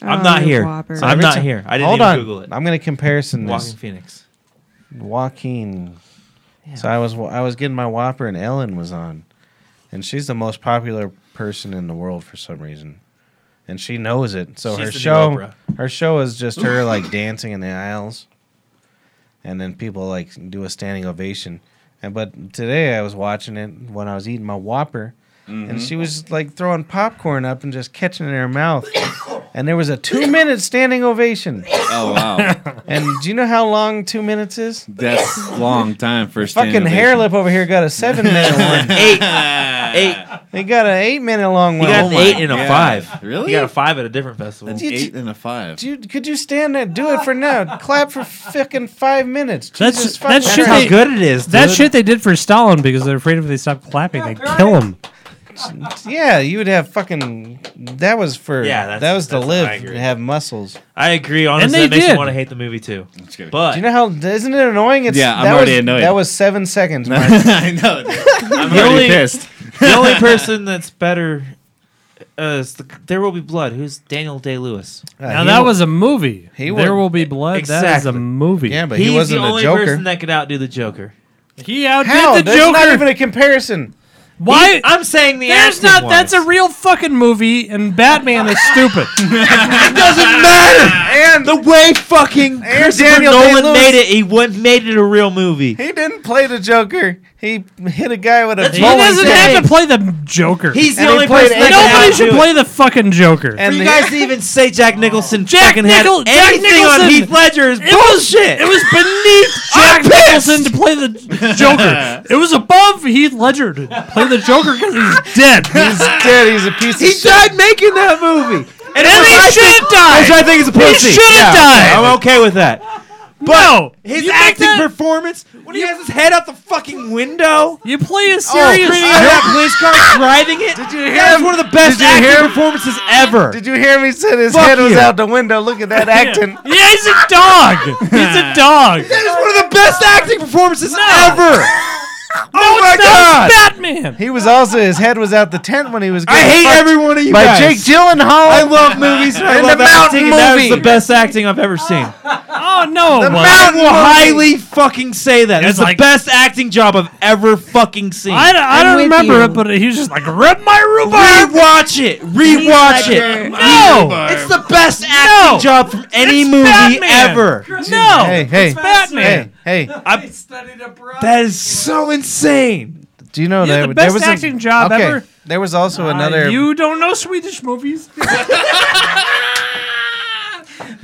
I'm Oh, not you here. whopper. I'm Every not time- here. I didn't Hold even on. Google it. I'm gonna comparison Walking this. Phoenix. Joaquin. So I was I was getting my Whopper, and Ellen was on, and she's the most popular person in the world for some reason, and she knows it. So She's her the new show, Oprah. her show is just her like dancing in the aisles, and then people like do a standing ovation. And but today I was watching it when I was eating my Whopper. And Mm-hmm. she was like throwing popcorn up and just catching it in her mouth. and there was a two minute standing ovation. Oh wow, And do you know how long two minutes is? that's a long time for a standing Fucking ovation. hairlip over here got a seven minute one. Eight, eight. They got an eight minute long He one. got Oh an my- eight and a God. five. Really? He got a five at a different festival. An You- eight and a five. Dude, could you stand there? Do it for now. Clap for fucking five minutes. That's- Jesus that fucking should That's Christ. how good it is. That dude. shit they did for Stalin because they're afraid if they stop clapping, they kill him. Yeah, you would have fucking. That was for. Yeah, Yeah, that's- that was to that's- I live agree. and have muscles. I agree. Honestly, they that makes did. me want to hate the movie too. That's good. But Do you know how? Isn't it annoying? It's, Yeah, I'm that already was, annoyed. That was seven seconds. Mike. I know. dude. I'm The already only- pissed. the only person that's better uh, is the, There Will Be Blood. Who's Daniel Day Lewis? Uh, Now he that wa- was a movie. he there wa- will be blood. That is a Exactly. movie. Yeah, but He's he wasn't the only a Joker. person that could outdo the Joker. He outdid how? the That's not Joker. even a comparison. Why? He- I'm saying the There's acting not. wise. That's a real fucking movie, and Batman is stupid. doesn't matter. And The way fucking Christopher Daniel Nolan Day-Lewis. made it, he went, made it a real movie. he didn't play the Joker. He hit a guy with a. he bowling doesn't pin. have to play the Joker. He's the And he only played person that Eggman. can Nobody outdo should it. play the fucking Joker. And For the- you guys to even say Jack Nicholson Jack fucking Nichol- had Jack anything Nicholson- on Heath Ledger is was- bullshit. It was beneath Jack Nicholson to play the Joker. It was above Heath Ledger to play the Joker because he's dead. He's dead. He's a piece of he shit. died making that movie. and he should have died. Which I think is a pussy. He should have died. I'm okay with that. no, His you make acting that- performance when he has his head out the fucking window. You play a serious. that police car driving it. Did you hear that was one of the best Did you acting hear him? performances ever. Did you hear me say his Fuck head was you. out the window? Look at that acting. yeah, he's a dog. He's a dog. that is one of the uh, best acting performances ever. oh my god! Batman. He was also his head was out the tent when he was. I getting hate fucked every one of you by guys. Jake Gyllenhaal. I love movies. and I And love the acting. mountain and That was movie. the best acting I've ever seen. Oh no. The well, mountain- I will highly fucking say that. It's It's like- the best acting job I've ever fucking seen. I, don't- I I'm don't with remember you. it, but he was just like rip my rhubarb. Rewatch it. Rewatch Heath it. Ledger. No, It's the best acting job from any It's movie Batman. ever. no. Hey, hey, hey, Batman. hey! That is so insane. Do you know Yeah, there, the there best was acting a, job okay, ever. There was also another. you don't know Swedish movies.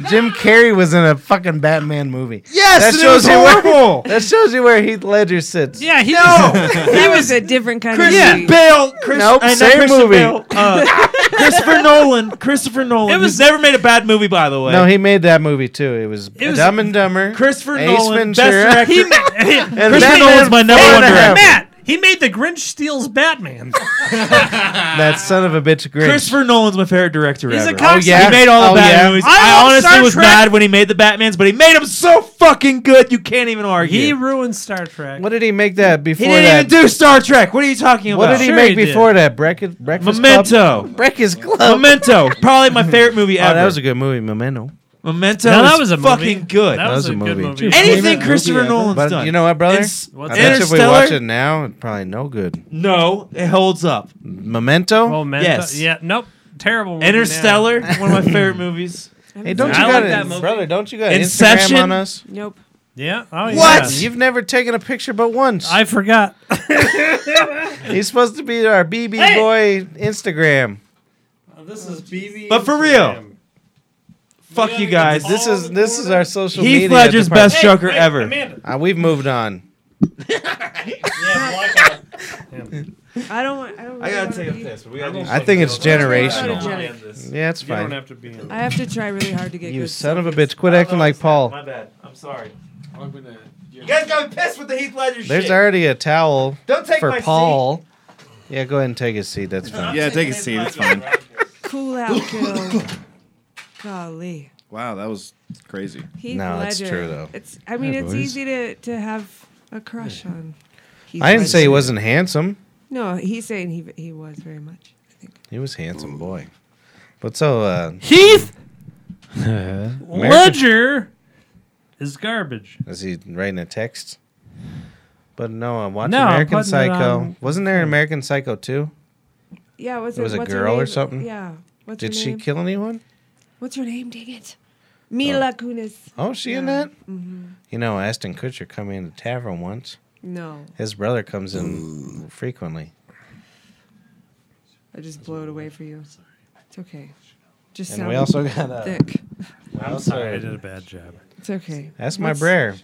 Jim Carrey was in a fucking Batman movie. Yes, that and it shows was you horrible. where that shows you where Heath Ledger sits. Yeah, he that was a different kind Chris of movie. Bale. Chris, Nope, uh, not same Christian movie. Bale, uh, Christopher Nolan. Christopher Nolan. It was- was never made a bad movie, by the way. No, he made that movie too. It was, was- Dumb and Dumber. Christopher Ace Nolan, Ventura. best He director. ma- and Christopher Batman Nolan's my number four one and a half. director. Matt, he made the Grinch steals Batman. That son of a bitch, Grinch. Christopher Nolan's my favorite director He's a ever. cock- oh yeah, He made all the oh, Batman yeah. movies. I I, love honestly Star was Trek. mad when he made the Batmans, but he made them so fucking good you can't even argue. He He, ruined Star Trek. What did he make that before didn't that? even do Star Trek. What are you talking what about? did he Sure make he did. before that? Breakfast, breakfast Club. Memento. Breakfast Club. Memento. Probably my favorite movie Oh, ever. that was a good movie, Memento. Memento. No, that is was a fucking movie. good. That was, a, good movie. Anything Favorite Christopher movie ever. Nolan's But done. you know what, brother? It's- I bet if we Interstellar? watch it now, it's probably no good. no, it holds up. Memento. Oh man. Yes. Yeah. Nope. Terrible. movie now. Interstellar, one of my favorite movies. hey, don't you I got like that it, movie. brother? Don't you got Inception? Instagram on us? Nope. Yeah. Oh, yeah. You've never taken a picture but once. I forgot. He's supposed to be our BB boy Instagram. Oh, This is BB. But for real, fuck you guys. This is this is our social media. Heath Ledger's department. best Joker ever. Uh, we've moved on. I don't. want- I don't. I really gotta wanna take a be- piss. but We gotta do I think it's Let's generational. not apologetic. Yeah, it's fine. to be I have to try really hard to get You good son of a selfies. bitch! Quit acting like Paul. My bad. I'm sorry. You guys got me pissed with the Heath Ledger There's shit. already a towel Don't take for my Paul. Yeah, go ahead and take his seat. That's fine. Yeah, take a seat. It's fine. Cool out, Gil. Golly. Wow, that was crazy. Heath No, it's Ledger. true, though. It's. I mean, it's easy to to have a crush on. Heath I didn't say he Ledger. wasn't handsome. No, he's saying he he was very much. I think. He was handsome boy. But so uh, Heath Ledger is garbage. is he writing a text? But no, I'm watching No, I'm American putting it Psycho. on- Wasn't there an American Psycho too? Yeah, was It it, was a what's her girl or name? something? Yeah. What's Did her she name? kill anyone? What's her name? Dang it, Mila Kunis. Oh, she in that? You know, Aston Kutcher come in the tavern once. No, His brother comes in frequently. I just blew it away for you. It's okay. Just And sound we also got uh, thick. I'm sorry, I did a bad job. It's okay. That's my prayer.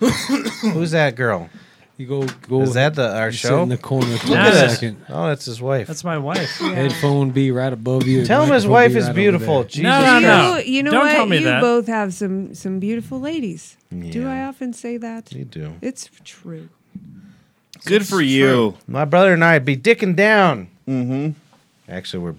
Who's that girl? You go go. Is that the our sit in show? the corner for Look a at us. second? Oh, that's his wife. That's my wife. Yeah. Headphone be right above you. Tell him his microphone wife be is right over beautiful. there. Jesus No, no, you, no. you know Don't what? tell me you that. both have some some beautiful ladies. Do Yeah. I often say that? You do. It's true. Good for you. My brother and I be dicking down. Mm-hmm. Actually, we're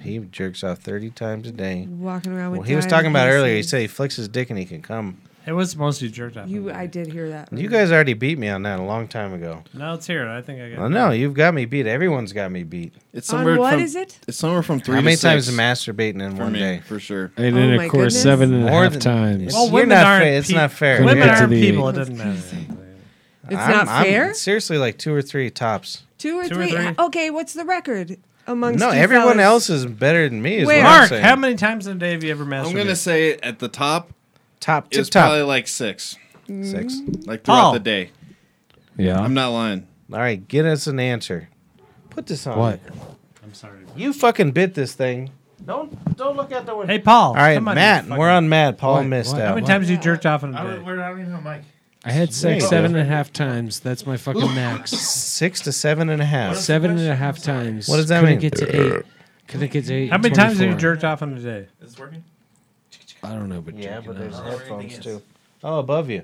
he jerks off thirty times a day. Walking around with. Well, he was dime talking about earlier. He pieces. said he flicks his dick and he can come. It was mostly jerked off. "You." I did hear that. You guys already beat me on that a long time ago. Now it's here. I think I got. Well, no, you've got me beat. Everyone's got me beat. It's On somewhere what from, is it? It's somewhere from three How to many six times masturbating in for one me, day? for sure. And Oh then my of course goodness. seven and a half More than- times. Well, You're not fair. It's not fair. Women Yeah. aren't To the- people. It doesn't matter. It's not fair. seriously, like two or three tops. two, or, two or three? three. Okay, what's the record amongst? no, you everyone fellas? else is better than me. Is Where? what I'm Mark, saying. how many times in a day have you ever masturbated? I'm gonna say at the top top tip it's top probably like six, six? like throughout Oh. the day. Yeah. I'm not lying. All right, get us an answer. Put this on. What? I'm sorry. You fucking bit this thing. Don't don't look at the window. Hey, Paul. All right, come on, Matt. you fucking- We're on Matt. Paul missed What? How out. many times you jerked off in a day? I had sex Wait. seven and a half times. That's my fucking max. Six to seven and a half. Seven and a half times. What does that Couldn't mean? Get to eight. Couldn't get to eight. How many times have you 24. jerked off in a day? I don't know, but Yeah, jerking but there's off. headphones too. Oh, above you.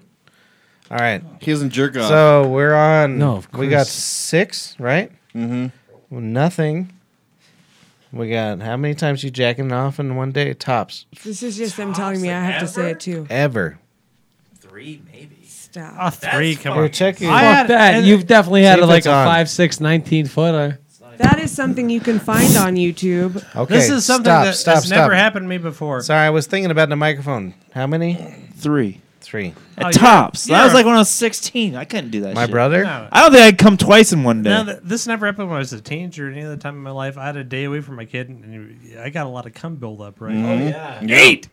All right. He doesn't jerk off. So we're on. No, of we got course. six, right? mm-hmm. Well, nothing. We got how many times you jacking off in one day tops This is just them telling me I have to say it too. ever? Three, maybe. Stop. Oh, three. Come We're on. checking. I Fuck had- that. and- You've definitely had See if like it's a on. five, six, 19 footer. That is something you can find on YouTube. Okay, This is something stop, that stop, has stop. never happened to me before. Sorry, I was thinking about the microphone. How many? Three. Three. Oh, At yeah. tops. That Yeah. was like when I was 16. I couldn't do that My shit. brother. No. I don't think I'd come twice in one day. Now, th- this never happened when I was a teenager or any other time in my life. I had a day away from my kid, and you- I got a lot of cum buildup, right? Mm. Eight.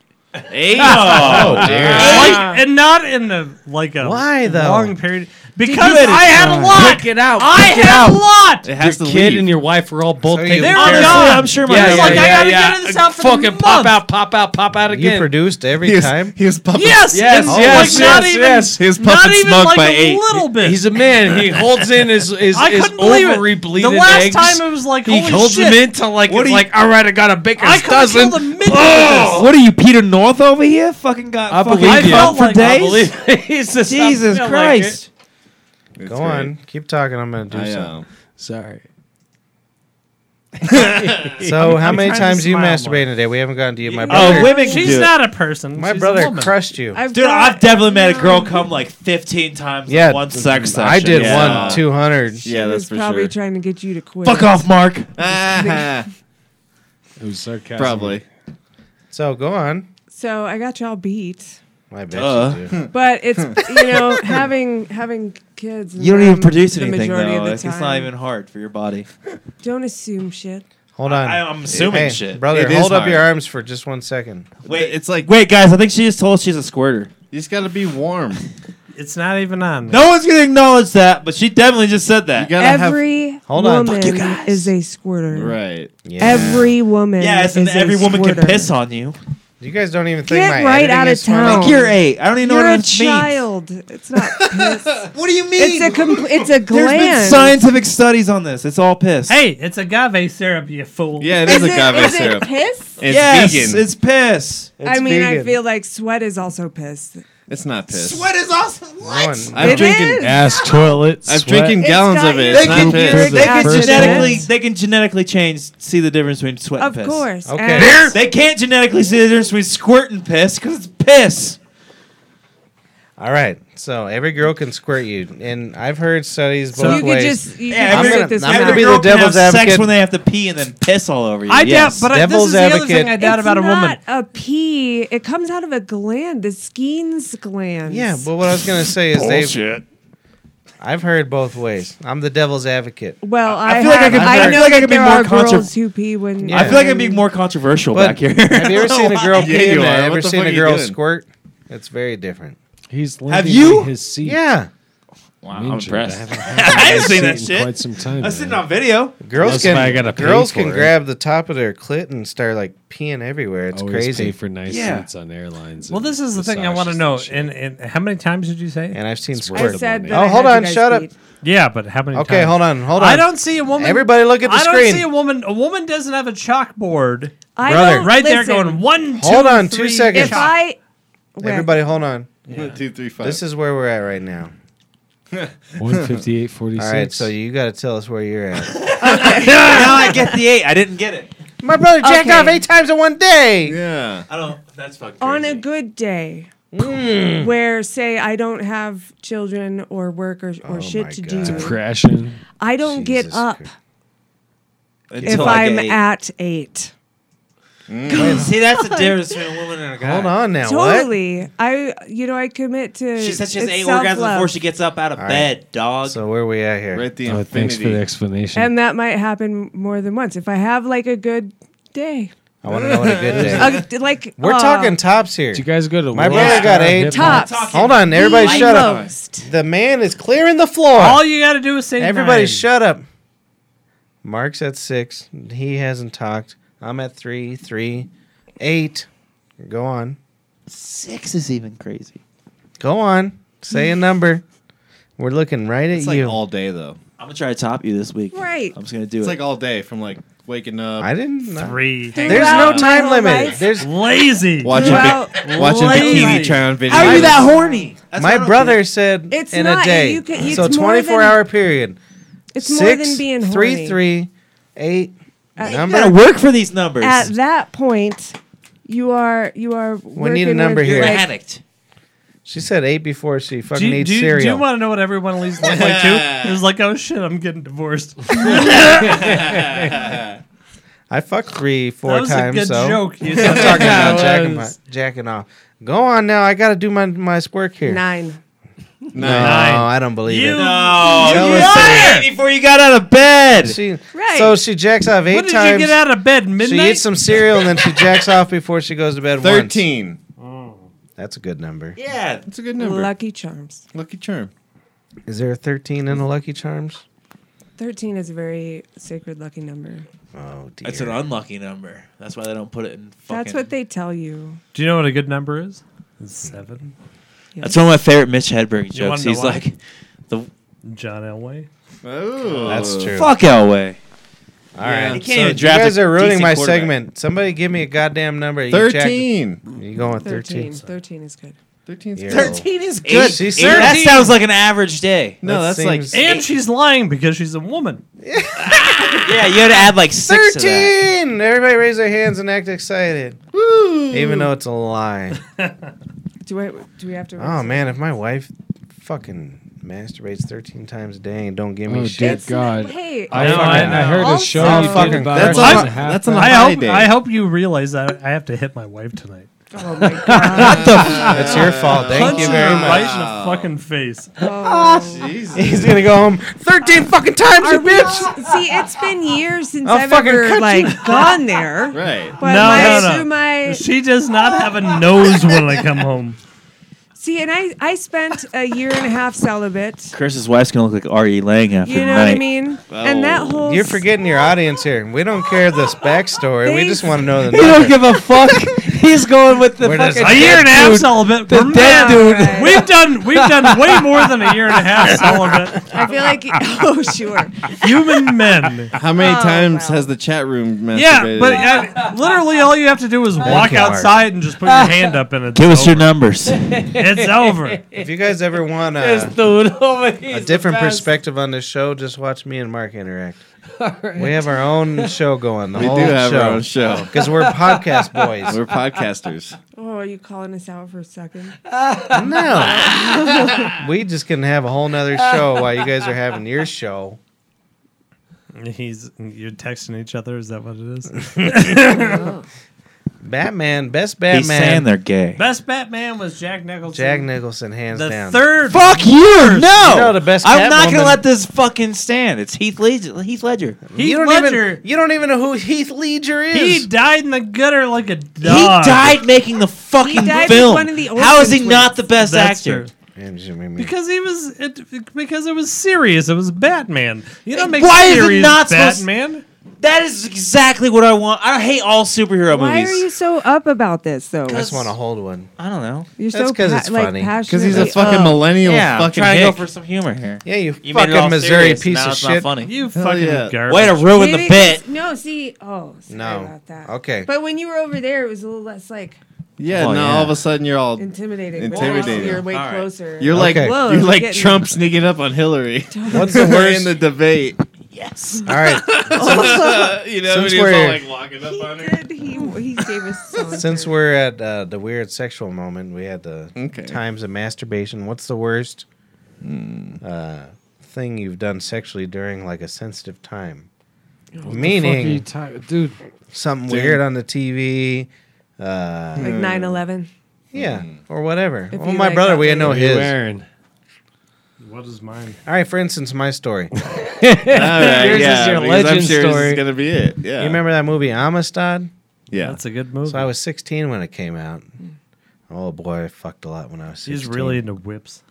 Eight. Ah, Oh, Oh, Like, and not in the like a Why, though? long period. Because I had a lot. Pick it out. I pick it had a out. lot. It has your to kid leave. and your wife were all both So you- taking They were care of gone. it. I'm sure my yeah, wife- yeah, Like, I yeah, gotta yeah. get this out for the Fucking pop month. out, pop out, pop out You again. produced every He was, time. he was puffing. Yes, Yes, and, yes, like, not yes, even, yes. He was not puffing even smoke like by a eight. little bit. He's a man. He holds in his his, I his couldn't believe it. ovary The bleeding last eggs. time it was like, he holy holds shit. them into like What it's do you- like all right, I got a baker's I could've dozen. killed a minute oh, What are you, Peter North over here? Fucking got I fucking believe you. fucked for I days. believe it's just not- Jesus I don't like it. Christ! Go on, keep talking. I'm gonna do I, something. uh, Sorry. So, how many trying to times you smile more. masturbated today? We haven't gotten to you, my Oh, brother. women can She's do not a person. my she's a brother woman. crushed you. I've it. Dude, got- I've definitely made a girl come like 15 times Yeah, in one sex session. I did Yeah. one two hundred. yeah, He that's was for probably sure. trying to get you to quit. Fuck off, Mark. It was sarcastic. Probably. So go on. So I got y'all beat, I bet Duh. you do. but it's you know having having kids. and You don't them even produce the anything majority though. Of the It's time. not even hard for your body. Don't assume shit. Hold on. I- I'm assuming Hey, shit. brother. It is hold up hard. your arms for just one second. Wait, it's like Wait, guys, I think she just told us she's a squirter. you just got to be warm. You It's not even on. there. No one's gonna acknowledge that, but she definitely just said that. gotta Every Hold on. woman Fuck you guys. is a squirter. have right. Yeah. Every woman. Yes, is and every a woman squirter. can piss on you. You guys don't even think Get my right editing out of is funny? town. Like you're eight. I don't even You're know a what this means. child. It's not piss. What do you mean? it's a com- it's a There's gland. been scientific studies on this. It's all piss. Hey, it's agave syrup, you fool. Yeah, it Is is, agave it, is syrup. it piss? It's yes, vegan. It's, it's piss. It's I mean, I vegan. feel like sweat is also piss. not piss. is awesome. One. I'm It drinking. is. Ass toilet. I'm sweat. drinking It's gallons got of it. you- They It's can, not piss. Prove they the can first genetically one. they can genetically change see the difference between sweat Of and piss. course. Okay. and- Beer? They can't genetically see the difference between squirt and piss because it's piss. All right. So every girl can squirt you, and I've heard studies you both could ways. just you Yeah, could I'm just gonna- get this I'm gonna out. be the girl can devil's have Sex advocate. when they have to pee and then piss all over you. I yes. doubt, but I, this Devil's is the other advocate. thing I doubt it's about a woman. not a pee. It comes out of a gland, the Skene's gland. yeah, but what I was gonna say is they. I've heard both ways. I'm the devil's advocate. well, I, feel like I have- could- I know feel like I that could be there more are contra- girls who pee when. Yeah. I feel like I'm Um, being more controversial But back here. have you ever seen a girl Yeah, pee? and you are. What ever the seen fuck a are you girl doing? squirt? It's very different. He's Have landing you? in His seat. Yeah, Wow, I'm impressed. I haven't seen that in shit. Quite some time. I've seen it man. on video. girls Unless I can gotta pay girls for can it. grab the top of their clit and start like peeing everywhere. It's Always crazy. Pay for nice Yeah. seats on airlines. Well, and this is the thing I massages want to know. shit. And, and how many times did you say? and I've seen I squirt. said that oh, I hold had you on, guys shut up. pee. Yeah, but how many? Okay, times? hold on, hold on. I don't see a woman. Everybody, look at the I don't screen. see a woman. A woman doesn't have a chalkboard I Brother. don't- right there listen, going one, two, Hold on, two three, seconds. If chalk. I Wait. Everybody, hold on. One, two, three, five. This is where we're at right now. 158, 46. All right, so you got to tell us where you're at. now I get the eight. I didn't get it. My brother jacked Okay. off eight times in one day. yeah. I don't. That's fucking. on a crazy. good day where say I don't have children or work or, or Oh my shit to God. do, Depression. I don't get Jesus up Christ. if Until I I'm get eight. at eight. See, that's the difference between a woman and a guy. Hold on now. Totally, I you know I commit to. She said she has it's eight orgasms before self-love. she gets up out of All right. bed, dog. What? So where we at here? We're at the Oh, thanks for infinity. the explanation. and that might happen more than once if I have like a good day. I want to know what a good day. A- like We're uh, talking tops here. Did you guys go to My World brother got Star eight. Hip Hop? tops. Talking Hold on, everybody, The shut up. most. The man is clearing the floor. All you got to do is say Everybody, nine. shut up. Mark's at six. He hasn't talked. I'm at three, three, eight. Go on. Six is even crazy. Go on. Say a number. We're looking right at It's like you. all day though. I'm gonna try to top you this week. Right. I'm just gonna do It's it. like all day from like waking up, I didn't. know. Three. There's no Throughout my time whole limit. life. There's Lazy. watching Well, bi- watching lazy. bikini try on video. How are you that horny? That's what I my don't brother said It's in not- a day. you can- it's so more 24 than- hour period. It's more Six, than being three, horny. Uh, three, eight. At- get. number. You gotta work for these numbers. At that point, you are you are. We need a working number with, here. You're an like, addict. She said eight before she fucking Do you, needs do, you- do cereal. you want to know what everyone leaves like, like too? It was like, oh shit, I'm getting divorced. that I fucked three, four was times. a good so joke. You I'm said. talking about That jacking, my, was- jacking off. Go on now. I got to do my my squirt here. Nine. No, Nine. I don't believe You- it. Oh, Tell you us lied before you got out of bed. She, Right. So she jacks off eight What did you times. get out of bed she midnight? eats some cereal and then she jacks off before she goes to bed. once. Thirteen. That's a good number. Yeah. That's a good number. Lucky charms. Lucky charm. Is there a 13 in the Lucky Charms? 13 is a very sacred lucky number. Oh, dear. That's an unlucky number. That's why they don't put it in fucking. That's what they tell you. Do you know what a good number is? It's seven. That's one of my favorite Mitch Hedberg You wanna jokes. know He's why? like, the John Elway. Oh, That's true. fuck Elway. All right. You can't so even you draft guys a are ruining decent my quarterback. segment. Somebody give me a goddamn number. You jack- 13. You going with 13. 13? 13 is good. 13 Yeah. is good. She's That 13. sounds like an average day. No, That that's like seems- And she's lying because she's a woman. Yeah, you had to add like six to that. 13! Everybody raise their hands and act excited. Even though it's a lie. Do I? Do we have to? oh, man. If my wife fucking masturbates 13 times a day and don't give me Oh, shit. It's not- God. Hey, I, No, fucking- I I heard a know. show Also- you did Fucking- about that's it on- and a half that's on hour. a I high hope, day. I hope you realize that I have to hit my wife tonight. oh my god! It's your fault. Thank Punch you her very much. Right in the fucking face. Oh. He's gonna go home 13 fucking times, you Are we- bitch! See, it's been years since I'll I've fucking cut ever you. like gone there. Right. But No, my, no, no. through my She does not have a nose when I come home. see, and I I spent a year and a half celibate. Chris's wife's gonna look like R.E. Lang after You know tonight. what I mean? And that whole You're s- forgetting your audience here. We don't care this backstory. We They- just want to know the You don't number. give a fuck. He's going with the Where does- A fucking. year and a half dude. celibate. The We're dead mad. dude. Right. We've done we've done way more than a year and a half celibate. I feel like oh sure. Human men. How many Oh, times wow. has the chat room masturbated? Yeah, but uh, literally all you have to do is walk you, Mark. outside and just put your hand up and it's Give us your over. numbers. It's over. If you guys ever want This a, dude over here a is the different best. perspective on this show, just watch me and Mark interact. We have our own show going. The we do whole have show. our own show. Because we're podcast boys. We're podcasters. Oh, are you calling us out for a second? no. we just can have a whole nother show while you guys are having your show. He's you're texting each other. Is that what it is? Batman, best He's saying Batman, they're gay. Best Batman was Jack Nicholson. Jack Nicholson, hands the down. third. Fuck you! No, You know the best I'm not Catwoman- gonna let this fucking stand. It's Heath Ledger. Heath Ledger. Heath you don't Ledger. even you don't even know who Heath Ledger is. he died in the gutter like a dog. He died making the fucking died with film. one of the How is he Olsen not twins. the best That's actor? true. Because Because he was it, because it was serious. It was Batman. You don't make Why is it serious not supposed- Batman. That is exactly what I want. I hate all superhero Why movies. are you so up about this though? I just want to hold one. I don't know. You're That's so 'cause pa- it's like oh. funny. 'Cause he's a passionately fucking up. millennial yeah, I'm fucking trying to go hick. for some humor here. Yeah, you, You made it all fucking Missouri serious, piece now of it's not shit. funny. You fucking yeah. garbage. Way to ruin Maybe- the bit. No, see, oh, sorry No. about that. Okay. But when you were over there, it was a little less like Yeah, Oh, now yeah. all of a sudden you're all. intimidating. Intimidating. You're way All right. closer. You're like Okay. Whoa, you're you're like getting- Trump sneaking up on Hillary. What's the We're in worst? the debate. Yes. All right. you know, Since he was all, we're- like, walking he did. He, he gave us. some Since dirt. we're at uh, the weird sexual moment, we had the Okay. times of masturbation. What's the worst uh, thing you've done sexually during like a sensitive time? Meaning Fuck are you ti- dude. something weird on the TV. Uh, like 9/11. yeah, or whatever. If well, you my like brother, that we thing. know what are you his. wearing? What is mine? All right, for instance, my story. All right, Yours is yeah, your because I'm legend sure this story. is gonna be it. Yeah, You remember that movie Amistad? Yeah, That's a good movie. So I was 16 when it came out. Oh boy, I fucked a lot when I was 16. He's really into whips.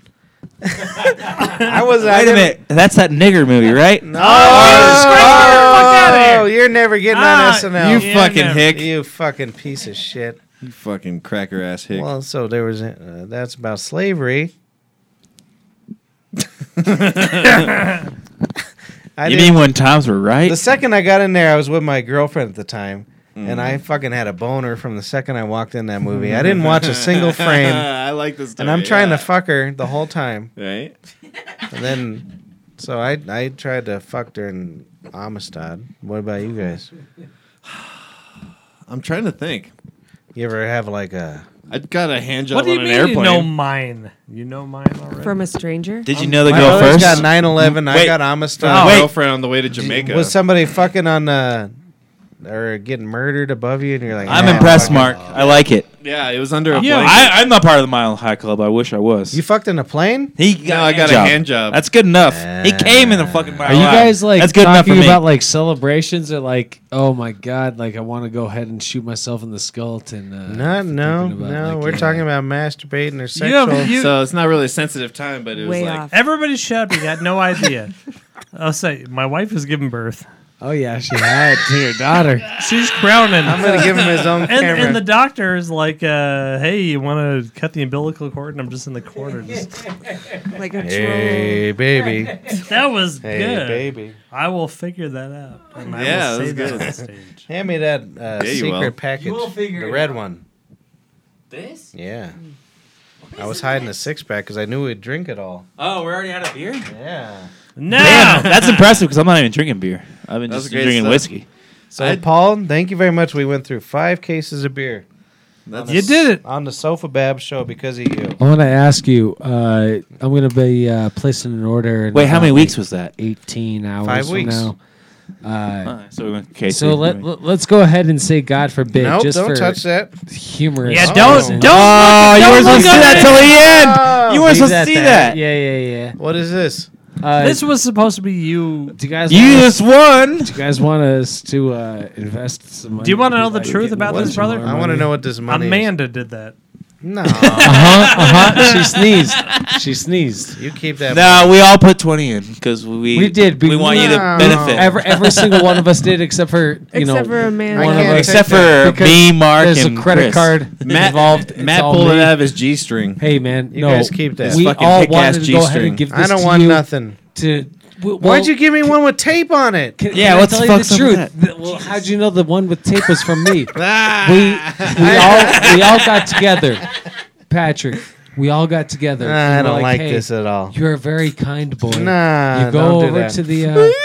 I was. I Wait a didn't- minute. That's that nigger movie, right? No. outta Oh, here. you're never getting Ah, on SNL. you Yeah, fucking no. hick, You fucking piece of shit. you fucking cracker ass hick. Well, so there was uh, that's about slavery. I you didn't- mean when times were right? the second I got in there, I was with my girlfriend at the time, Mm. and I fucking had a boner from the second I walked in that movie. I didn't watch a single frame, Ah, I like this. Story, and I'm trying yeah. to fuck her the whole time. Right? And then, so I I tried to fuck during Amistad. What about you guys? I'm trying to think. You ever have like a I got a hand job What do you on mean an you airplane. Um, know mine? You know mine already. From a stranger. Did you know the My girl brother's first? got 9/11. I Wait. got My Amistad. Wait. girlfriend on the way to Jamaica. Was somebody fucking on uh, are getting murdered above you, and you're like, I'm "Ah, impressed, fucking- Mark. I like it. Yeah, it was under a You know, blanket. I, I'm not part of the Mile High Club. I wish I was. You fucked in a plane? He got, No, I got a hand job. That's good enough. he came in the fucking mile Are you high. guys like That's good enough talking for me. about like celebrations or like oh my god like I want to go ahead and shoot myself in the skeleton? Uh, No, no, thinking about, no. like, we're yeah. talking about masturbating or You sexual. have- you- so it's not really a sensitive time, but it was Way like off. Everybody shut up. You got no idea. I'll say, my wife is giving birth. Oh yeah, she had to your daughter. She's crowning. I'm gonna give him his own and, camera. and the doctor is like, uh, hey, you want to cut the umbilical cord? And I'm just in the corner. Just, Like a hey, baby. that was Hey, good. baby. I will figure that out. And I Yeah, will that say was that good. on stage. Hand me that uh, you secret will. package. the red one. This? Yeah. I was hiding a six pack because I knew we'd drink it all. Oh, we're already out of beer. Yeah. Now, That's impressive because I'm not even drinking beer. I've been That was just great drinking stuff. whiskey. So, I'd- Paul, thank you very much. We went through five cases of beer that's you did it. on the Sofa Bab show because of you. I want to ask you. Uh, I'm going to be uh, placing an order. In Wait, how about, many like, weeks was that? 18 hours. Five from weeks. Oh, Now. Uh, Uh, so we went. Okay, so let, let let's go ahead and say God forbid, nope, just don't for touch that. humorous. yeah, don't, reasons. don't, Oh, look, you don't weren't look supposed to see at that it. till the end. You weren't Leave supposed it to at see that. Yeah, yeah, What is this? yeah. Uh, This was supposed to be you. do you guys You want us- just won. do you guys want us to uh, invest some money? Do you wanna to, know the like, truth get about more- this, brother? more I want to money? know what this money Amanda did that. is. No. Uh huh. Uh huh. She sneezed. She sneezed. you keep that. No, we all put twenty in because we We did, We but- want you to No. benefit. Every every single one of us did, except for you except know for a man. I one of can't us. Except for Because me, Mark, There's and a credit Chris. card Matt- involved. It's Matt all pulled it me. out of his G string. Hey man, You no, guys keep that. We Fucking all kick-ass wanted to go ahead G-string. and give this I don't to want you nothing. To w- well, Why'd you give me one with tape on it? Can, Yeah, can I what's tell the you fuck's up with that? Th- Well, how'd you know the one with tape was from me? Ah, we we all we all got together, Patrick. We all got together. Nah, and I we're don't like "Hey, this at all. You're a very kind boy. Nah, you go don't do over that. to the.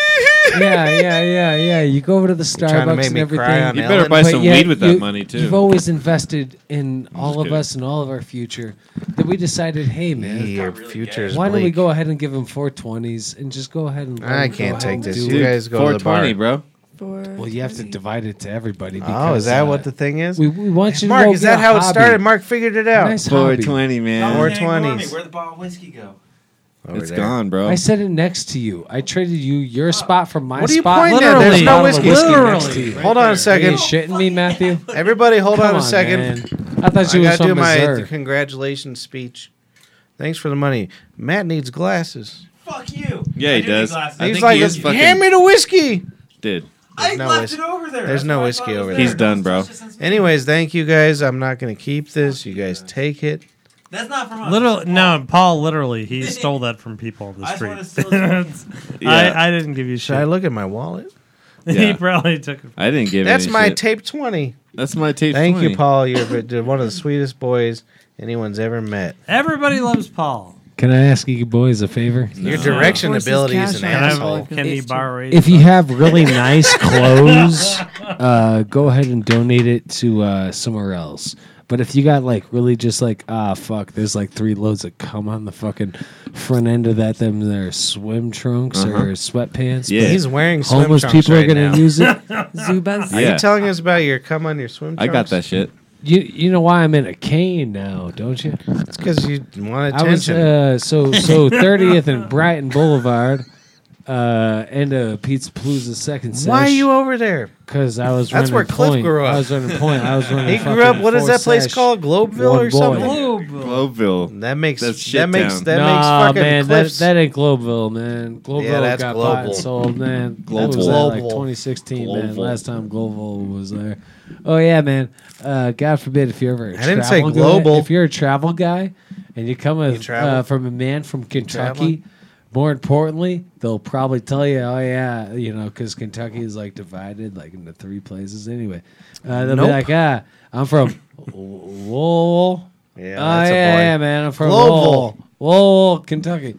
Uh, yeah, yeah, yeah, yeah. You go over to the trying to Starbucks make and me everything. cry on You Now better then- buy But some yet weed with that you- money too. You've always invested in all of kidding. us and all of our future. That we decided, hey man, Your future is why don't we bleak. go ahead and give him four twenties and just go ahead and. let I him go can't ahead take and this. do You it. guys go to the bar. 420, bro. Well, you have to divide it to everybody. Oh, is because, that uh, what the thing is? We, we want you to Mark, go is get that a how it hobby. started? Mark figured it out. Nice hobby. 420, man. Four twenties. the bottle of whiskey go? Over It's there. gone, bro. I said it next to you. I traded you your spot for my What are you spot. pointing at? There's Literally. no Bottle of whiskey. next to you. Hold on a Are you second. shitting me, Matthew? Everybody, hold Come on a on, second. I thought I you were gotta from do my Missouri. congratulations speech. Thanks for the money. Matt needs glasses. Fuck you. yeah, he does. I He's think like, he is fucking hand me the whiskey. did. There's no whiskey. over there. There's no whiskey over He's there. done, bro. Anyways, thank you guys. I'm not gonna keep this. You guys take it. That's not from Literally, no, Paul. Literally, he stole that from people on the Oh, I just street. wanna steal Yeah. I, I didn't give you shit. Should I look at my wallet? he Yeah. probably took it. I didn't give That's any my shit. tape twenty. That's my tape. Thank you, 20. Paul. You're you're one of the sweetest boys anyone's ever met. Everybody loves Paul. Can I ask you boys a favor? Your direction Forces ability is an cash out. asshole. Can he borrow If you have really nice clothes, uh, go ahead and donate it to uh, somewhere else. But if you got like really just like ah fuck, there's like three loads that come on the fucking front end of that them their swim trunks or sweatpants. Yeah. but He's wearing Uh-huh. swim homeless trunks people right are gonna now. use it. Zubas. Are Yeah. you telling us about your cum on your swim I trunks? got that shit. You you know why I'm in a cane now, don't you? It's because you want I was attention. uh, so so 30th and Brighton Boulevard, uh, end of Pizza Palooza second sesh. Why are you over there? Because I was That's running where Cliff point. grew up. I was running point. I was running. He grew up. fucking What is four that place sesh. globeville one or boy. something? Globeville. That makes That's that shit makes town. that nah, makes fucking man, that, cliffs. that ain't Globeville, man. Globeville that's got bought and Global. sold, man. Global. That was uh, Global. like 2016, man. Global. Last time Globeville was there. Oh yeah, man. Uh, God forbid if you're ever. I I didn't say global. Guy, if you're a travel guy, and you come a, travel? uh, from a man from Kentucky. More importantly, they'll probably tell you, "Oh yeah, you know, because Kentucky is like divided like into three places anyway." Uh, they'll Nope. be like, "Ah, I'm from Lowell." yeah, Oh that's yeah, yeah, a boy. man. I'm from Louisville. Louisville, Louisville, Kentucky.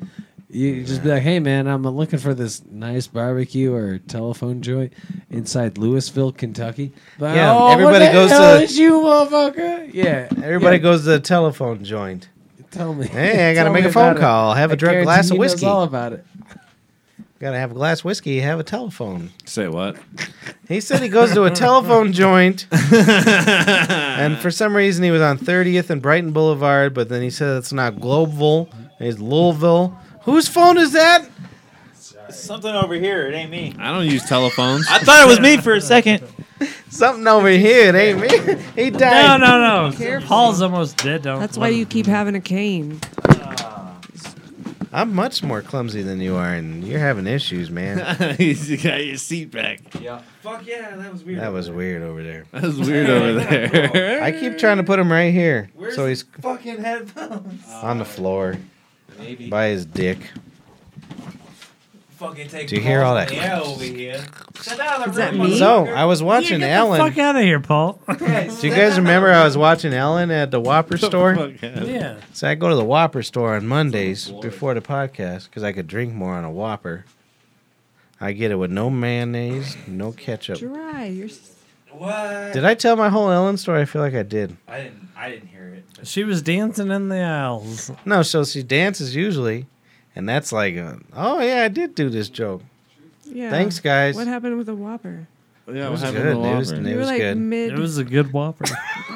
You just be like, hey, man, I'm looking for this nice barbecue or telephone joint inside Louisville, Kentucky. But, "Oh, Yeah, what everybody the goes to- hell is you, motherfucker. Yeah, Everybody yeah, goes to the telephone joint. Tell me. Hey, I gotta Tell make me a phone about it. call. Have a I drunk glass guarantee of he knows whiskey. all about it. Gotta have a glass of whiskey. Have a telephone. Say what? He said he goes to a telephone joint, and for some reason he was on 30th and Brighton Boulevard, but then he said it's not Globeville, it's Louisville. Whose phone is that? Something over here. It ain't me. I don't use telephones. I thought it was me for a second. Something over here, it ain't me. He No, died. no, no. Paul's almost dead. Don't. That's why you keep having a cane. I'm much more clumsy than you are, and you're having issues, man. you got your seat back. Fuck yeah, that was weird. That was weird over there. That was weird over there. I keep trying to put him right here, Where's so he's fucking headphones. on the floor Maybe. by his dick. Fucking take Do you hear all that? Yeah, over here. Shut down the Is that room, me? So I was You watching get Alan. the fuck out of here, Paul. Do you guys remember I was watching Ellen at the Whopper store? yeah. So I go to the Whopper store on Mondays before the podcast because I could drink more on a Whopper. I get it with no mayonnaise, no ketchup. Dry. You're s- What? Did I tell my whole Ellen story? I feel like I did. I didn't. I didn't hear it. She was dancing in the aisles. No, so she dances usually, and that's like, a, oh yeah, I did do this joke. yeah. Thanks, guys. What happened with the Whopper? Yeah, It what was happened good, to the dude. It was- Whopper? It you were like good. mid. It was a good whopper.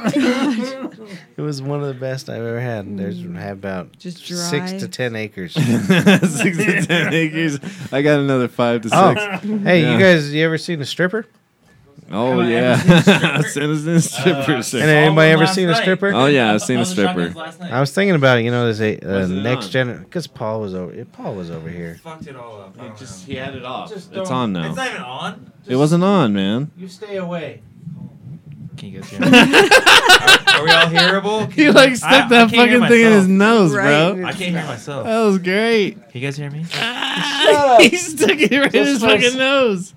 It was one of the best I've ever had. And there's I have about Mm. Just six dry. to ten acres. six to ten acres. I got another five to six. oh, Oh, hey, Yeah. you guys, you ever seen a stripper? yeah, citizen stripper. And sir. anybody ever last seen night. a stripper? oh yeah, I've seen a stripper. Last night. I was thinking about it, you know, there's a uh, Wasn't it next on? gen because Paul was over. Paul was over here. fucked it all up. It just, He had it off. Just It's don't- on now. It's not even on. it wasn't on, man. You stay away. Can you guys hear me? are, are we all hearable? Can He you- like stuck I- that I can't hear fucking thing in his Uh, myself. nose, Right. bro. I can't hear myself. That was great. Can you guys hear me? he stuck it right in his fucking nose.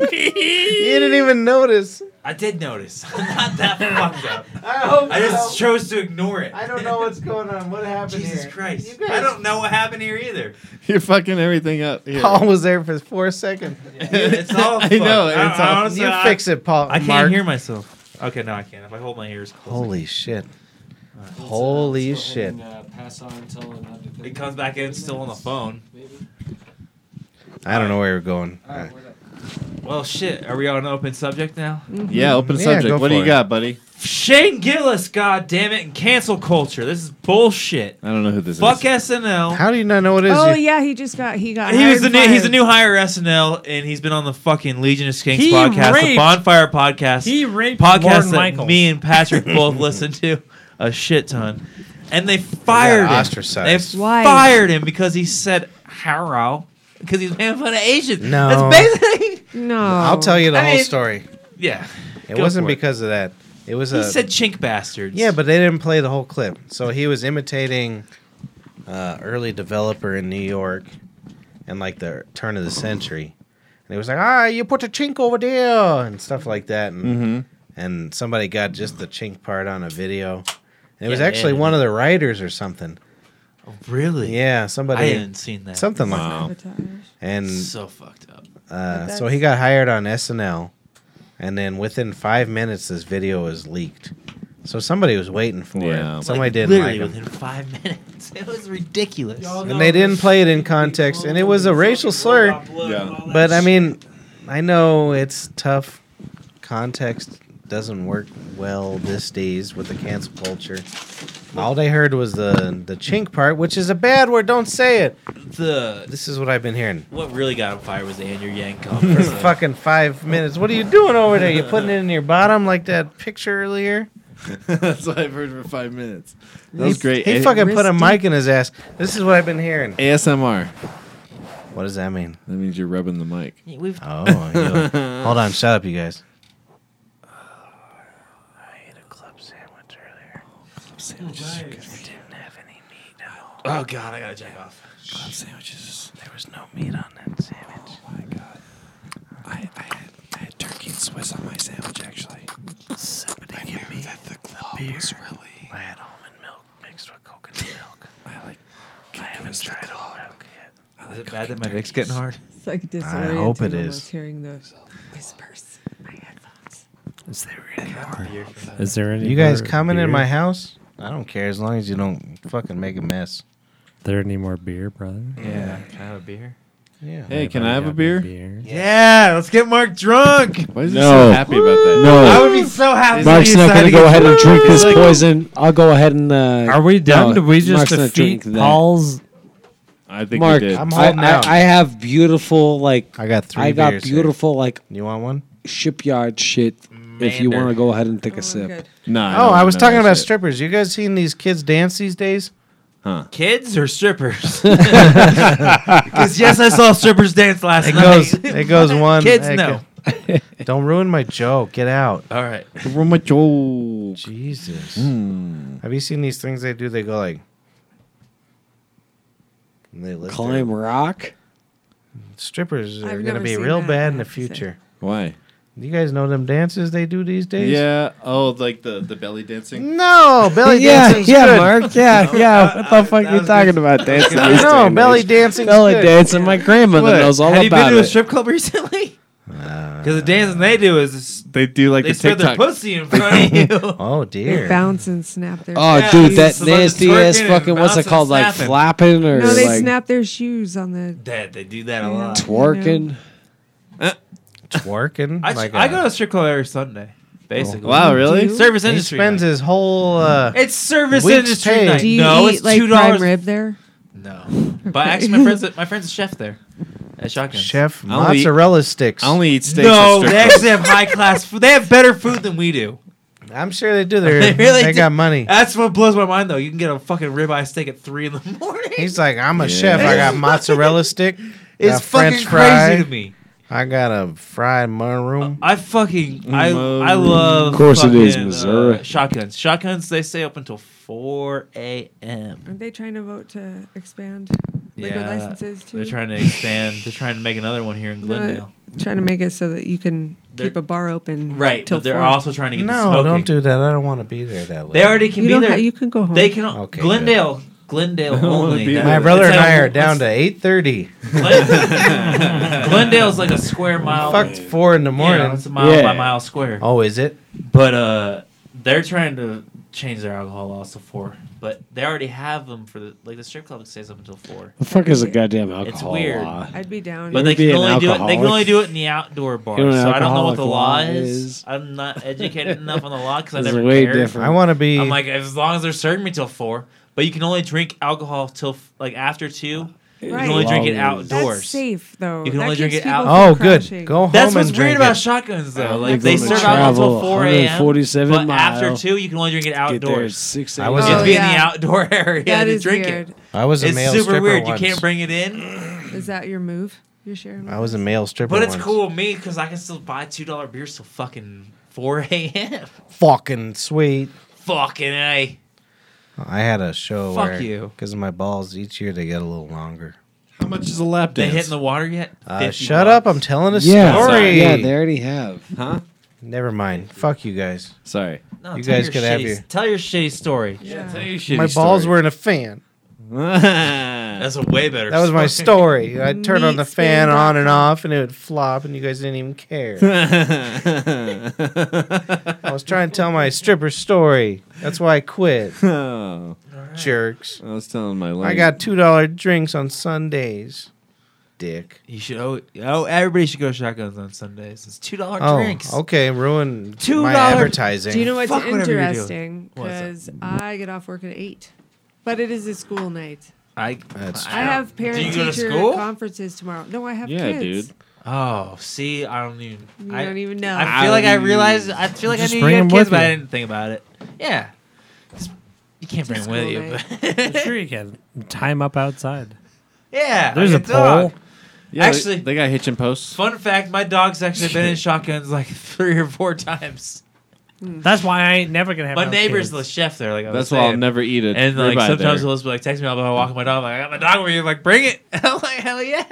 You didn't even notice. I did notice. I'm not that fucked up. I hope. I just chose to ignore it. I don't know what's going on. What happened Jesus here? Christ. You guys- I don't know what happened here either. You're fucking everything up. Here. Paul was there for four seconds. It's all. I fucked. know, I, it's I all- honestly, you I, fix it, Paul. uh, I can't Mark. hear myself. Okay, no, I can't. If I hold my ears close, Holy shit! Holy shit! uh, pass on until another it comes back in it's still on the phone. I don't know where you're going. Well, shit. Are we on an open subject now? Yeah, open Yeah, subject. go What do for you it. got, buddy? Shane Gillis, god damn it, and cancel culture. This is bullshit. I don't know who this Fuck is. SNL. How do you not know what it is? oh You- yeah, he just got he got. he was hired the new, he's fired. the new hire SNL, and he's been on the fucking Legion of Skanks He podcast, the raped- Bonfire podcast, He raped podcast Morton that Michaels. me and Patrick both listened to a shit ton, and they fired him. ostracized. They Why? fired him because he said "harrow" because he's making fun of Asians. No. that's basically No, I'll tell you the I whole mean- story. yeah. It go wasn't for it. because of that. It was He a said "chink bastards." Yeah, but they didn't play the whole clip. So he was imitating uh, early developer in New York and like the turn of the century. And he was like, ah, you put a chink over there and stuff like that. And, and somebody got just the chink part on a video. And it was Yeah, actually man. one of the writers or something. Oh, really, Yeah, I somebody. hadn't seen that. Something like that. And so fucked up. uh, But so he got hired on SNL, and then within five minutes, this video was leaked. So somebody was waiting for Yeah. it. Somebody Like, didn't like literally him, within five minutes. It was ridiculous. and they didn't play it in context, and it was a racial slur. Yeah. But I mean, I know it's tough. Context doesn't work well these days with the cancel culture. All they heard was the the chink part, which is a bad word. Don't say it. The This is what I've been hearing. what really got him fired was the Andrew Yankoff. for person. fucking five minutes. What are you doing over there? You putting it in your bottom like that picture earlier? That's what I've heard for five minutes. That was He- great. He A- fucking put a mic in his ass. This is what I've been hearing. ASMR. What does that mean? That means you're rubbing the mic. We've Oh, you- hold on. Shut up, you guys. oh god, I gotta jack off. There was no meat on that sandwich. I, I, had, I had turkey and Swiss on my sandwich, actually. I knew that the club was really. I had almond milk mixed with coconut milk. I like. I haven't tried all milk yet. Is it bad that my dick's getting hard? It's like disorienting. I hope it almost is. Hearing the whispers. in My headphones. Is there any more? Is there any You guys more coming in beer? my house? I don't care as long as you don't fucking make a mess. There any more beer, brother? Yeah. Can I have a beer? Yeah. Hey, can I have a beer? Yeah, let's get Mark drunk. Why is he so No. happy about that? No. I would be so happy. Mark's if not decided to going to go get ahead and drunk. drink this Like, poison. I'll go ahead and. Uh, Are we done? no, Did we just Mark's not defeat drinking that. Paul's? I think Mark, we did. I'm I, I, I have beautiful like. I got three I got beers here. beautiful like You want one? shipyard shit. If you Mander. want to go ahead and take a sip, Nah, oh, don't I was know talking that about shit. strippers. You guys seen these kids dance these days? Kids or strippers? Because yes, I saw strippers dance last It night. goes. it goes one. Kids, it no. go- don't ruin my joke. Get out. All right. From a joke. Jesus. Hmm. Have you seen these things they do? They go like. And they lift their- climb rock. Strippers I've are going to never be seen real that, bad in I the have to say. future. Why? You guys know them dances they do these days? Yeah. Oh, like the, the belly dancing. No, belly Oh, yeah, dancing's yeah, good. Mark. Yeah, yeah. What the fuck that are you was talking about? Dancing. these No, days. belly dancing's Belly good. dancing. My grandmother What? knows all Have you been about to a it. strip club recently? Because the dancing they do is They do like they the spit their TikTok. pussy in front of you. Oh, They dear. bounce and snap their. Oh, Yeah, dude, he's that just like nasty twerking ass and fucking what's it bouncing, called? Like snapping. flapping or no, they like snap their shoes on the. Dad, they do that a lot. twerking? Twerking. I, like I a- go to a strip club every Sunday, basically. Wow, really? Do you, Service He industry. spends night. his whole. Uh, It's service week's industry pay. night. do you no, eat it's like two prime dollars. rib there? No, but actually, my friends, my friend's a chef there at Shotgun. Chef I only- mozzarella sticks. I only eat steaks. No, at they strip clubs. actually have high class food. They have better food than we do. I'm sure they do. They're, They really they do. got money. That's what blows my mind, though. You can get a fucking ribeye steak at three in the morning. He's like, I'm a chef. I got mozzarella stick. it's got fucking French fry. crazy to me. Uh, I got a fried mushroom. I fucking I Mm, I Mm-hmm. love. Of course it is, fucking, uh, Missouri. shotguns. Shotguns. They stay up until four a.m. Aren't they trying to vote to expand liquor Yeah, licenses too? They're trying to expand. They're trying to make another one here in Glendale. trying to make it so that you can They're- keep a bar open. right, till but they're four. also trying to get the no, smoking. don't do that. I don't want to be there that late. They already can You be don't. there. Ha- you can go home. They can Okay, Glendale. Glendale don't wanna only. be That- My there. brother and it's like- I are down to 8.30. Glendale- Glendale's like a square mile. Fucked 4 in the morning. Oh, Yeah, it's a mile Yeah. by mile square. Oh, is it? But uh, they're trying to change their alcohol laws to four. But they already have them for the like the strip club stays up until four. The fuck is a goddamn alcohol weird. law? I'd be down. But they be can an only do it. They can alcoholic. only do it in the outdoor bars. You're an So I don't know what the alcoholic law law is. is. I'm not educated enough on the law because I This is never way cared. different. I want to be. Mm. I'm like, as long as they're serving me till four, but you can only drink alcohol till f- like after two. You Right. can only drink it Laws. That's outdoors. safe though. You can That only drink keeps it out- people oh, from crashing. good. Go home That's and what's weird drink about it. shotguns though. I'm Like gonna they go serve alcohol travel till four a.m. 147 but after mile, two, you can only drink it Get there at outdoors. six. I a.m. was You have Oh, to be in yeah. the outdoor area That to is drink weird. it. I was a It's male super stripper weird. Once. You can't bring it in, Is that your move? You're sharing. with I was a us? male stripper but it's once. cool with me because I can still buy two dollar beers till fucking four a.m. Fucking sweet. Fucking a. I had a show Fuck where, you. Because my balls each year they get a little longer. How much is a lap They dance? hit in the water yet? Uh, 50 shut up! bucks. I'm telling a yeah, story. yeah, they already have. huh? Never mind. Fuck you guys. Sorry. No, You tell guys your could have shitty- your- tell your shitty story. Yeah. my balls were in a fan. That's a way better. That was my story. I'd turn on the Meat fan spin on and dot com. off, and it would flop, and you guys didn't even care. I was trying to tell my stripper story. That's why I quit. oh, Jerks. I was telling my. I lady. got two dollar drinks on Sundays. Dick. You should owe, oh everybody should go shotguns on Sundays. It's two dollar Oh, drinks. okay. Ruin Two my dollar- advertising. Do you know what's Fuck whatever you're doing. interesting? What's Because I get off work at eight, but it is a school night. I That's I have Do you parent go to teacher school? conferences tomorrow. No, I have Yeah, kids. Oh, see, I don't even. You I don't even know. I feel like I realized. I feel like Just I knew bring you had 'em kids, with but I you. didn't think about it. Yeah, It's- you can't bring It's 'em with you. cool, But sure, you can time up outside. yeah, There's a like dog. pole. Yeah, they- Actually- they, got hitching posts. Fun fact: My dog's actually been in shotguns like three or four times. That's why I ain't never gonna have My no neighbor's the kids. chef there. Like I was That's why I'll saying. never eat it. And like ribeye sometimes there. he'll just be like, text me. I'll be walking my dog. I'm like I got my dog with you. Like bring it. I'm like hell yeah.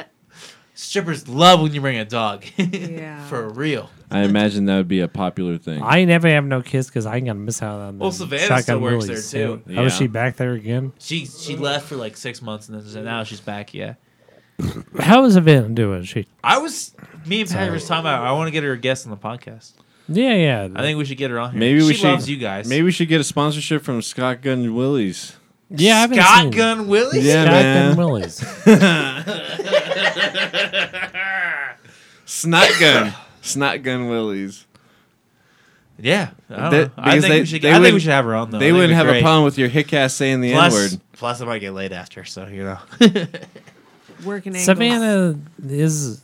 Strippers love when you bring a dog. Yeah. For real. I imagine that would be a popular thing. I never have no kids because I'm gonna miss out on. Well, them Savannah shotgun still works willies, there, too. How is Yeah. she back there again? She she left for like six months and then now she's back. Yeah. How is Savannah doing? She. I was me and Patty were talking about. I want to get her a guest on the podcast. Yeah, yeah. I think we should get her on. Here. Maybe we She should- loves you guys. Maybe we should get a sponsorship from Scott Gunn Willie's. Yeah, I haven't Scott seen it. Gun Willies? Yeah, Scott man. Gun Willies. Snot gun. Snot gun willies. Yeah. I don't know. I think we should- I think we should have her on, though. I They think wouldn't it'd be have great. a problem with your hick ass saying the N plus, word. Plus, I might get laid after, so you know. Working angles. Savannah is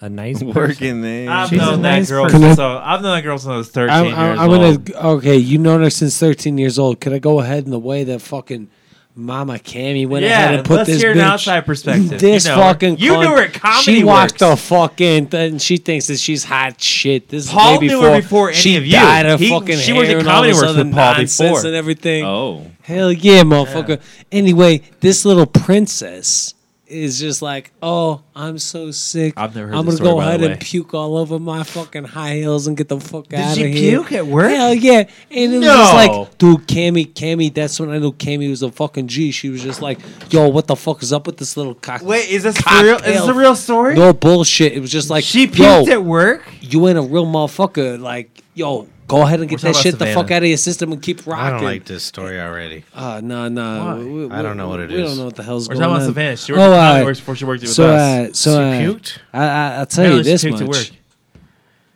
a nice Working person. there. I've known that girl person. since I, I've known that girl since I was thirteen I'm, years I'm, I'm old. gonna okay. You known her since 13 years old. Could I go ahead in the way that fucking Mama Cammy went Yeah, ahead and put let's this hear an bitch- outside perspective. This You know her. fucking You cunt, knew her at Comedy She walked Works. the fuck in, th- and she thinks that she's hot shit. This Paul is way knew before, her before any she of you. Dyed her He- fucking she worked hair at and all Comedy this Works other with Paul nonsense before. and everything. Oh, hell yeah, motherfucker. Anyway, this little princess is just like, oh, I'm so sick. I've never heard I'm this gonna story, go by the ahead way. and puke all over my fucking high heels and get the fuck out she of here. puke at work? Hell yeah! And it was No. just like, dude, Cammy, Cammy. That's when I knew Cammy was a fucking G. She was just like, yo, what the fuck is up with this little cock? Wait, is this for real? Is this a real story? No bullshit. It was just like She yo, puked at work. You ain't a real motherfucker. Like, yo, go ahead and get We're that talking shit about the fuck Savannah. out of your system and keep rocking. I don't like this story already. Uh, no, no. we- we- I don't know what it we We is. don't know what the hell's We're going talking on. about Savannah. She worked at Comedy Works before she worked with so, us. Uh, so, She uh, puked? I, I, I'll tell you Apparently she this puked much. at work.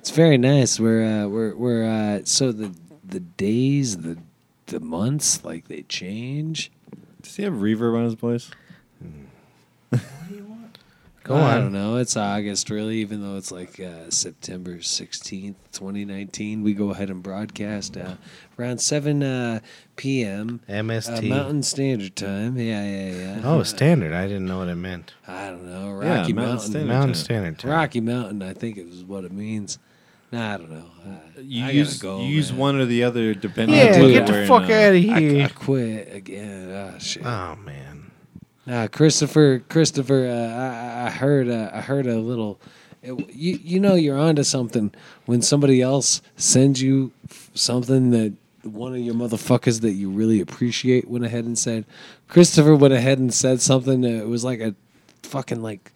It's very nice. We're, uh, we're, we're, uh, so the, the days, the, the months, like they change. Does he have reverb on his voice? uh, Go I don't know. It's August, really, even though it's like uh, September 16th, 2019. We go ahead and broadcast uh, around 7 uh, p.m. MST. uh, Mountain Standard Time. Yeah, yeah, yeah. Oh, standard. I didn't know what it meant. I don't know. Rocky Yeah, Mountain. Mountain Standard Mountain Time. Standard Time. Rocky Mountain, I think it was what it means. Nah, I don't know. Uh, I, You I use gotta go, you use man. one or the other depending Yeah, on whether get the we're in fuck a- out of I- I, here. quit again. Oh, shit. Oh man. Nah, Christopher, Christopher, uh, I- I, I heard, uh, I heard a little. it- you, you know, you're onto something when somebody else sends you f- something that one of your motherfuckers that you really appreciate went ahead and said. Christopher went ahead and said something. That it was like a fucking like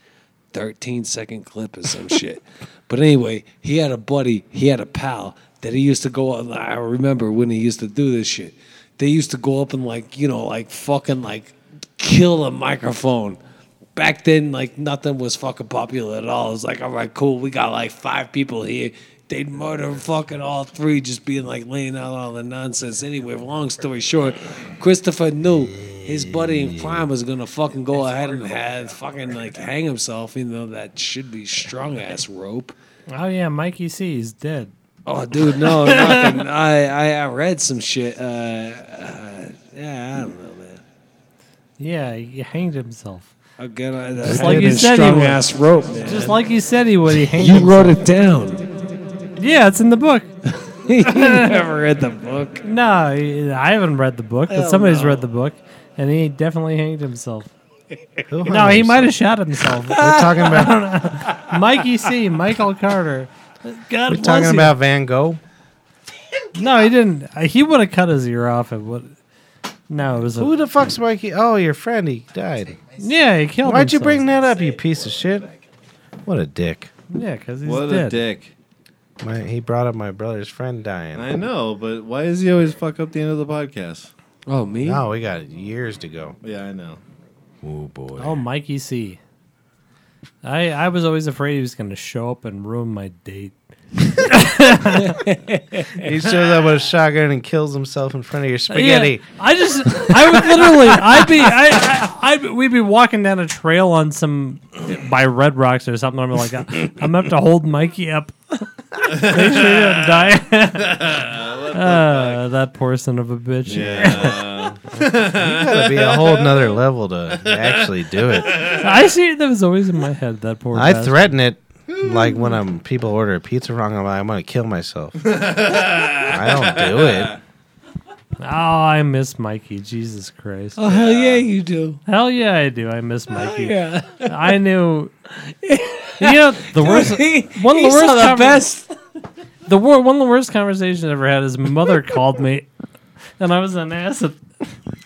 13 second clip or some shit. But anyway, he had a buddy, he had a pal that he used to go out. I remember when he used to do this shit. They used to go up and like, you know, like fucking like kill a microphone. Back then, like nothing was fucking popular at all. It's like, all right, cool, we got like five people here. They'd murder fucking all three, just being like laying out all the nonsense. Anyway, long story short, Christopher knew his buddy in crime was gonna fucking go ahead and have fucking like hang himself, even though that should be strong ass rope. Oh yeah, Mikey C is dead. Oh, dude, no, fucking, I, I I read some shit. Uh, uh, yeah, I don't know, man. Yeah, he hanged himself. Again, I, Just I like had you a said he strong would. ass rope, man. Just like you said he would. He hanged you himself. wrote it down. Yeah, it's in the book. you never read the book. No, he- I haven't read the book, but Hell somebody's no. read the book, and he definitely hanged himself. Who hung No, he himself? might have shot himself. We're talking about. Mikey C, Michael Carter. God we're bless talking you. about Van Gogh. No, he didn't. Uh, He would have cut his ear off. It would. No, it was a. Who the fuck's Mikey? Oh, your friend. He died. Yeah, he killed. Why'd you himself. bring that up, you piece of shit? What a dick. Yeah, because he's What dead. a dick! My, he brought up my brother's friend dying. I know, but why does he always fuck up the end of the podcast? Oh, me? No, we got years to go. Yeah, I know. Oh boy. Oh, Mikey C. I I was always afraid he was going to show up and ruin my date. He shows up with a shotgun and kills himself in front of your spaghetti. Oh, Yeah, I just, I would literally, I'd be, I, I, I'd, be- we'd be walking down a trail on some, by Red Rocks or something. I'm like, uh, I'm gonna have to hold Mikey up. Make sure he doesn't die. uh, that poor son of a bitch. Yeah, That'd be a whole nother level to actually do it. I see that was always in my head. That poor. I bastard. threaten it like when I'm people order a pizza wrong, I'm like, I'm gonna kill myself. I don't do it. Oh, I miss Mikey. Jesus Christ. Oh, hell yeah, you do. Hell yeah, I do. I miss Mikey. Yeah. I knew. you know the worst. One of the He worst. saw the conver- best. The wor- one of the worst conversations I ever had. His mother called me, and I was an ass. At-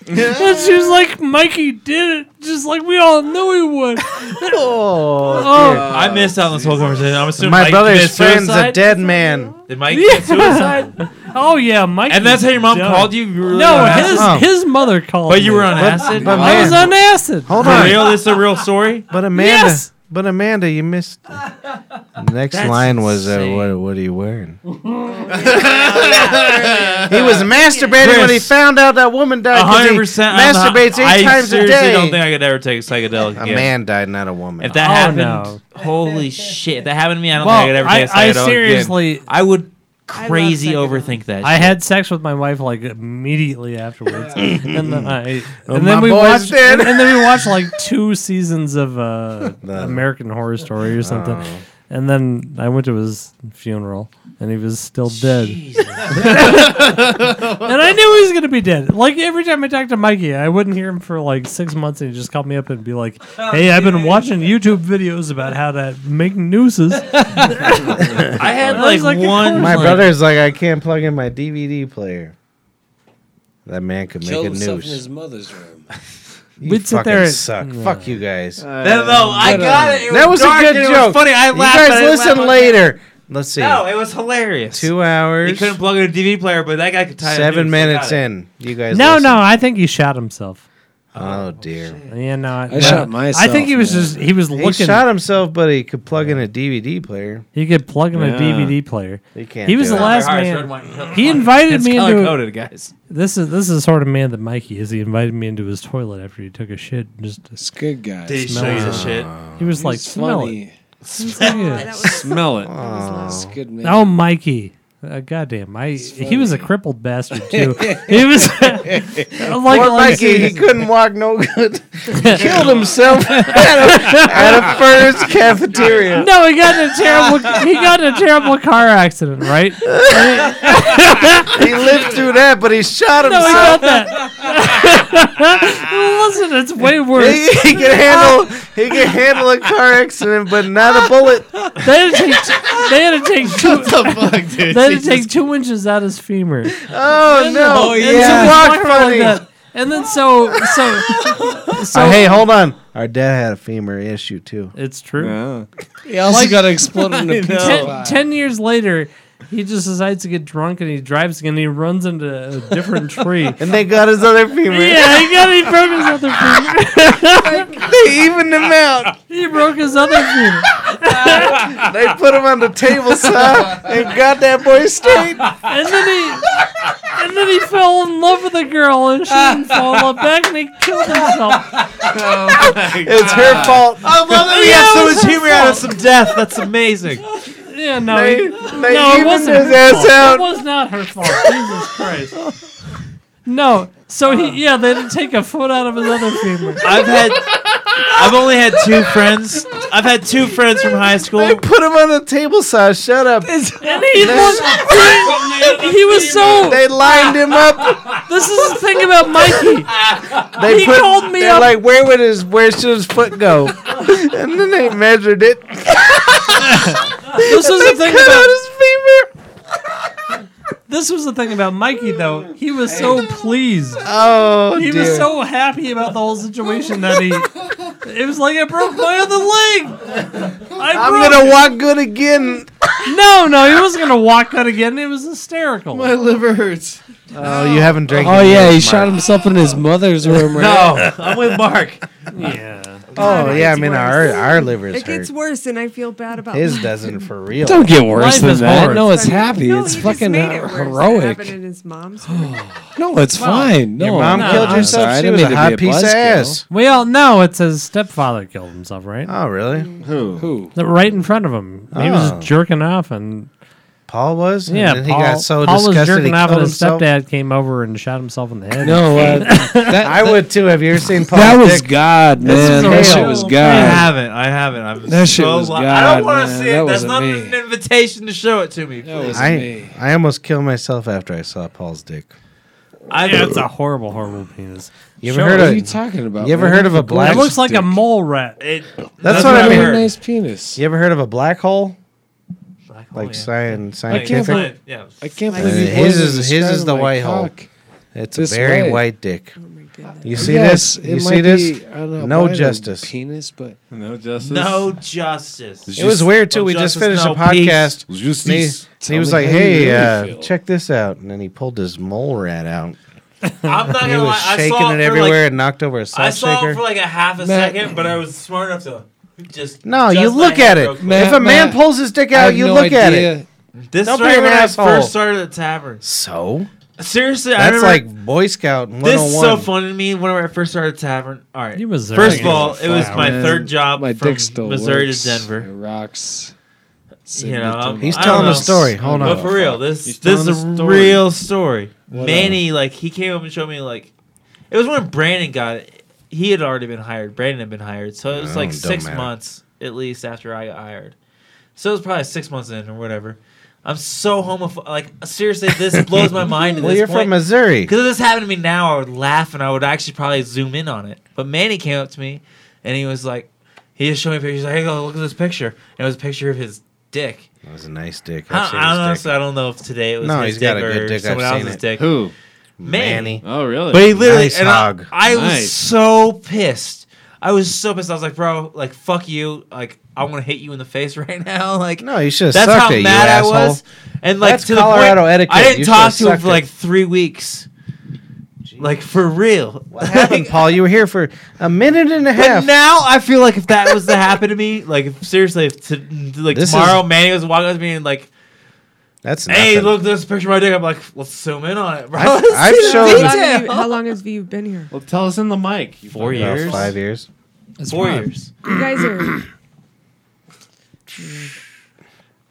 and she was like, "Mikey did it, just like we all knew he would." oh, I missed out on this whole conversation. I'm assuming My Mike brother's committed friend's suicide? a dead man. Did Mike commit suicide? Oh yeah, Mike. And that's how your mom called you? You were really no, on his acid? his mother called. But you me. were on acid? I was on acid. For real? This is a real story? But Amanda, but Amanda, you missed. The next That's line was, uh, insane. "What what are you wearing?" He was masturbating when he Chris. found out that woman died. A 'cause he hundred percent. I'm not- Masturbates eight I times a seriously day. don't think I could ever take a psychedelic. a again. man died, not a woman. If that Oh, happened, no. holy shit! If that happened to me, I don't Well, think I could ever take a psychedelic I- I again. seriously- I would crazy overthink that. I shit. had sex with my wife like immediately afterwards, and then, I, Well, and then Oh, my we boys watched, did. and, and then we watched like two seasons of uh, American Horror Story or something, Oh. and then I went to his funeral, and he was still dead, and I knew he was gonna be dead. Like every time I talked to Mikey, I wouldn't hear him for like six months, and he just called me up and be like, Oh, "Hey, I've been watching YouTube videos about how to make nooses." I had I like, was like, of one. course. my like- brother's like, I can't plug in my DVD player. That man could make a Killed himself in noose. his mother's room. You We'd sit fucking there and- Uh, suck. Fuck you guys. No, no, I got it. it that was a dark good and joke. It was funny. I laughed. You but I guys didn't listen laugh. later. Let's see. No, it was hilarious. Two He hours, couldn't plug in a DVD player, but that guy could tie. a seven noose. I minutes got it. in. You guys. No, listen. no, I think he shot himself. Oh dear. Yeah, no, I shot myself. I think he was man. just he was He looking. shot himself, but he could plug in a DVD player. He could plug in Yeah. a DVD player. He can't. He was do the it. last Alright, so man. red, white, and yellow. He invited It's me color into coded, guys. this is this is the sort of man that Mikey is. He invited me into his toilet after he took a shit. And just It's good guy. Did he Smell show you the it. shit? he was like, He's smell it. funny. Oh, Smell it. Smell it. It's good man. Oh, Mikey. Uh, goddamn, I he was a crippled bastard too. he was like, Poor like Mikey, he couldn't walk no good. Killed himself at a, at a first cafeteria. No, he got in a terrible he got in a terrible car accident, right? He lived through that, but he shot No, he himself. got that. Listen, it's way worse. he, he can handle he can handle a car accident, but not a bullet. They had to take, they had to take two, the fuck, dude? they had to take two inches out his femur. Oh no! And so It's he rock walked around funny. that. And then so so so Uh, hey, hold on. Our dad had a femur issue too. it's true. Yeah. He also got exploded in a pizza Ten, pie. ten years later, he just decides to get drunk and he drives again. And he runs into a different tree. yeah, And they got his other femur. he got he broke his other femur. They evened him out. He broke his other femur. They put him on the table saw and got that boy straight. And then he and then he fell in love with a girl and she didn't follow back and he killed himself. It's her fault. Oh, I love that we Yeah, have it so was much her humor out of some death. That's amazing. Yeah, no, They, he- they no, it evened wasn't his her ass fault. out. It was not her fault. Jesus Christ. No, so Uh. he yeah they didn't take a foot out of his other femur. I've had. I've only had two friends. I've had two friends from high school. They put him on the table saw. Shut up. And he was, he was so. They lined him up. This is the thing about Mikey. They He put, called me they're up. Like where would his where should his foot go? and then they measured it. This is the thing Cut out about his femur. this was the thing about Mikey though. He was so pleased. Oh He dear. was so happy about the whole situation that he. It was like I broke my other leg. I I'm broke. gonna walk good again. No, no, he wasn't gonna walk out again. It was hysterical. My liver hurts. Oh, you haven't drank. Oh yeah, he shot himself in his mother's room. Right? No, I'm with Mark. Yeah. Oh yeah, I mean worse. our our livers It hurt. gets worse, and I feel bad about His mine. doesn't for real. Don't get worse Life than is that. hard. No, it's But- happy. No, it's he just fucking made it worse. It heroic. happened in his mom's room. No, it's fine. No, Your mom no, killed I'm herself. sorry. I She didn't was mean a to be hot piece of buzzkill. ass. We all know it's his stepfather killed himself, right? Oh really? Who? Who? That- Right in front of him. He Oh. was jerking off and Paul was. And Yeah, then Paul, he got so Paul was disgusted. jerking he off, killed and his himself. stepdad came over and shot himself in the head. No, uh, that, I would too. Have you ever seen Paul? that was Dick? God, man. is That real. shit was I God. haven't. I haven't. I'm That shit so was li- I God, don't want to man. see That it. That's wasn't not me. an invitation to show it to me. That was I me. I almost killed myself after I saw Paul's dick. I Yeah, it's a horrible, horrible penis. You ever Show heard What are you of? talking about? You ever man? heard of a It black? looks like a dick? mole rat. It, That's that's what what I I Really mean. heard. nice penis. You ever heard of a black hole? Like Like, science, I can't scientific. yeah. I can't Like, believe you Uh, his boys is- are his describing is the my white hole. cock. It's a this very way. white dick. Oh my goodness. You see this? Yes, it You might see this? be, I don't know, no probably the justice. Penis, but no justice. No justice. It was weird too. We just finished a podcast. Justice. and he- and he, Tell was me like, how you "Hey, really uh, feel." check this out," and then he pulled his mole rat out. I'm not And gonna he was lie. I shaking saw it for everywhere Like, and knocked over a I salt saw it shaker. for like a half a Matt- second, but I was smart enough to just. No, just you my look hand at real it. quick. Man, if a man Matt, pulls his dick I out, have you no look at idea. it. This Don't is be right an when asshole. I first started at tavern. So Seriously, I that's remember like oh Boy Scout This is so 101. funny to me. Whenever I first started tavern, all right. You was there. First of You all, was it was my Man, third job my from dick still Missouri works. to Denver. It rocks. You know, I'm- He's I telling don't a know. story. Hold But on. for real, this He's this is a telling a story. real story. What Manny, like he came up and showed me like it was when Brandon got it. He had already been hired. Brandon had been hired, so it was Oh, like don't six matter. months at least after I got hired. So it was probably six months in or whatever. I'm so homophobic. Like seriously, this blows my mind. At Well, this you're point. from Missouri. Because if this happened to me now, I would laugh and I would actually probably zoom in on it. But Manny came up to me and he was like, he just showed me a picture. He's like, hey, go look at this picture. And it was a picture of his dick. That was a nice dick. I, I've don't- I don't seen know, his so dick. I don't know if today it was No, his he's dick got a or good dick. I've someone seen else's it. dick. Who? Manny. Manny. Oh, really? But he literally, Nice and I- hog. I, was Nice. so pissed. I was so pissed. I was like, bro, like, fuck you. Like, I want to hit you in the face right now. Like, No, you should have that's sucked how it, you mad I asshole. was. And like That's to the Colorado point, etiquette. I didn't You talk should've to him sucked for it. like three weeks. Like for real. What happened, Paul? You were here for a minute and a half. But now I feel like if that was to happen to me, like if, seriously, if to, like This tomorrow is- Manny was walking up to me and like, That's hey, nothing. look, this picture of my dick. I'm like, let's zoom in on it, bro. I've- Let's see I've the shown- How Big long, detail. have you, how long has you been here? Well, tell us in the mic. you Four fucking- About years. five years. four years. You guys are.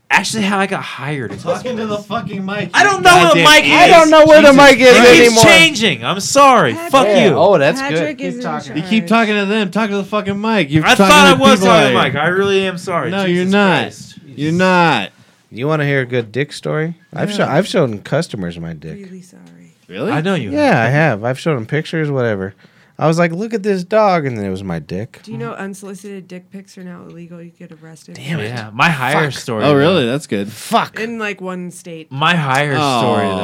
Actually, how I got hired. is- Talk into the fucking mic. I don't know what Goddamn Mike is. I don't know where the mic is It keeps anymore. changing. I'm sorry. Patrick- Fuck you. Oh, that's Patrick good. is in talking. You keep charge. talking to them. Talk to the fucking mic. You're I talking thought I to was people talking to like- Mike. I really am sorry. No, Jesus you're not. Christ. You're not. You want to hear a good dick story? I've shown I've shown customers my dick. Really sorry. Really? I know you. Yeah, I have. I've shown them pictures, whatever. I was like, look at this dog, and then it was my dick. Do you know unsolicited dick pics are now illegal? You get arrested. Damn it. Yeah, my hire story. Oh, though. really? That's good. Fuck. In like one state. My hire story though.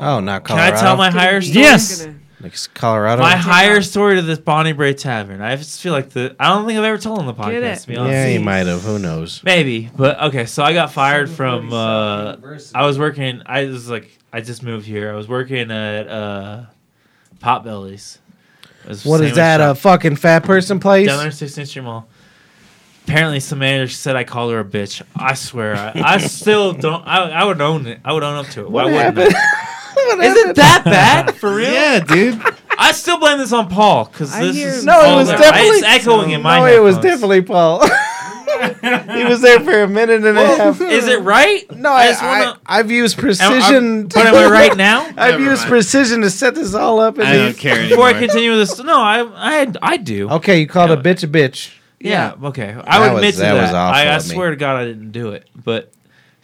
Oh. Oh, not Can Colorado. I tell my Gonna hire be- story? Yes. gonna- Like, it's Colorado. My hire story to this Bonnie Bray Tavern. I just feel like the I don't think I've ever told on the podcast. it. To be honest, yeah, you might have. Who knows? maybe. But okay, so I got fired from. Uh, I was working. I was like, I just moved here. I was working at uh, Potbellies. It was What sandwich is that? A shop fucking fat person place? down there, Sixteenth Street Mall. Apparently, some manager said I called her a bitch. I swear, I, I still don't. I, I would own it. I would own up to it. Why wouldn't I? Is it that bad for real? Yeah, dude. I still blame this on Paul because I this hear- is No, all it was there. definitely. it's echoing in my No, it was headphones. definitely Paul. he was there for a minute and a half. Is it right? No, I, just I, wanna- I've used am- precision. I'm- But am I right now? I've Never used mind. precision to set this all up. And I then- don't care Before I anymore. continue with this, no, I I I do. Okay, you called a bitch a bitch. Yeah, okay. I That would was- admit to that that. was awful I, I of me. swear to God, I didn't do it. But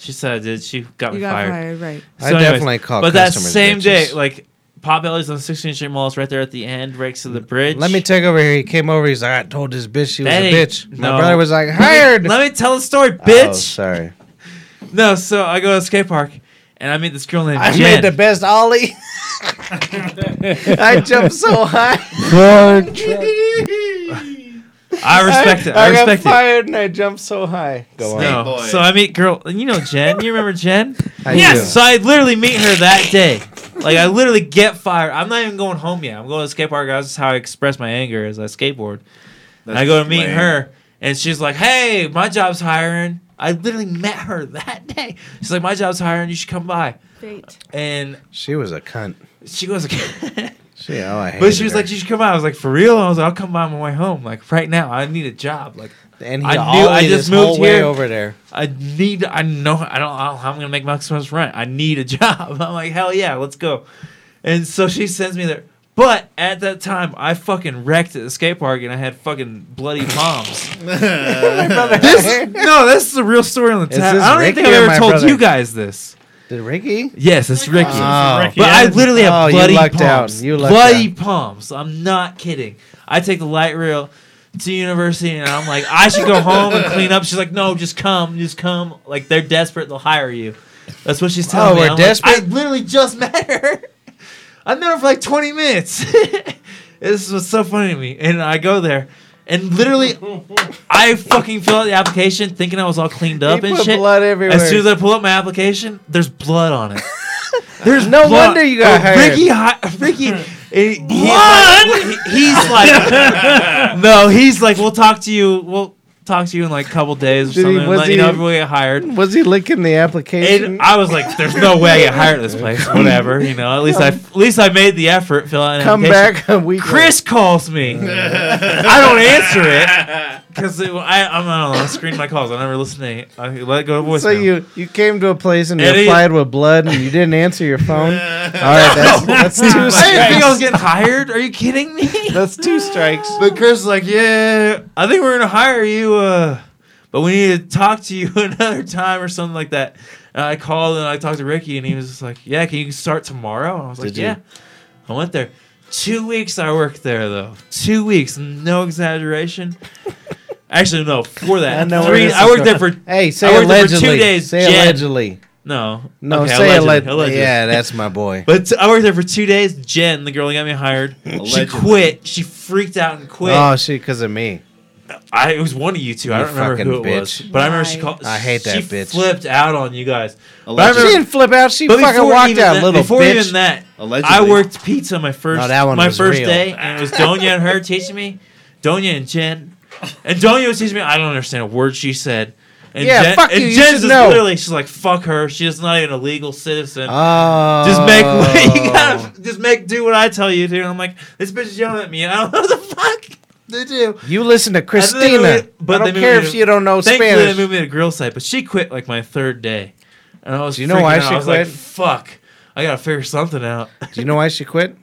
she said I did. She got You me got fired. fired, right? I anyways, definitely call But that customers same bitches. day, like Potbelly's on 16th Street Mall, it's right there at the end, right next to the bridge. Let me take over here. He came over. He's like, I told this bitch she was That a ain't- bitch. My no. brother was like, Let hired. me, let me tell the story, Oh, bitch. sorry. no, so I go to a skate park and I meet this girl named I Jen. made the best ollie. I jumped so high. I respect it. I, got respect it. fired and I jumped so high. Go on. No. boy. So I meet girl, you know Jen. You remember Jen? I do. yes. So I literally meet her that day. Like I literally get fired. I'm not even going home yet. I'm going to the skate park. That's how I express my anger as I skateboard. and I go to meet lame. her, and she's like, "Hey, my job's hiring." I literally met her that day. She's like, "My job's hiring. You should come by." Fate. And She was a cunt. she goes, She, oh, I "But hated she was her. like, you should come by." I was like, "For real?" I was like, "I'll come by on my way home. Like right now, I need a job. Like and he I ollied knew- I just his whole moved way here. over there. I need. I know. I don't. I don't know how I'm gonna make my expense rent. I need a job. I'm like, hell yeah, let's go. And so she sends me there. But at that time, I fucking wrecked at the skate park and I had fucking bloody palms. this, no, this is a real story on the Is tab. this I don't even Ricky think or I've my ever told brother? you guys this. Did Ricky? Yes, it's Ricky. Oh. But I literally have Oh, you bloody lucked palms. out. You lucked bloody palms. I'm not kidding. I take the light rail to university and I'm like, I should go home and clean up. She's like, no, just come, just come. Like they're desperate, they'll hire you. That's what she's telling Oh, me. we're I'm like, desperate? I literally just met her. I've known her for like 20 minutes. This was so funny to me. And I go there. And literally, I fucking fill out the application thinking I was all cleaned up and put shit. blood everywhere. As soon as I pull up my application, there's blood on it. There's no blood. wonder you got Oh, hired. Ricky, hi- Ricky, eh, he- he's like, he's like, no, he's like, we'll talk to you. We'll talk to you in like a couple days or Did he- something. and was let you know he- Mm-hmm. if we get hired. Was he licking the application? And I was like, "There's no way I get hired at this place. Whatever, you know. At least I, at least I made the effort. Fill out an Come application. back a week. Chris calls me. I don't answer it because I'm I don't know. I screen my calls. I never listen to. it. I let go of voicemail. So you you came to a place and you Idiot. applied with blood and you didn't answer your phone. All right, that's, that's I two didn't think I was strikes. getting hired. Are you kidding me? That's two strikes. But Chris is like, yeah, I think we're gonna hire you, uh, but we need to talk to you another time or something like that. And I called and I talked to Ricky, and he was just like, yeah, can you start tomorrow? And I was like, Did you? yeah. I went there. Two weeks I worked there though. Two weeks, no exaggeration. Actually, no. Before that, I know where three. this I is worked there for going. Hey, say I worked there for allegedly. two days. Say Jen- allegedly. No. No, Okay, say allegedly, allegedly. allegedly. Yeah, that's my boy. But t- I worked there for two days. Jen, the girl that got me hired, she quit. She freaked out and quit. Oh, shit, because of me. I it was one of you two. I You don't remember who it fucking was, bitch. but I remember she called. I hate that she bitch. Flipped out on you guys. But I She remember, didn't flip out. She but fucking before walked even out, that, little before bitch. even that, Allegedly. I worked pizza my first No, that one my was first real. day, and it was Donya and her teaching me, Donya and Jen, and Donya was teaching me. I don't understand a word she said. And Yeah, Jen, fuck and you, you Jen's should just know. literally, she's like, "Fuck her. She's not even a legal citizen. Oh. Just make what you gotta. Just make do what I tell you to." And I'm like, "This bitch is yelling at me. and I don't know what the fuck to do." You listen to And then they Christina. moved- but I they don't moved care me if to- you don't know thankfully Spanish. They moved me to grill site, but she quit like my third day, and I was. Do you know why freaking out. she I was Like, quit? Fuck! I gotta figure something out. Do you know why she quit?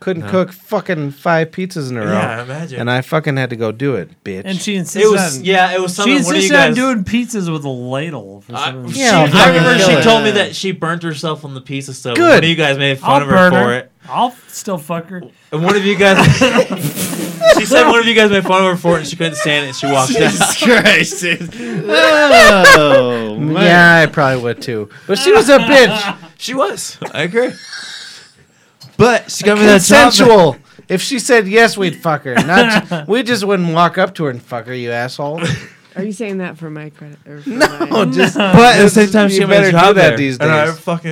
Couldn't No. cook fucking five pizzas in a row. Yeah, I imagine. And I fucking had to go do it, bitch. And she insisted. It was on, yeah, it was she something. one of you insisted on guys. doing pizzas with a ladle. For I, some she- reason. Yeah, I'll I fucking remember kill she it. told me that she burnt herself on the piece of stuff. Good. One of you guys made fun I'll of her burn for her. it, I'll still fuck her. and one of you guys. she said one of you guys made fun of her for it, and she couldn't stand it, and she walked out. Christ. oh, man. Mm, yeah, I probably would too. But she was a bitch. She was. I agree. But she got me that job. Consensual. If she said yes, we'd fuck her. Not we just wouldn't walk up to her and fuck her, you asshole. Are you saying that for my credit? Or for No, my, just But at the This same is- time, you she got me better a do job that there. these And I days. fucking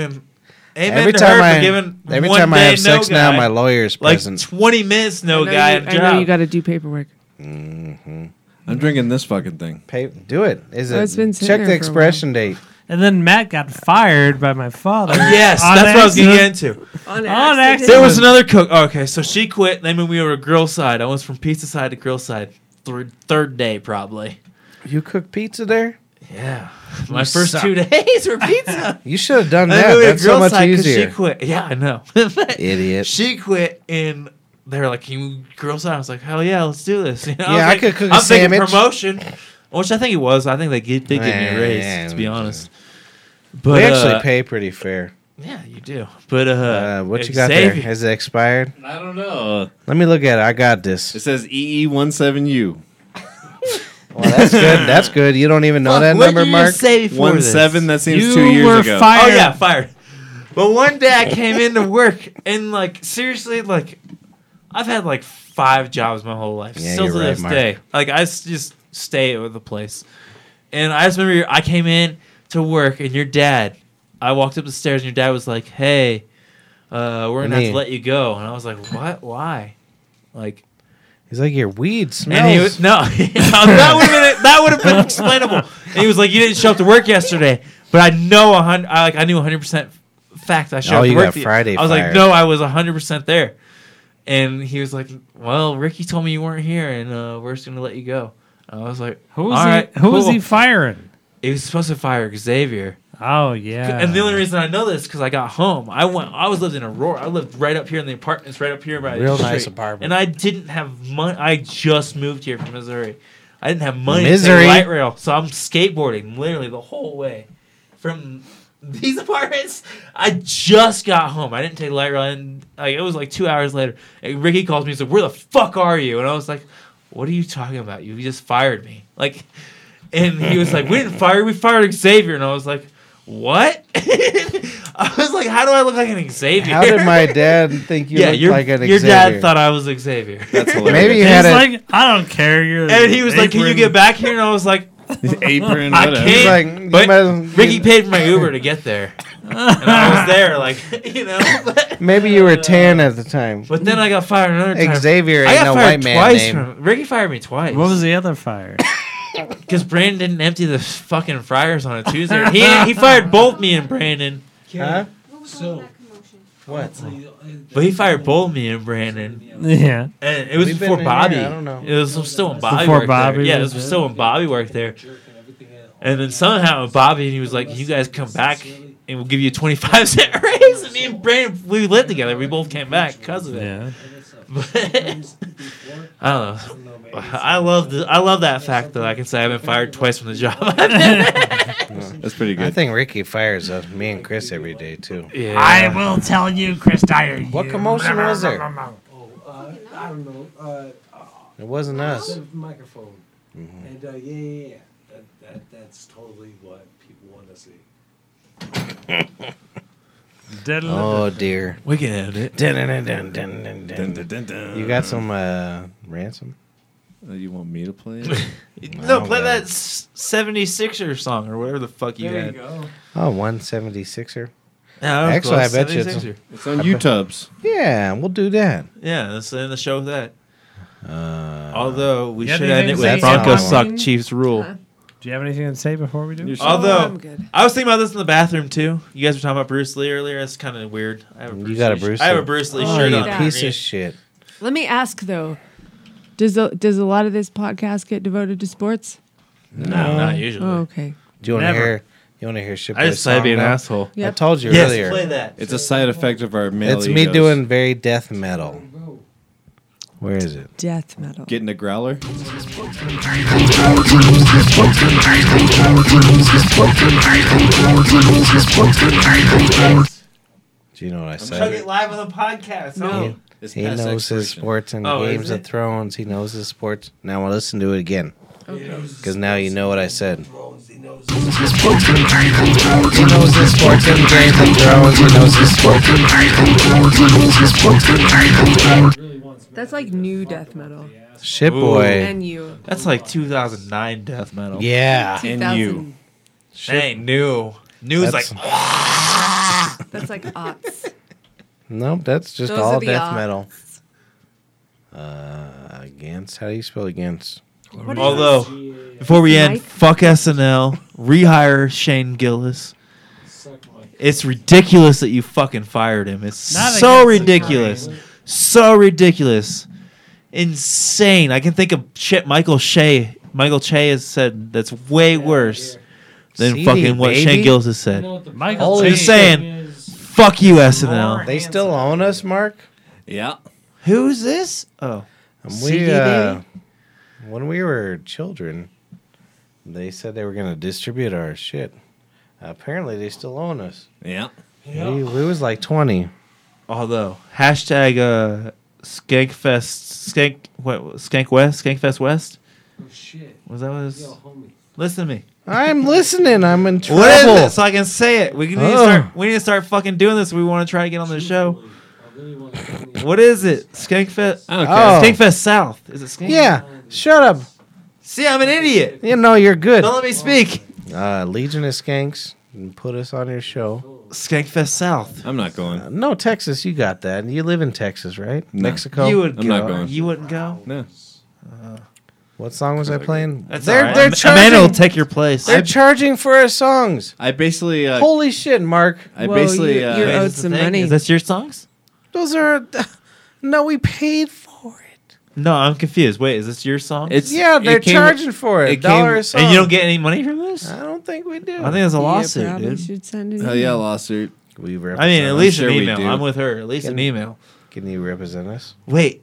amen every to time her I for giving every one time I day have sex no now, guy, my lawyer's like present. twenty minutes no I know guy you- and I know you job. got to do paperwork. I'm drinking this fucking thing. Pay, do it. Is Oh, it? it's been sitting check there the for a expiration date. And then Matt got fired by my father. yes, on that's what I was getting accident. into. On accident. There accident. was another cook. oh, okay, so she quit. They moved me over to grill side. I went from pizza side to grill side. Third, third day probably. You cook pizza there? Yeah, my first two days were pizza. You should have done They that. moved me to That's so grill much side 'cause easier. She quit. Yeah, I know. Idiot. She quit and they're like, "Can you grill side?" I was like, "Hell yeah, let's do this." You know, Yeah, was I like- could cook a I'm thinking sandwich. promotion, which I think it was. I think they gi- did give me a raise, Yeah, to be we- honest. But we actually uh, pay pretty fair. Yeah, you do. But uh, Uh, what you got there? Xavier- Has it expired? I don't know. Let me look at it. I got this. It says E EE17U. Well, that's good. That's good. You don't even know Fuck, that what number, did you Mark. say before One this? seven. That seems You two years were ago. fired. Oh yeah, fired. But one day I came into work and like seriously, like I've had like five jobs my whole life. Yeah, Still you're to right, this Mark. day, like I s- just stay with the place. And I just remember I came in to work and your dad. I walked up the stairs and your dad was like, "Hey, uh, we're gonna have Me. to let you go." And I was like, "What? Why?" Like He's like, your weed smells. and he was no. that would have been that would have been explainable. And he was like, "You didn't show up to work yesterday," but I know a hundred. I like I knew a hundred percent fact. I showed Oh, up to you work got the- Friday I was like, fired. "No, I was a hundred percent there." And he was like, "Well, Ricky told me you weren't here, and uh, we're just gonna let you go." And I was like, Who was "All he? right, who was cool." he firing? He was supposed to fire Xavier. Oh yeah. And the only reason I know this because I got home. I went. I was lived in Aurora. I lived right up here in the apartments, right up here by the Real street. nice apartment. And I didn't have money. I just moved here from Missouri. I didn't have money to Misery. pay light rail, so I'm skateboarding literally the whole way from these apartments. I just got home. I didn't take light rail. And like it was like two hours later. And Ricky calls me. He's like, "Where the fuck are you?" And I was like, "What are you talking about? You just fired me." Like. And he was like, "We didn't fire. We fired Xavier." And I was like, what? I was like, how do I look like an Xavier? How did my dad think you yeah, looked your, like an your dad Xavier? thought I was Xavier. That's hilarious. Maybe you had He's a- like, I don't care. You're and he was like, "Can you get back here?" And I was like, apron, I whatever. He's can't. like, you might as well but get- Ricky paid for my Uber to get there, and I was there. Like, you know. Maybe you were tan at the time. But then I got fired another time. Xavier I ain't got no fired white man twice name. From, Ricky fired me twice. What was the other fire? Because Brandon didn't empty the fucking fryers on a Tuesday. he he fired both me and Brandon. Huh? So, What? But he fired both me and Brandon. Yeah. And it was We've been before in Bobby. here, I don't know. It was still when Bobby Before worked there. Bobby Yeah, it was was there. still when Bobby worked there. And then somehow Bobby and he was like, "You guys come back and we'll give you a twenty five cent raise." And me and Brandon we lived together. We both came back because of it. Yeah. But I don't know. I love the, I love that fact that I can say I've been fired twice from the job. I've been at. That's pretty I good. think Ricky fires us, me and Chris every day too. yeah. will tell you, Chris Dyer. What commotion was there? Oh, I don't know. Uh, It wasn't us. Mm-hmm. the microphone. And uh, yeah, yeah, yeah. That, that, that's totally what people want to see. Oh dear. we can end it. Dun, dun, dun, dun, dun, dun, dun. You got some uh, ransom? Uh, you want me to play it? No, Oh, play man. that s- 76er song or whatever the fuck you had. go. Oh, er. 176er. Yeah, that was er. Actually, close. I bet you it's- 76er. It's on YouTubes. Yeah, we'll do that. Yeah, let's end the show with that. Uh, Although we Yeah, should they end didn't it say with that's Broncos not suck, Chiefs rule. Huh? Oh, Do you have anything to say before we do? You're so- Although I'm good. I was thinking about this in the bathroom too. You guys were talking about Bruce Lee earlier. That's kind of weird. I have a You Bruce got a Lee sh- Bruce I have Lee. a Bruce Lee Oh, shirt you on. piece of underneath. shit. Let me ask though. Does a, does a lot of this podcast get devoted to sports? no, not usually. Oh, okay. Do you want to Never. hear? You want to hear shit? I just thought I'd be an asshole. I Yep. told you Yes, earlier. play that. It's a side effect of our male It's me egos. doing very death metal. Where is it? Death metal. Getting a growler. Do you know what I said? Chug it live on the podcast. No. It's He past knows his expiration. sports and Oh, is Games of it? Thrones. He knows his sports. Now I'll listen to it again. Because now you know what I said. He knows his sports and Games of Thrones. He knows his sports. That's like new death metal. Shit Ooh. boy. And you. That's like 2009 death metal. Yeah. And you. 2000. That ain't new. New is like That's- That's like aughts. Nope, that's just Those are all the death odds. metal. Uh, against? How do you spell against? What is Although, before we end, Mike? fuck SNL, rehire Shane Gillis. It's ridiculous that you fucking fired him. It's Not so against the ridiculous. So ridiculous. Insane. I can think of shit Michael Shea, Michael Che has said that's way worse than CD, fucking what Shane baby. Gillis has said. Michael Holy I'm Lee- just saying, fuck you, SNL. They still own us, Mark? Yeah. Who's this? Oh. And CD, we, uh, when we were children, they said they were going to distribute our shit. Apparently, they still own us. Yeah. We, we was like 20. Although, hashtag uh, Skankfest, Skank, what, Skank West, Skankfest West? Oh, shit. Was that what it was? Yo, homie. Listen to me. I'm listening. I'm in trouble. What is it? So I can say it. We need to Oh. start. We need to start fucking doing this. if We want to try to get on the show. I really want to come here. What is it? Skankfest. uh, I don't care. Oh. Skankfest South. Is it Skank? Yeah. Shut up. See, I'm an idiot. You know you're good. Don't let me speak. Uh, Legion of Skanks and put us on your show. Skankfest South. I'm not going. Uh, no, Texas, you got that. You live in Texas, right? Mexico. You would I'm go. not going. You wouldn't go. No. what song was I playing? That's they're all right. they're Am- Amanda will charging. take your place. They're charging for our songs. I basically. Uh, Holy shit, Mark! I Whoa, basically. you- uh, you're- That's owed the some thing, money. Is that your songs? Those are no, we paid for it. No, I'm confused. Wait, is this your song? it's Yeah, it they're came- charging for it. it dollar came- a song. and you don't get any money from this? I don't think we do. I think it's a lawsuit, yeah, probably dude. should send it. Hell yeah, lawsuit. we I represent. mean, at least sure an we email. do. I'm with her. At least an Yeah. email. can you represent us? Wait,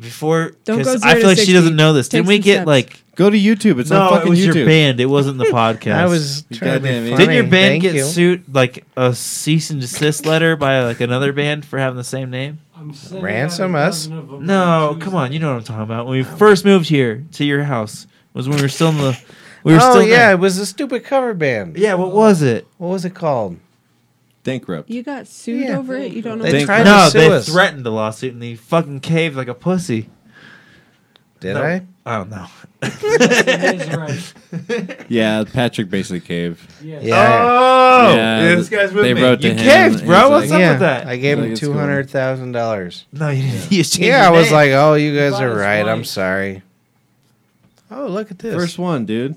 before Don't go because zero I to feel like she 60. doesn't know this. Take Didn't we some get steps. like Go to YouTube. It's on no? It fucking was YouTube. your band. It wasn't the podcast. I was You trying to be goddamn idiot. funny. Didn't your band Thank get you. sued like a cease and desist letter by like another band for having the same name? I'm sending Ransom out a us? dozen of them No, on come on, you know what I'm talking about. When we first moved here to your house was when we were still in the We were oh still yeah, there. it was a stupid cover band. Yeah, what was it? What was it called? Bankrupt. You got sued over it. You don't know. They what tried you're no, to sue they us. threatened the lawsuit and he fucking caved like a pussy. Did No, I? I don't know. Yeah, Patrick basically caved. Yeah. Oh, Yeah, this guy's with they me. wrote to you him, caved, and bro. he's What's like- up yeah. with that? I gave Like, him it's cool. two hundred thousand dollars. No, you didn't. You changed Yeah, I your was name. like, oh, you guys Bought are his right. I'm wife. sorry. Oh, look at this. First one, dude.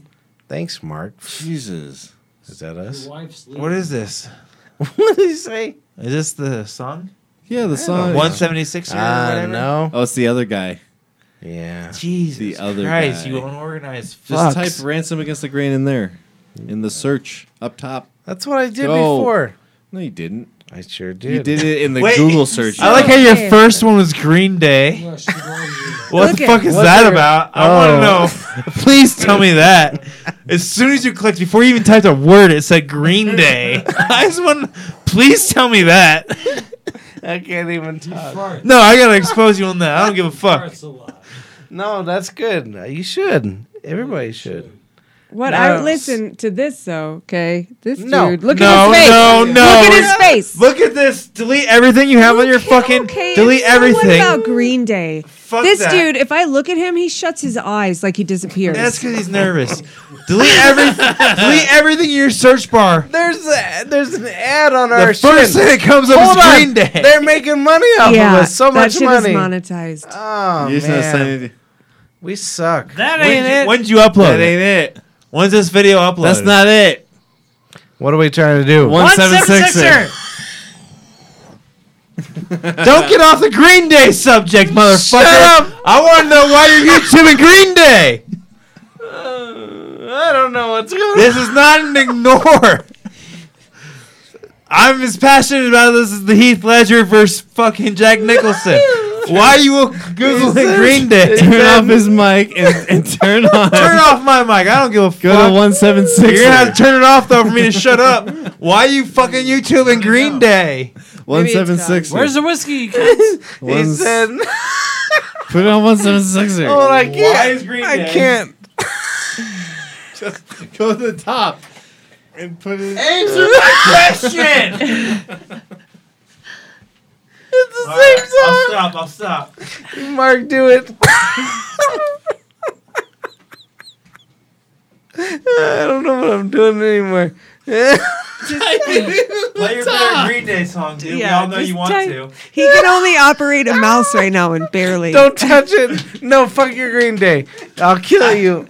Thanks, Mark. Jesus. Is that us? what is this? what did he say? Is this the song? Yeah, the song. One seventy six or Uh, whatever. no. Oh, it's the other guy. Yeah. Jesus The other Christ, guy. you unorganized Just fucks. type ransom against the grain in there. In the search up top. That's what I did Go. before. No, you didn't. I sure did. You did it in the Wait. Google search. I like how your first one was Green Day. What the Look fuck at- is What's that your- about? I want to know. Please tell me that. As soon as you clicked, before you even typed a word, it said Green Day. I just want. Please tell me that. I can't even talk. No, I gotta expose you on that. I don't give a fuck. No, that's good. Uh, You should. Everybody should. What I No. listen to this though, okay? This No. dude, look at No, his face. no, no. Look at his face. Look at this. Delete everything you have on your Okay, fucking. okay, delete and so What everything. about Green Day? Fuck this that. dude, if I look at him, he shuts his eyes like he disappears. That's because he's nervous. delete every. delete everything in your search bar. There's a, there's an ad on The our first shit. thing that comes up Hold is on. Green Day. They're making money off of yeah, us. So that much shit money. is monetized. oh You're just not man, saying it. we suck. That When ain't did, it. you, when did you upload? That it? ain't it. When's this video uploaded? That's not it. What are we trying to do? One seven six. Don't get off the Green Day subject, motherfucker. I want to know why you're YouTubing Green Day. Uh, I don't know what's going. This is not an ignore. I'm as passionate about this as the Heath Ledger versus fucking Jack Nicholson. Why are you googling Green Day? Turn off his mic and, and turn on. Turn off my mic. I don't give a Go to fuck. one seven six. You're gonna have to turn it off though for me to shut up. Why are you fucking YouTubing Green Day? One Maybe it's seven six. Where's the whiskey? Cats? He said, Put it on one seven six. "Hold on, I can't. I can't." Go to the top and put it. It's the same song. stop. I'll stop. Mark, do it. I don't know what I'm doing anymore. Play your favorite Green Day song, dude. Yeah, just type- He can only operate a mouse right now and barely. Don't touch it. No, fuck your Green Day. I'll kill you.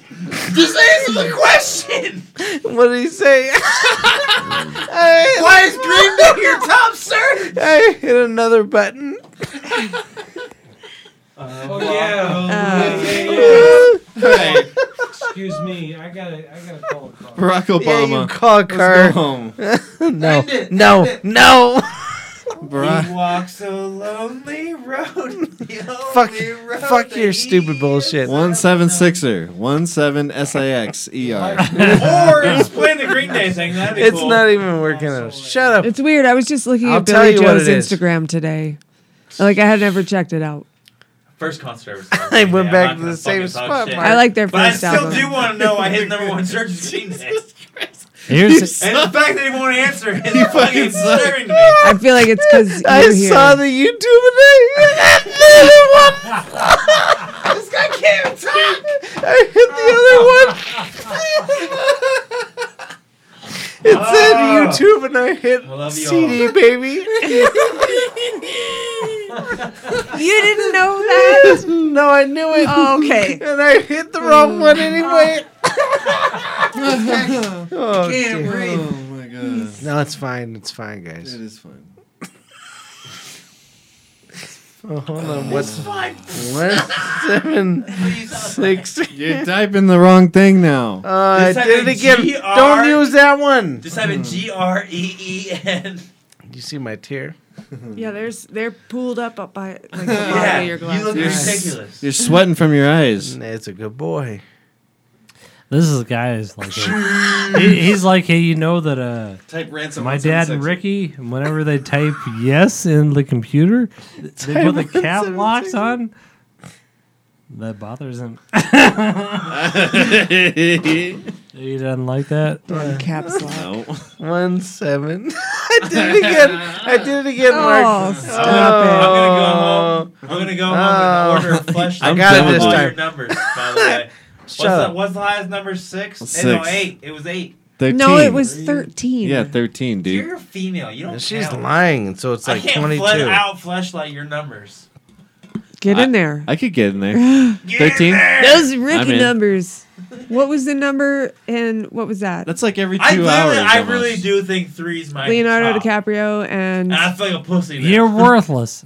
Just answer the question. What did he say? I, Why is Green Day your top search? I hit another button. Oh yeah. Uh, Excuse me. I gotta. I gotta call. A car. Barack Yeah, you Obama. call Let's car. go home. No, no, no. Barack. walks a lonely road. Fuck, fuck your stupid bullshit. One seven sixer. One seven S I X E R. Or explain the Green Day thing. That'd be It's cool. not even working out. Shut up. it's weird. I was just looking I'll at tell Billy you what Joe's it is. Instagram today. Like I had never checked it out. First concert I ever. saw. I went Yeah, back to I'm not the gonna same fucking talk spot, shit. Mark. I like their But I first still album. do want to know why his number one search is Green Day. Here's And the fact that he won't answer is fucking stirring me. I feel like it's because I saw the YouTube today. This guy can't talk. I hit the other one. it said YouTube and I hit love you CD, baby. You didn't know that? no, I knew it. Oh, okay. And I hit the wrong one anyway. oh, Can't dear. breathe. Oh my god. No, it's fine. It's fine, guys. It is fun. Oh, hold on. What's one seven six? You're typing the wrong thing now. Uh, I Just type did in it again. GR. Don't use that one. Just type in G R E E N. Did you see my tear? Yeah, there's they're pooled up up by like the bottom Yeah, of your you glass. look Nice. ridiculous. You're sweating from your eyes. That's a good boy. this is a guy who's like a- he- he's like hey you know that uh Type ransom. my dad and Ricky whenever they type yes in the computer they put the cat locks on. That bothers him. he doesn't like that. Caps lock. One seven. I did it again. I did it again, Oh, Mark. stop uh, I'm gonna go home. I'm gonna go home and order a flesh. Oh. I got it All this your time. Numbers, by the way. What's Shut the, up. what's the highest number? Six? Eh, No, Six. eight. It was eight. 13. No, it was 13. Yeah, 13, dude. You're a female. You don't. She's count. lying, and so it's I like can't twenty fle- two. out fleshlight your numbers. Get in there. I could get in there. 13? Those I'm Ricky in. numbers. What was the number and what was that? That's like every two I literally, hours. I almost. really do think three's my Leonardo top. DiCaprio and And I feel like a pussy. There. You're worthless.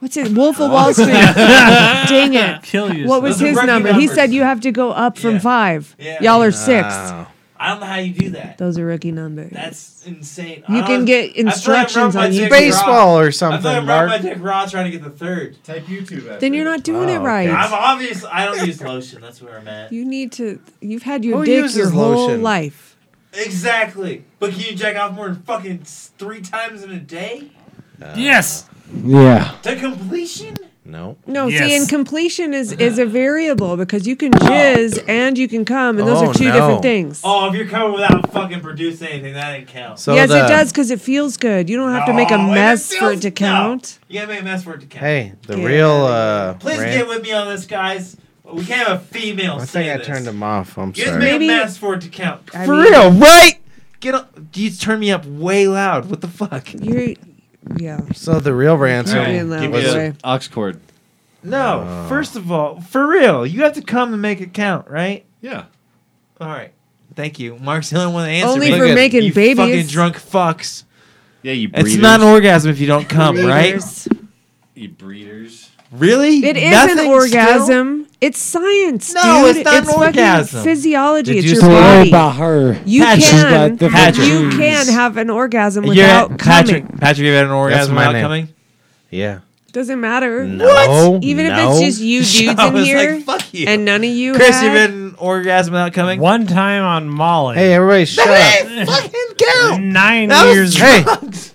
what's it? Wolf of Wall Street. Dang it. Kill you. What was Oh. Those are his Ricky number? He numbers. said you have to go up from Yeah. five. Yeah. Y'all are sixth. Wow. I don't know how you do that. Those are rookie numbers. That's insane. I you don't can know- get I feel like I'm instructions rubbing on my you. dick Baseball or raw. I feel like something, I'm rubbing my Mark. dick raw trying to get the third. Type YouTube Then you're not doing it Oh, Wow, right. I'm obvious. I don't use lotion. That's where I'm at. You need to. You've had your Who dick uses your whole lotion? life. Exactly. But can you jack off more than fucking s- three times in a day Yes. Yeah. to completion? No. No, see, Yes. and completion is is Uh-huh. a variable because you can jizz and you can come, and those Oh, are two no. different things. Oh, if you're coming without fucking producing anything, that didn't count. So yes, the- it does because it feels good. You don't have to make a No, it mess for feels- it to no. count. You gotta make a mess for it to count. Hey, the Yeah. real. uh Please rant- get with me on this, guys. We can't have a female I say think I this. turned him off. I'm You just sorry. made Maybe- a mess for it to count. I For mean, real, right? Get up. You turned me up way loud. What the fuck? You're, yeah. So the real ransom. You're being Give loud. me that a way. ox cord. No, Oh. first of all, for real, you have to come and make it count, right? Yeah. All right. Thank you. Mark's the only one that answered Only me. for Look at- making you babies. fucking drunk fucks. Yeah, you It's breeders. not an orgasm if you don't come, Um, right? Breeders. you breeders. Really? It is an Nothing still? orgasm. It's science, No, dude. it's not an fucking orgasm. Physiology. Did it's you your say- Don't worry body. about her. You Patrick. can, She's got the Patrick. you virtues. can have an orgasm You're at- without Patrick, coming. Patrick, you had an orgasm my without name. coming? Yeah. Doesn't matter. No. Even no. if it's just you dudes I in was here like, fuck you. and none of you Chris, had, you had an orgasm without coming? One time on Molly. Hey, everybody, shut up. fucking count. Nine That was years. Hey,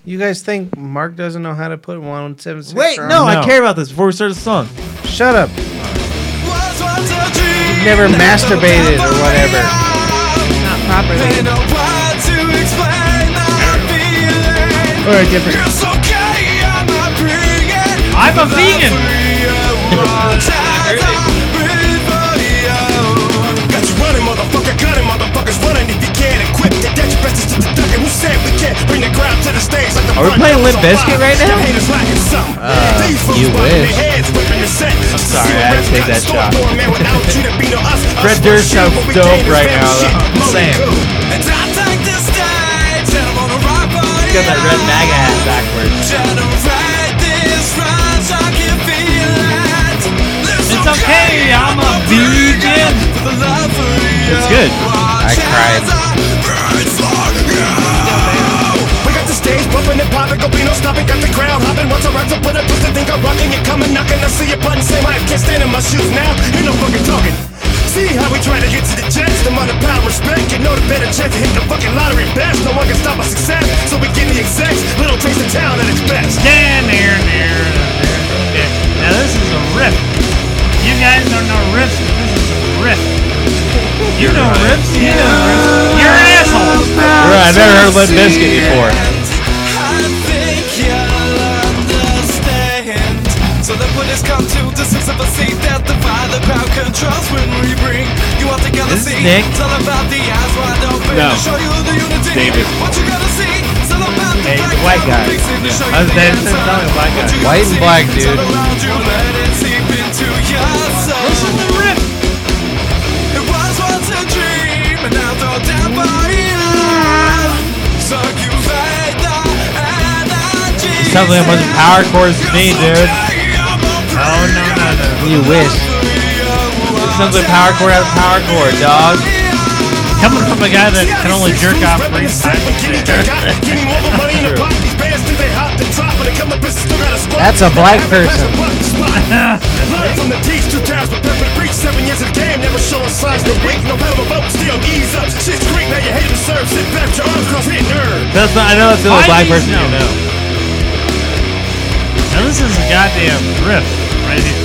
you guys think Mark doesn't know how to put one seven six? Wait, no, on? I No. care about this before we start the song. Shut up. You've never masturbated or whatever. not properly. Or a different. I'm a vegan. Got you running, motherfucker, gunning, motherfuckers running if you can. Equipped to death, your best is to the duck. And who said we can't bring the ground to the stage like the Are we front playing doors Limp on Bizkit right fire? now? Uh, Haters lacking something. These folks you bobbing wish. their heads, whipping the set. sorry, I had to take that shot. Fred Fred Durst sounds dope right now, though. I'm saying. He's Got that red MAGA hat backwards. It's okay, I'm a vegan. It's good. I cried. got the stage bumping and popping, gonna be no stopping. Got the crowd hopping. Once I rock to put a twist, I think I'm rocking. You coming knocking, I see your button, same I can't stand in my shoes now. You no fucking talking. See how we try to get to the jets, the amount of power and respect. You know the better chance to hit the fucking lottery best. No one can stop our success, so we give the execs little taste of town at its best. Down there, there, there. Now this is a riff. You guys don't know riffs. but This is a riff. You know riffs. You know riffs. You're assholes. I've never heard Limp Biscuit before. So the bullets come to the sense of a seat that the father crowd controls when we bring you out the galaxy. Nick? It's all about the eyes wide open No. to show you the unity. David. What you gotta see. It's all about the Hey, black the white crowd guy. mixing to show I was you the dancing answer. song with black guy. What you gotta White and see. black, It's all dude. around you. Let it seep into your soul. It was once a dream, and now thrown down by you. Circulate the energy. Sounds like a bunch of power chords to me, dude. Oh no no no. You wish. It sounds like power chord out of power chord, dog. Coming from a guy that can only jerk off three times. a day. That's a black person. From the teach two times with perfect reach, seven years in the game, never showing signs to weak. No pedal about still ease up. Shit's great, now you hate to serve. Sit back, your arms crossed, hit nerve. That's not, I know that's the only I black need person to you know. Now this is a goddamn riff right here.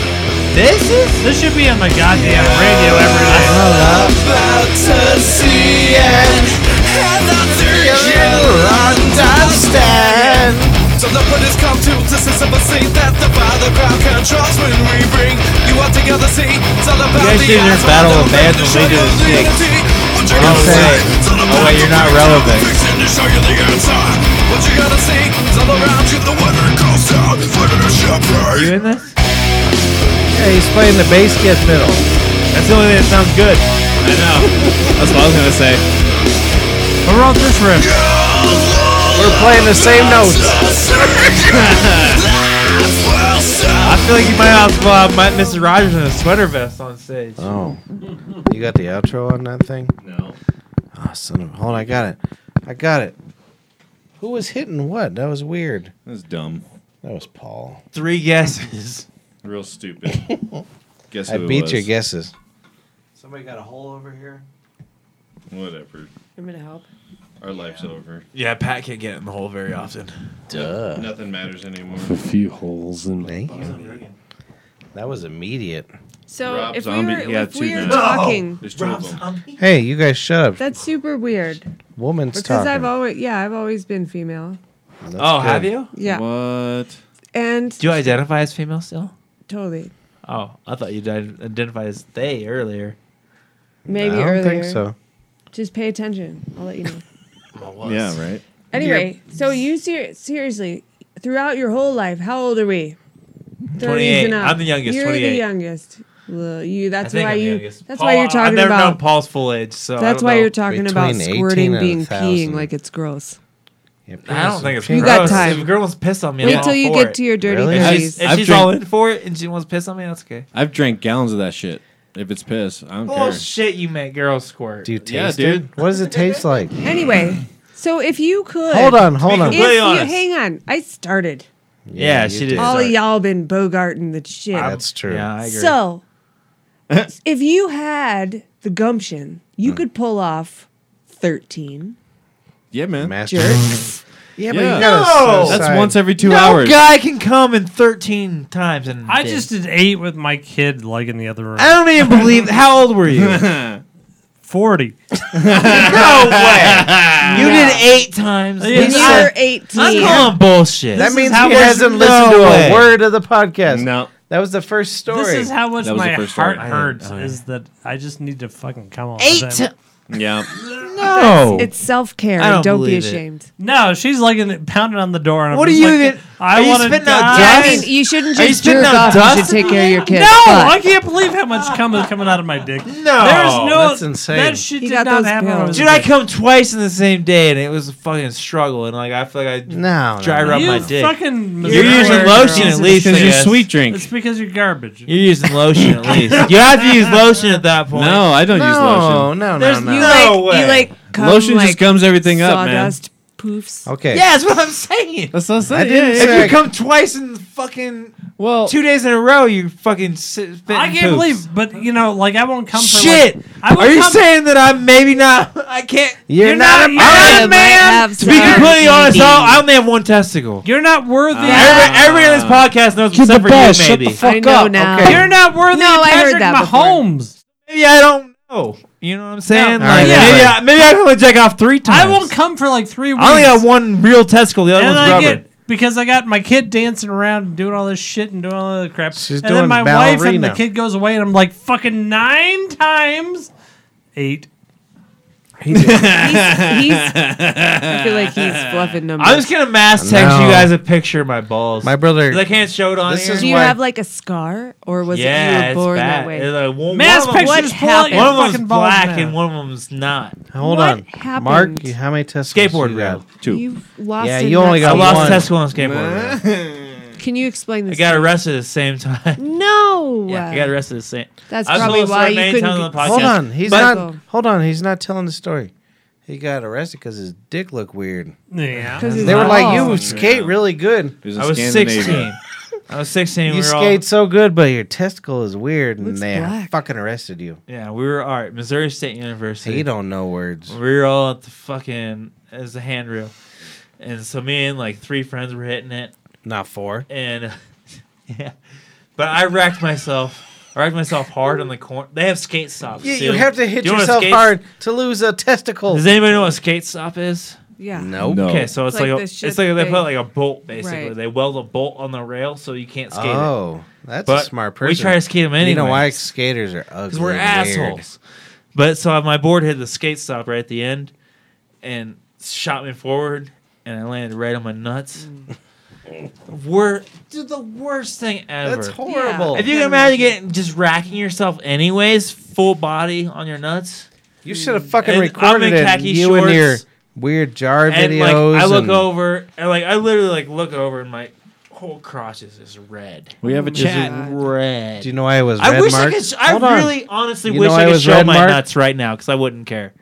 This is. This should be on the goddamn radio every day. about to see it. Another you'll understand. So the point has come to this is ever seen that the father crowd controls when we bring you all together. See, it's all about guys the do your eyes, battle all of about bands the when we do the show your sticks. unity. What you Don't gonna say see? it. It's Oh, all wait, you're about the not fixing relevant. to show you the answer. What you gonna see? It's all around you. The winner goes out. Winner shall pay. You in this? Yeah, he's playing the bass kick fiddle. That's the only thing that sounds good. I know. That's what I was gonna say. Who wrote this riff? We're playing the same notes. I feel like you might have uh, might Mrs. Rogers in a sweater vest on stage. Oh, you got the outro on that thing? No. Oh, son of, hold on, I got it. I got it. Who was hitting what? That was weird. That's dumb. That was Paul. Three guesses. Real stupid. Guess I who it beat was. your guesses. Somebody got a hole over here. Whatever. I'm gonna help. Our life's over. Yeah, Pat can't get in the hole very often. Duh. Nothing matters anymore. A few holes in my Thank you. That was immediate. So Rob if Zombie, we he were, had if we two are minutes. talking, There's two of them. Hey, you guys, shut up. that's super weird Woman's because talking. I've always yeah I've always been female. That's oh, good. have you? Yeah, What? and Do you identify as female still? totally Oh, I thought you did identify as they earlier. maybe I don't earlier. think so. Just pay attention. I'll let you know. Yeah, right. Anyway, so you ser- seriously, throughout your whole life, how old are we? 30s 28. I'm the youngest, You're 28. the youngest. Well, you. That's I think why I'm the you. youngest. That's Paul- why you're talking I've never known about. Paul's full age, so I that's don't why know. you're talking about Between 18 squirting and being 1,000. peeing like it's gross. Yeah, I don't think it's. You got gross. time. If a girl wants to piss on me, Wait I'm till all you for get it. to your dirty Really? If I've- she's, thirties. if I've she's drink- all in for it and she wants to piss on me, that's okay. I've drank gallons of that shit. If it's piss, I don't care. Bullshit, you make girls squirt. Do you taste Yeah, it? dude. What does it taste like? Anyway, so if you could. hold on, hold on. If Completely you, honest. hang on, I started. Yeah, you she did. All of Sorry. y'all been bogarting the shit. Oh, That's true. Yeah, I agree. So, if you had the gumption, you could pull off thirteen Yeah, man. Master- jerks. Yeah, gotta Yeah. No! set That's aside- once every two no hours. guy can come in 13 times and I just did eight with my kid, like in the other room. I don't even believe. How old were you? no way. Forty. You did eight times. Yeah. This is- You're eighteen. I'm calling bullshit. that This means is how he much- hasn't no listened to way. a word of the podcast. No. That was the first story. This is how much That was my the heart first story. hurts. I- I- Is that I just need to fucking come on. Eight. ti- Yeah. No. It's self care. I don't Don't, be believe it. ashamed. No, she's like in the, pounding on the door. And I'm What are just you like, even- I are you want to spitting out I dust? mean, you shouldn't Are you just spitting jerk out off. You dust? should take care of your No, kids. I can't believe how much cum is coming out of my dick. No, there's no. That's insane. That shit You did got not those happen. when I pills. was a Oh, Dude, I kid. come twice in the same day, and it was a fucking struggle. And like, I feel like I no, no, dry no. rub my You dick. fucking. You're using Missouri lotion girl. at least. I Because you guess. sweet drink. It's because you're garbage. You're using lotion at least. You have to use lotion at that point. No, I don't use No, lotion. no, no, There's no. you- You No like, way. You like come Lotion like just gums everything up, man. sawdust poofs. Okay. Yeah, that's what I'm saying. That's what I'm saying. didn't Yeah, say- yeah, If Sick. you come twice in fucking yeah. Well, two days in a row, you fucking sit. spit I and can't poops. believe, but you know, like I won't come for Shit! Like, I won't Are you come- saying that I'm maybe not? I can't. You're, not, a man. You might have To be some completely honest, ED. though, I only have one testicle. You're not worthy. everybody, everybody on this Ah. podcast knows You're the except for best. you, Shut maybe. the fuck I know up. now. Okay. You're not worthy. No, of I heard Patrick that before. Mahomes. maybe I don't know. You know what I'm saying? No. Like, All right, maybe, yeah. I, maybe I can only jack off three times. I won't come for like three weeks. I only got one real testicle. The other and one's I rubber. get because I got my kid dancing around and doing all this shit and doing all the other crap. She's and doing then my wife and the ballerina. kid goes away and I'm like fucking nine times, eight. He's, he's, I feel like he's fluffing numbers. I'm just gonna mass text No. you guys a picture of my balls. My brother. 'Cause I can't show it on This here. is Do you why- have like a scar, or was yeah, it you it's were born bad. that way? It's like, one, Mass one of 'em- pictures pull out your One of them's fucking balls black now. and one of them's not. Hold What on. happened? Mark, you- how many testicles? Skateboard you rail. got? two. You've lost. Yeah, a you only nut. I got lost one. testicle on skateboard. rail. Can you explain I this? got arrested at the same time. no. Yeah, I got arrested at the same. That's I was probably told this why story you many couldn't. times on the get- podcast. Hold on. He's But- not. Hold on. He's not telling the story. He got arrested because his dick looked weird. Yeah. 'Cause he's They were not like, bald. "You skate really good. It in I was Scandinavia. 16. I was You 16. we were all- skate so good, but your testicle is weird, and Looks they black. fucking arrested you." yeah, we were all right. Missouri State University. He don't know words. We were all at the fucking as a handrail, and so me and like three friends were hitting it, Not four. and yeah, But I racked myself. I racked myself hard on the corner. They have skate stops. You, too. you have to hit Do you know what yourself a skate- hard to lose a testicle. Does anybody know what a skate stop is? Yeah. Nope. No. Okay, so it's, It's like, like a, the it's shit like they they- put like a bolt basically. Right. They weld a bolt on the rail so you can't skate it. Oh, that's But a smart person. we try to skate them anyway. You know why skaters are ugly? Because we're and weird. assholes. But so my board hit the skate stop right at the end and shot me forward and I landed right on my nuts. Wor- dude, the worst thing ever. Mm. That's horrible. If you can imagine getting just racking yourself anyways, full body on your nuts. You should have fucking And I'm recorded in it. khaki you and your shorts. weird jar And like videos. I look and- over and like I literally like look over and my whole crotch is just red. We have a Is it- chat. God. Red. Do you know why it was I red wish marked? I could. sh- I Hold on. really, honestly, You wish know I I could was show red my marked? nuts right now because I wouldn't care.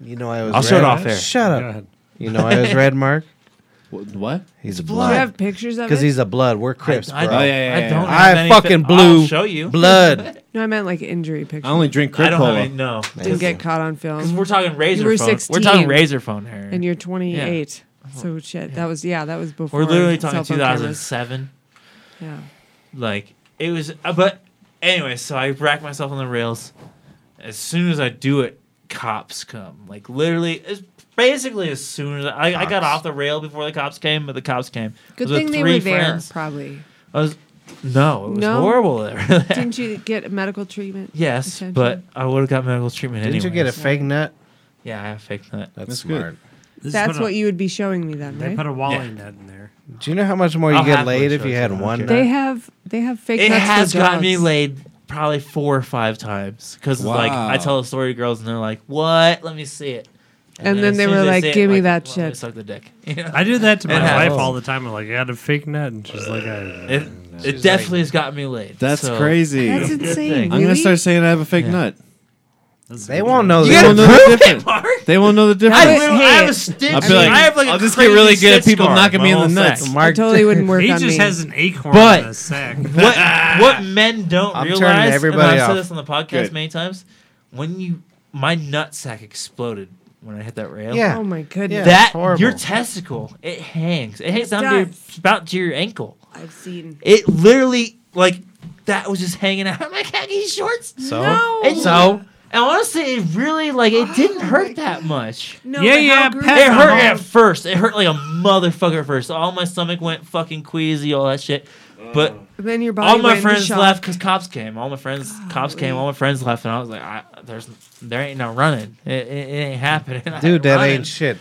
You know I was. I'll red. show it off air. Shut Go up. ahead. You know I was red mark. Wh- What? He's a Do you have blood. pictures of Because it? he's a blood. We're Crips, I, bro. Oh, yeah, yeah, I yeah, don't. yeah. have I any fucking fi- blew I'll show you. Blood. no, I meant like injury pictures. I only drink I Crip don't have any. Cola. No, Didn't get caught on because film. we're talking razor were phone. We're talking 16. razor phone here. and you're 28. So shit, that was yeah, that was before. we're literally talking cell phone cameras. 2007. Yeah. Like it was, uh, but anyway. So I rack myself on the rails. As soon as I do it, cops come. Like literally, it's basically as soon as I, I got off the rail before the cops came, but the cops came. Good I was with thing they three were there, friends. probably. I was no, it was No? horrible there. Didn't you get medical treatment? yes, Attention. but I would have got medical treatment Didn't anyway. you get a fake nut? Yeah, I have fake nut. That's, That's good. smart. They just That's put a- what you would be showing me then, They right? put a wall Yeah. in that in there. Do you know how much more I'll you get happily laid if show it you to had you. I don't one care. nut? They have they have fake. It nuts for has gotten me dogs. laid probably four or five times because like I tell a story to girls and they're like, "What? Let me see it." And then as they soon were as like, see it, "Give me that well, shit." let me Suck the dick. Yeah. I do that to It my has. wife all the time. I'm like, I got a fake nut, and she's like, I, It, it definitely has gotten me laid. That's so- crazy. That's insane. thing. I'm really? gonna start saying I have a fake Yeah. nut. They won't know. You that. gotta won't know the prove it, difference. Mark. They won't know the I, difference. will- I have a stitch. I'll I, be like, have like I'll a just get crazy really good at stitch people scar knocking me in my the whole nuts. sack. I Mark totally wouldn't work he on just me. has an acorn But- in his sack. what what men don't I'm turning realize, everybody and I've said off. this on the podcast Good. many times, when you my nut sack exploded when I hit that rail. Yeah. oh my goodness. Yeah. that it's horrible. your testicle it hangs. It hangs down It to your, does. about to your ankle. I've seen. It literally like that was just hanging out of my khaki shorts. So, No. And so and honestly, it really like it Oh didn't hurt that much. No, Yeah, but how yeah, gruesome. pet It hurt Uh-huh. at first. It hurt like a motherfucker first. All my stomach went fucking queasy, all that shit. But Then your body. all my went into friends shock. left because cops came. All my friends, cops came. All my friends left, and I was like, I, "There's, there ain't no running. It, it, it ain't happening." And I dude, that running, ain't shit.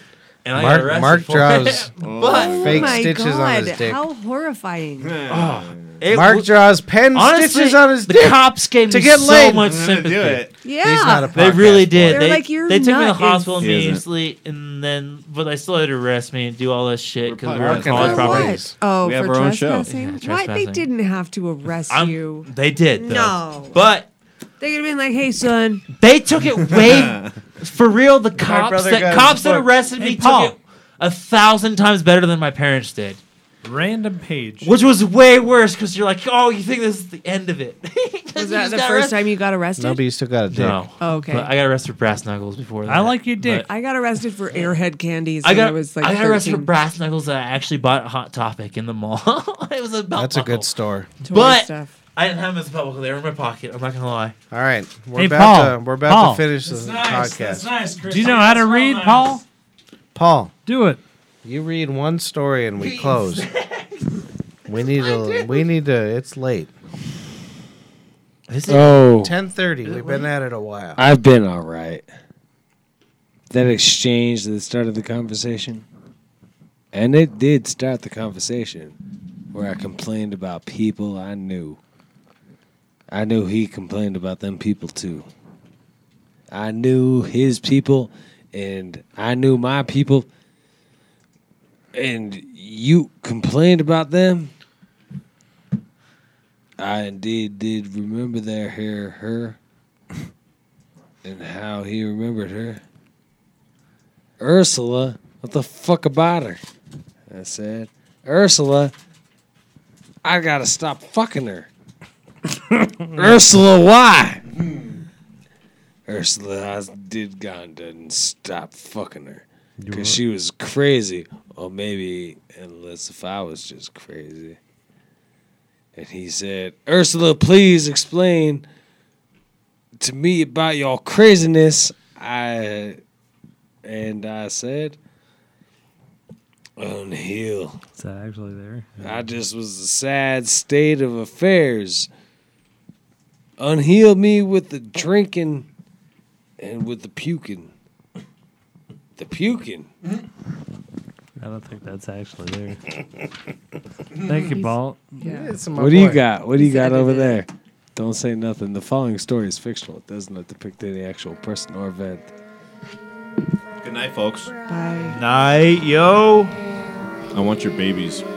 and I got Mark- arrested Mark for draws- it. but Oh Fake my stitches God, on his dick. How horrifying! it Mark was- draws pen honestly, stitches on his the dick. cops gave to me get so laid. much I'm gonna sympathy. do it. Yeah, He's not a They podcast really boy. did. They're they like, "Your they took me to the nut is- hospital He isn't. immediately, and then but they still had to arrest me and do all this shit because we We're were on fucking college for Public property. what? Oh, We have for our own show. trespassing. Yeah, Why trespassing. they didn't have to arrest I'm- you? They did. Though. No. but They could have been like, "Hey, son, They took it way for real. The cops brother that got cops his that book. arrested me Hey, Paul. took it a thousand times better than my parents did, Random page. which was way worse because you're like, oh, you think this is the end of it? was that the first time you got arrested?" No, but you still got a dick. No. Oh, okay. But I got arrested for brass knuckles before that. I like your dick. But I got arrested for airhead candies. I when got, I was like I got arrested for 13. brass knuckles that I actually bought at Hot Topic in the mall. it was a belt That's a buckle. good store. Toy but- stuff. I didn't have them as a public. They were in my pocket. I'm not gonna lie. All right, we're Hey, about Paul. to we're about Paul. to finish this podcast. nice, Chris. Do you know how to read, Paul? Paul, Do it. you read one story and we close. we need to. We need to. It's late. This is Oh, Ten thirty. We've been at it a while. I've been all right. That exchange that started the conversation, and it did start the conversation, where I complained about people I knew. I knew he complained about them people too. I knew his people, and I knew my people, and you complained about them. I indeed did remember their hair, her and how he remembered her. Ursula, what the fuck about her? I said, Ursula, I gotta stop fucking her. Ursula, why? Ursula, I did gone didn't stop fucking her because she was crazy, or maybe unless if I was just crazy. and he said, Ursula, please explain to me about your craziness. I and I said, on the hill. Is that actually there? I just was a sad state of affairs. Unheal me with the drinking and with the puking. The puking. I don't think that's actually there. Thank you, He's- Balt. Yeah. What do you got? What do you got over there? Don't say nothing. The following story is fictional. It does not depict any actual person or event. Good night, folks. Bye. Night, yo. I want your babies. Wait,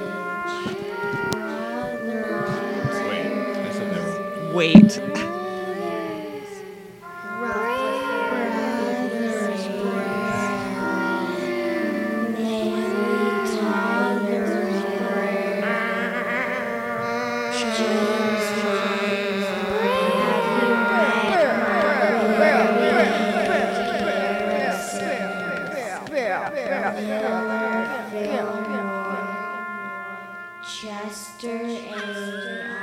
I said no. Wait. Chester A.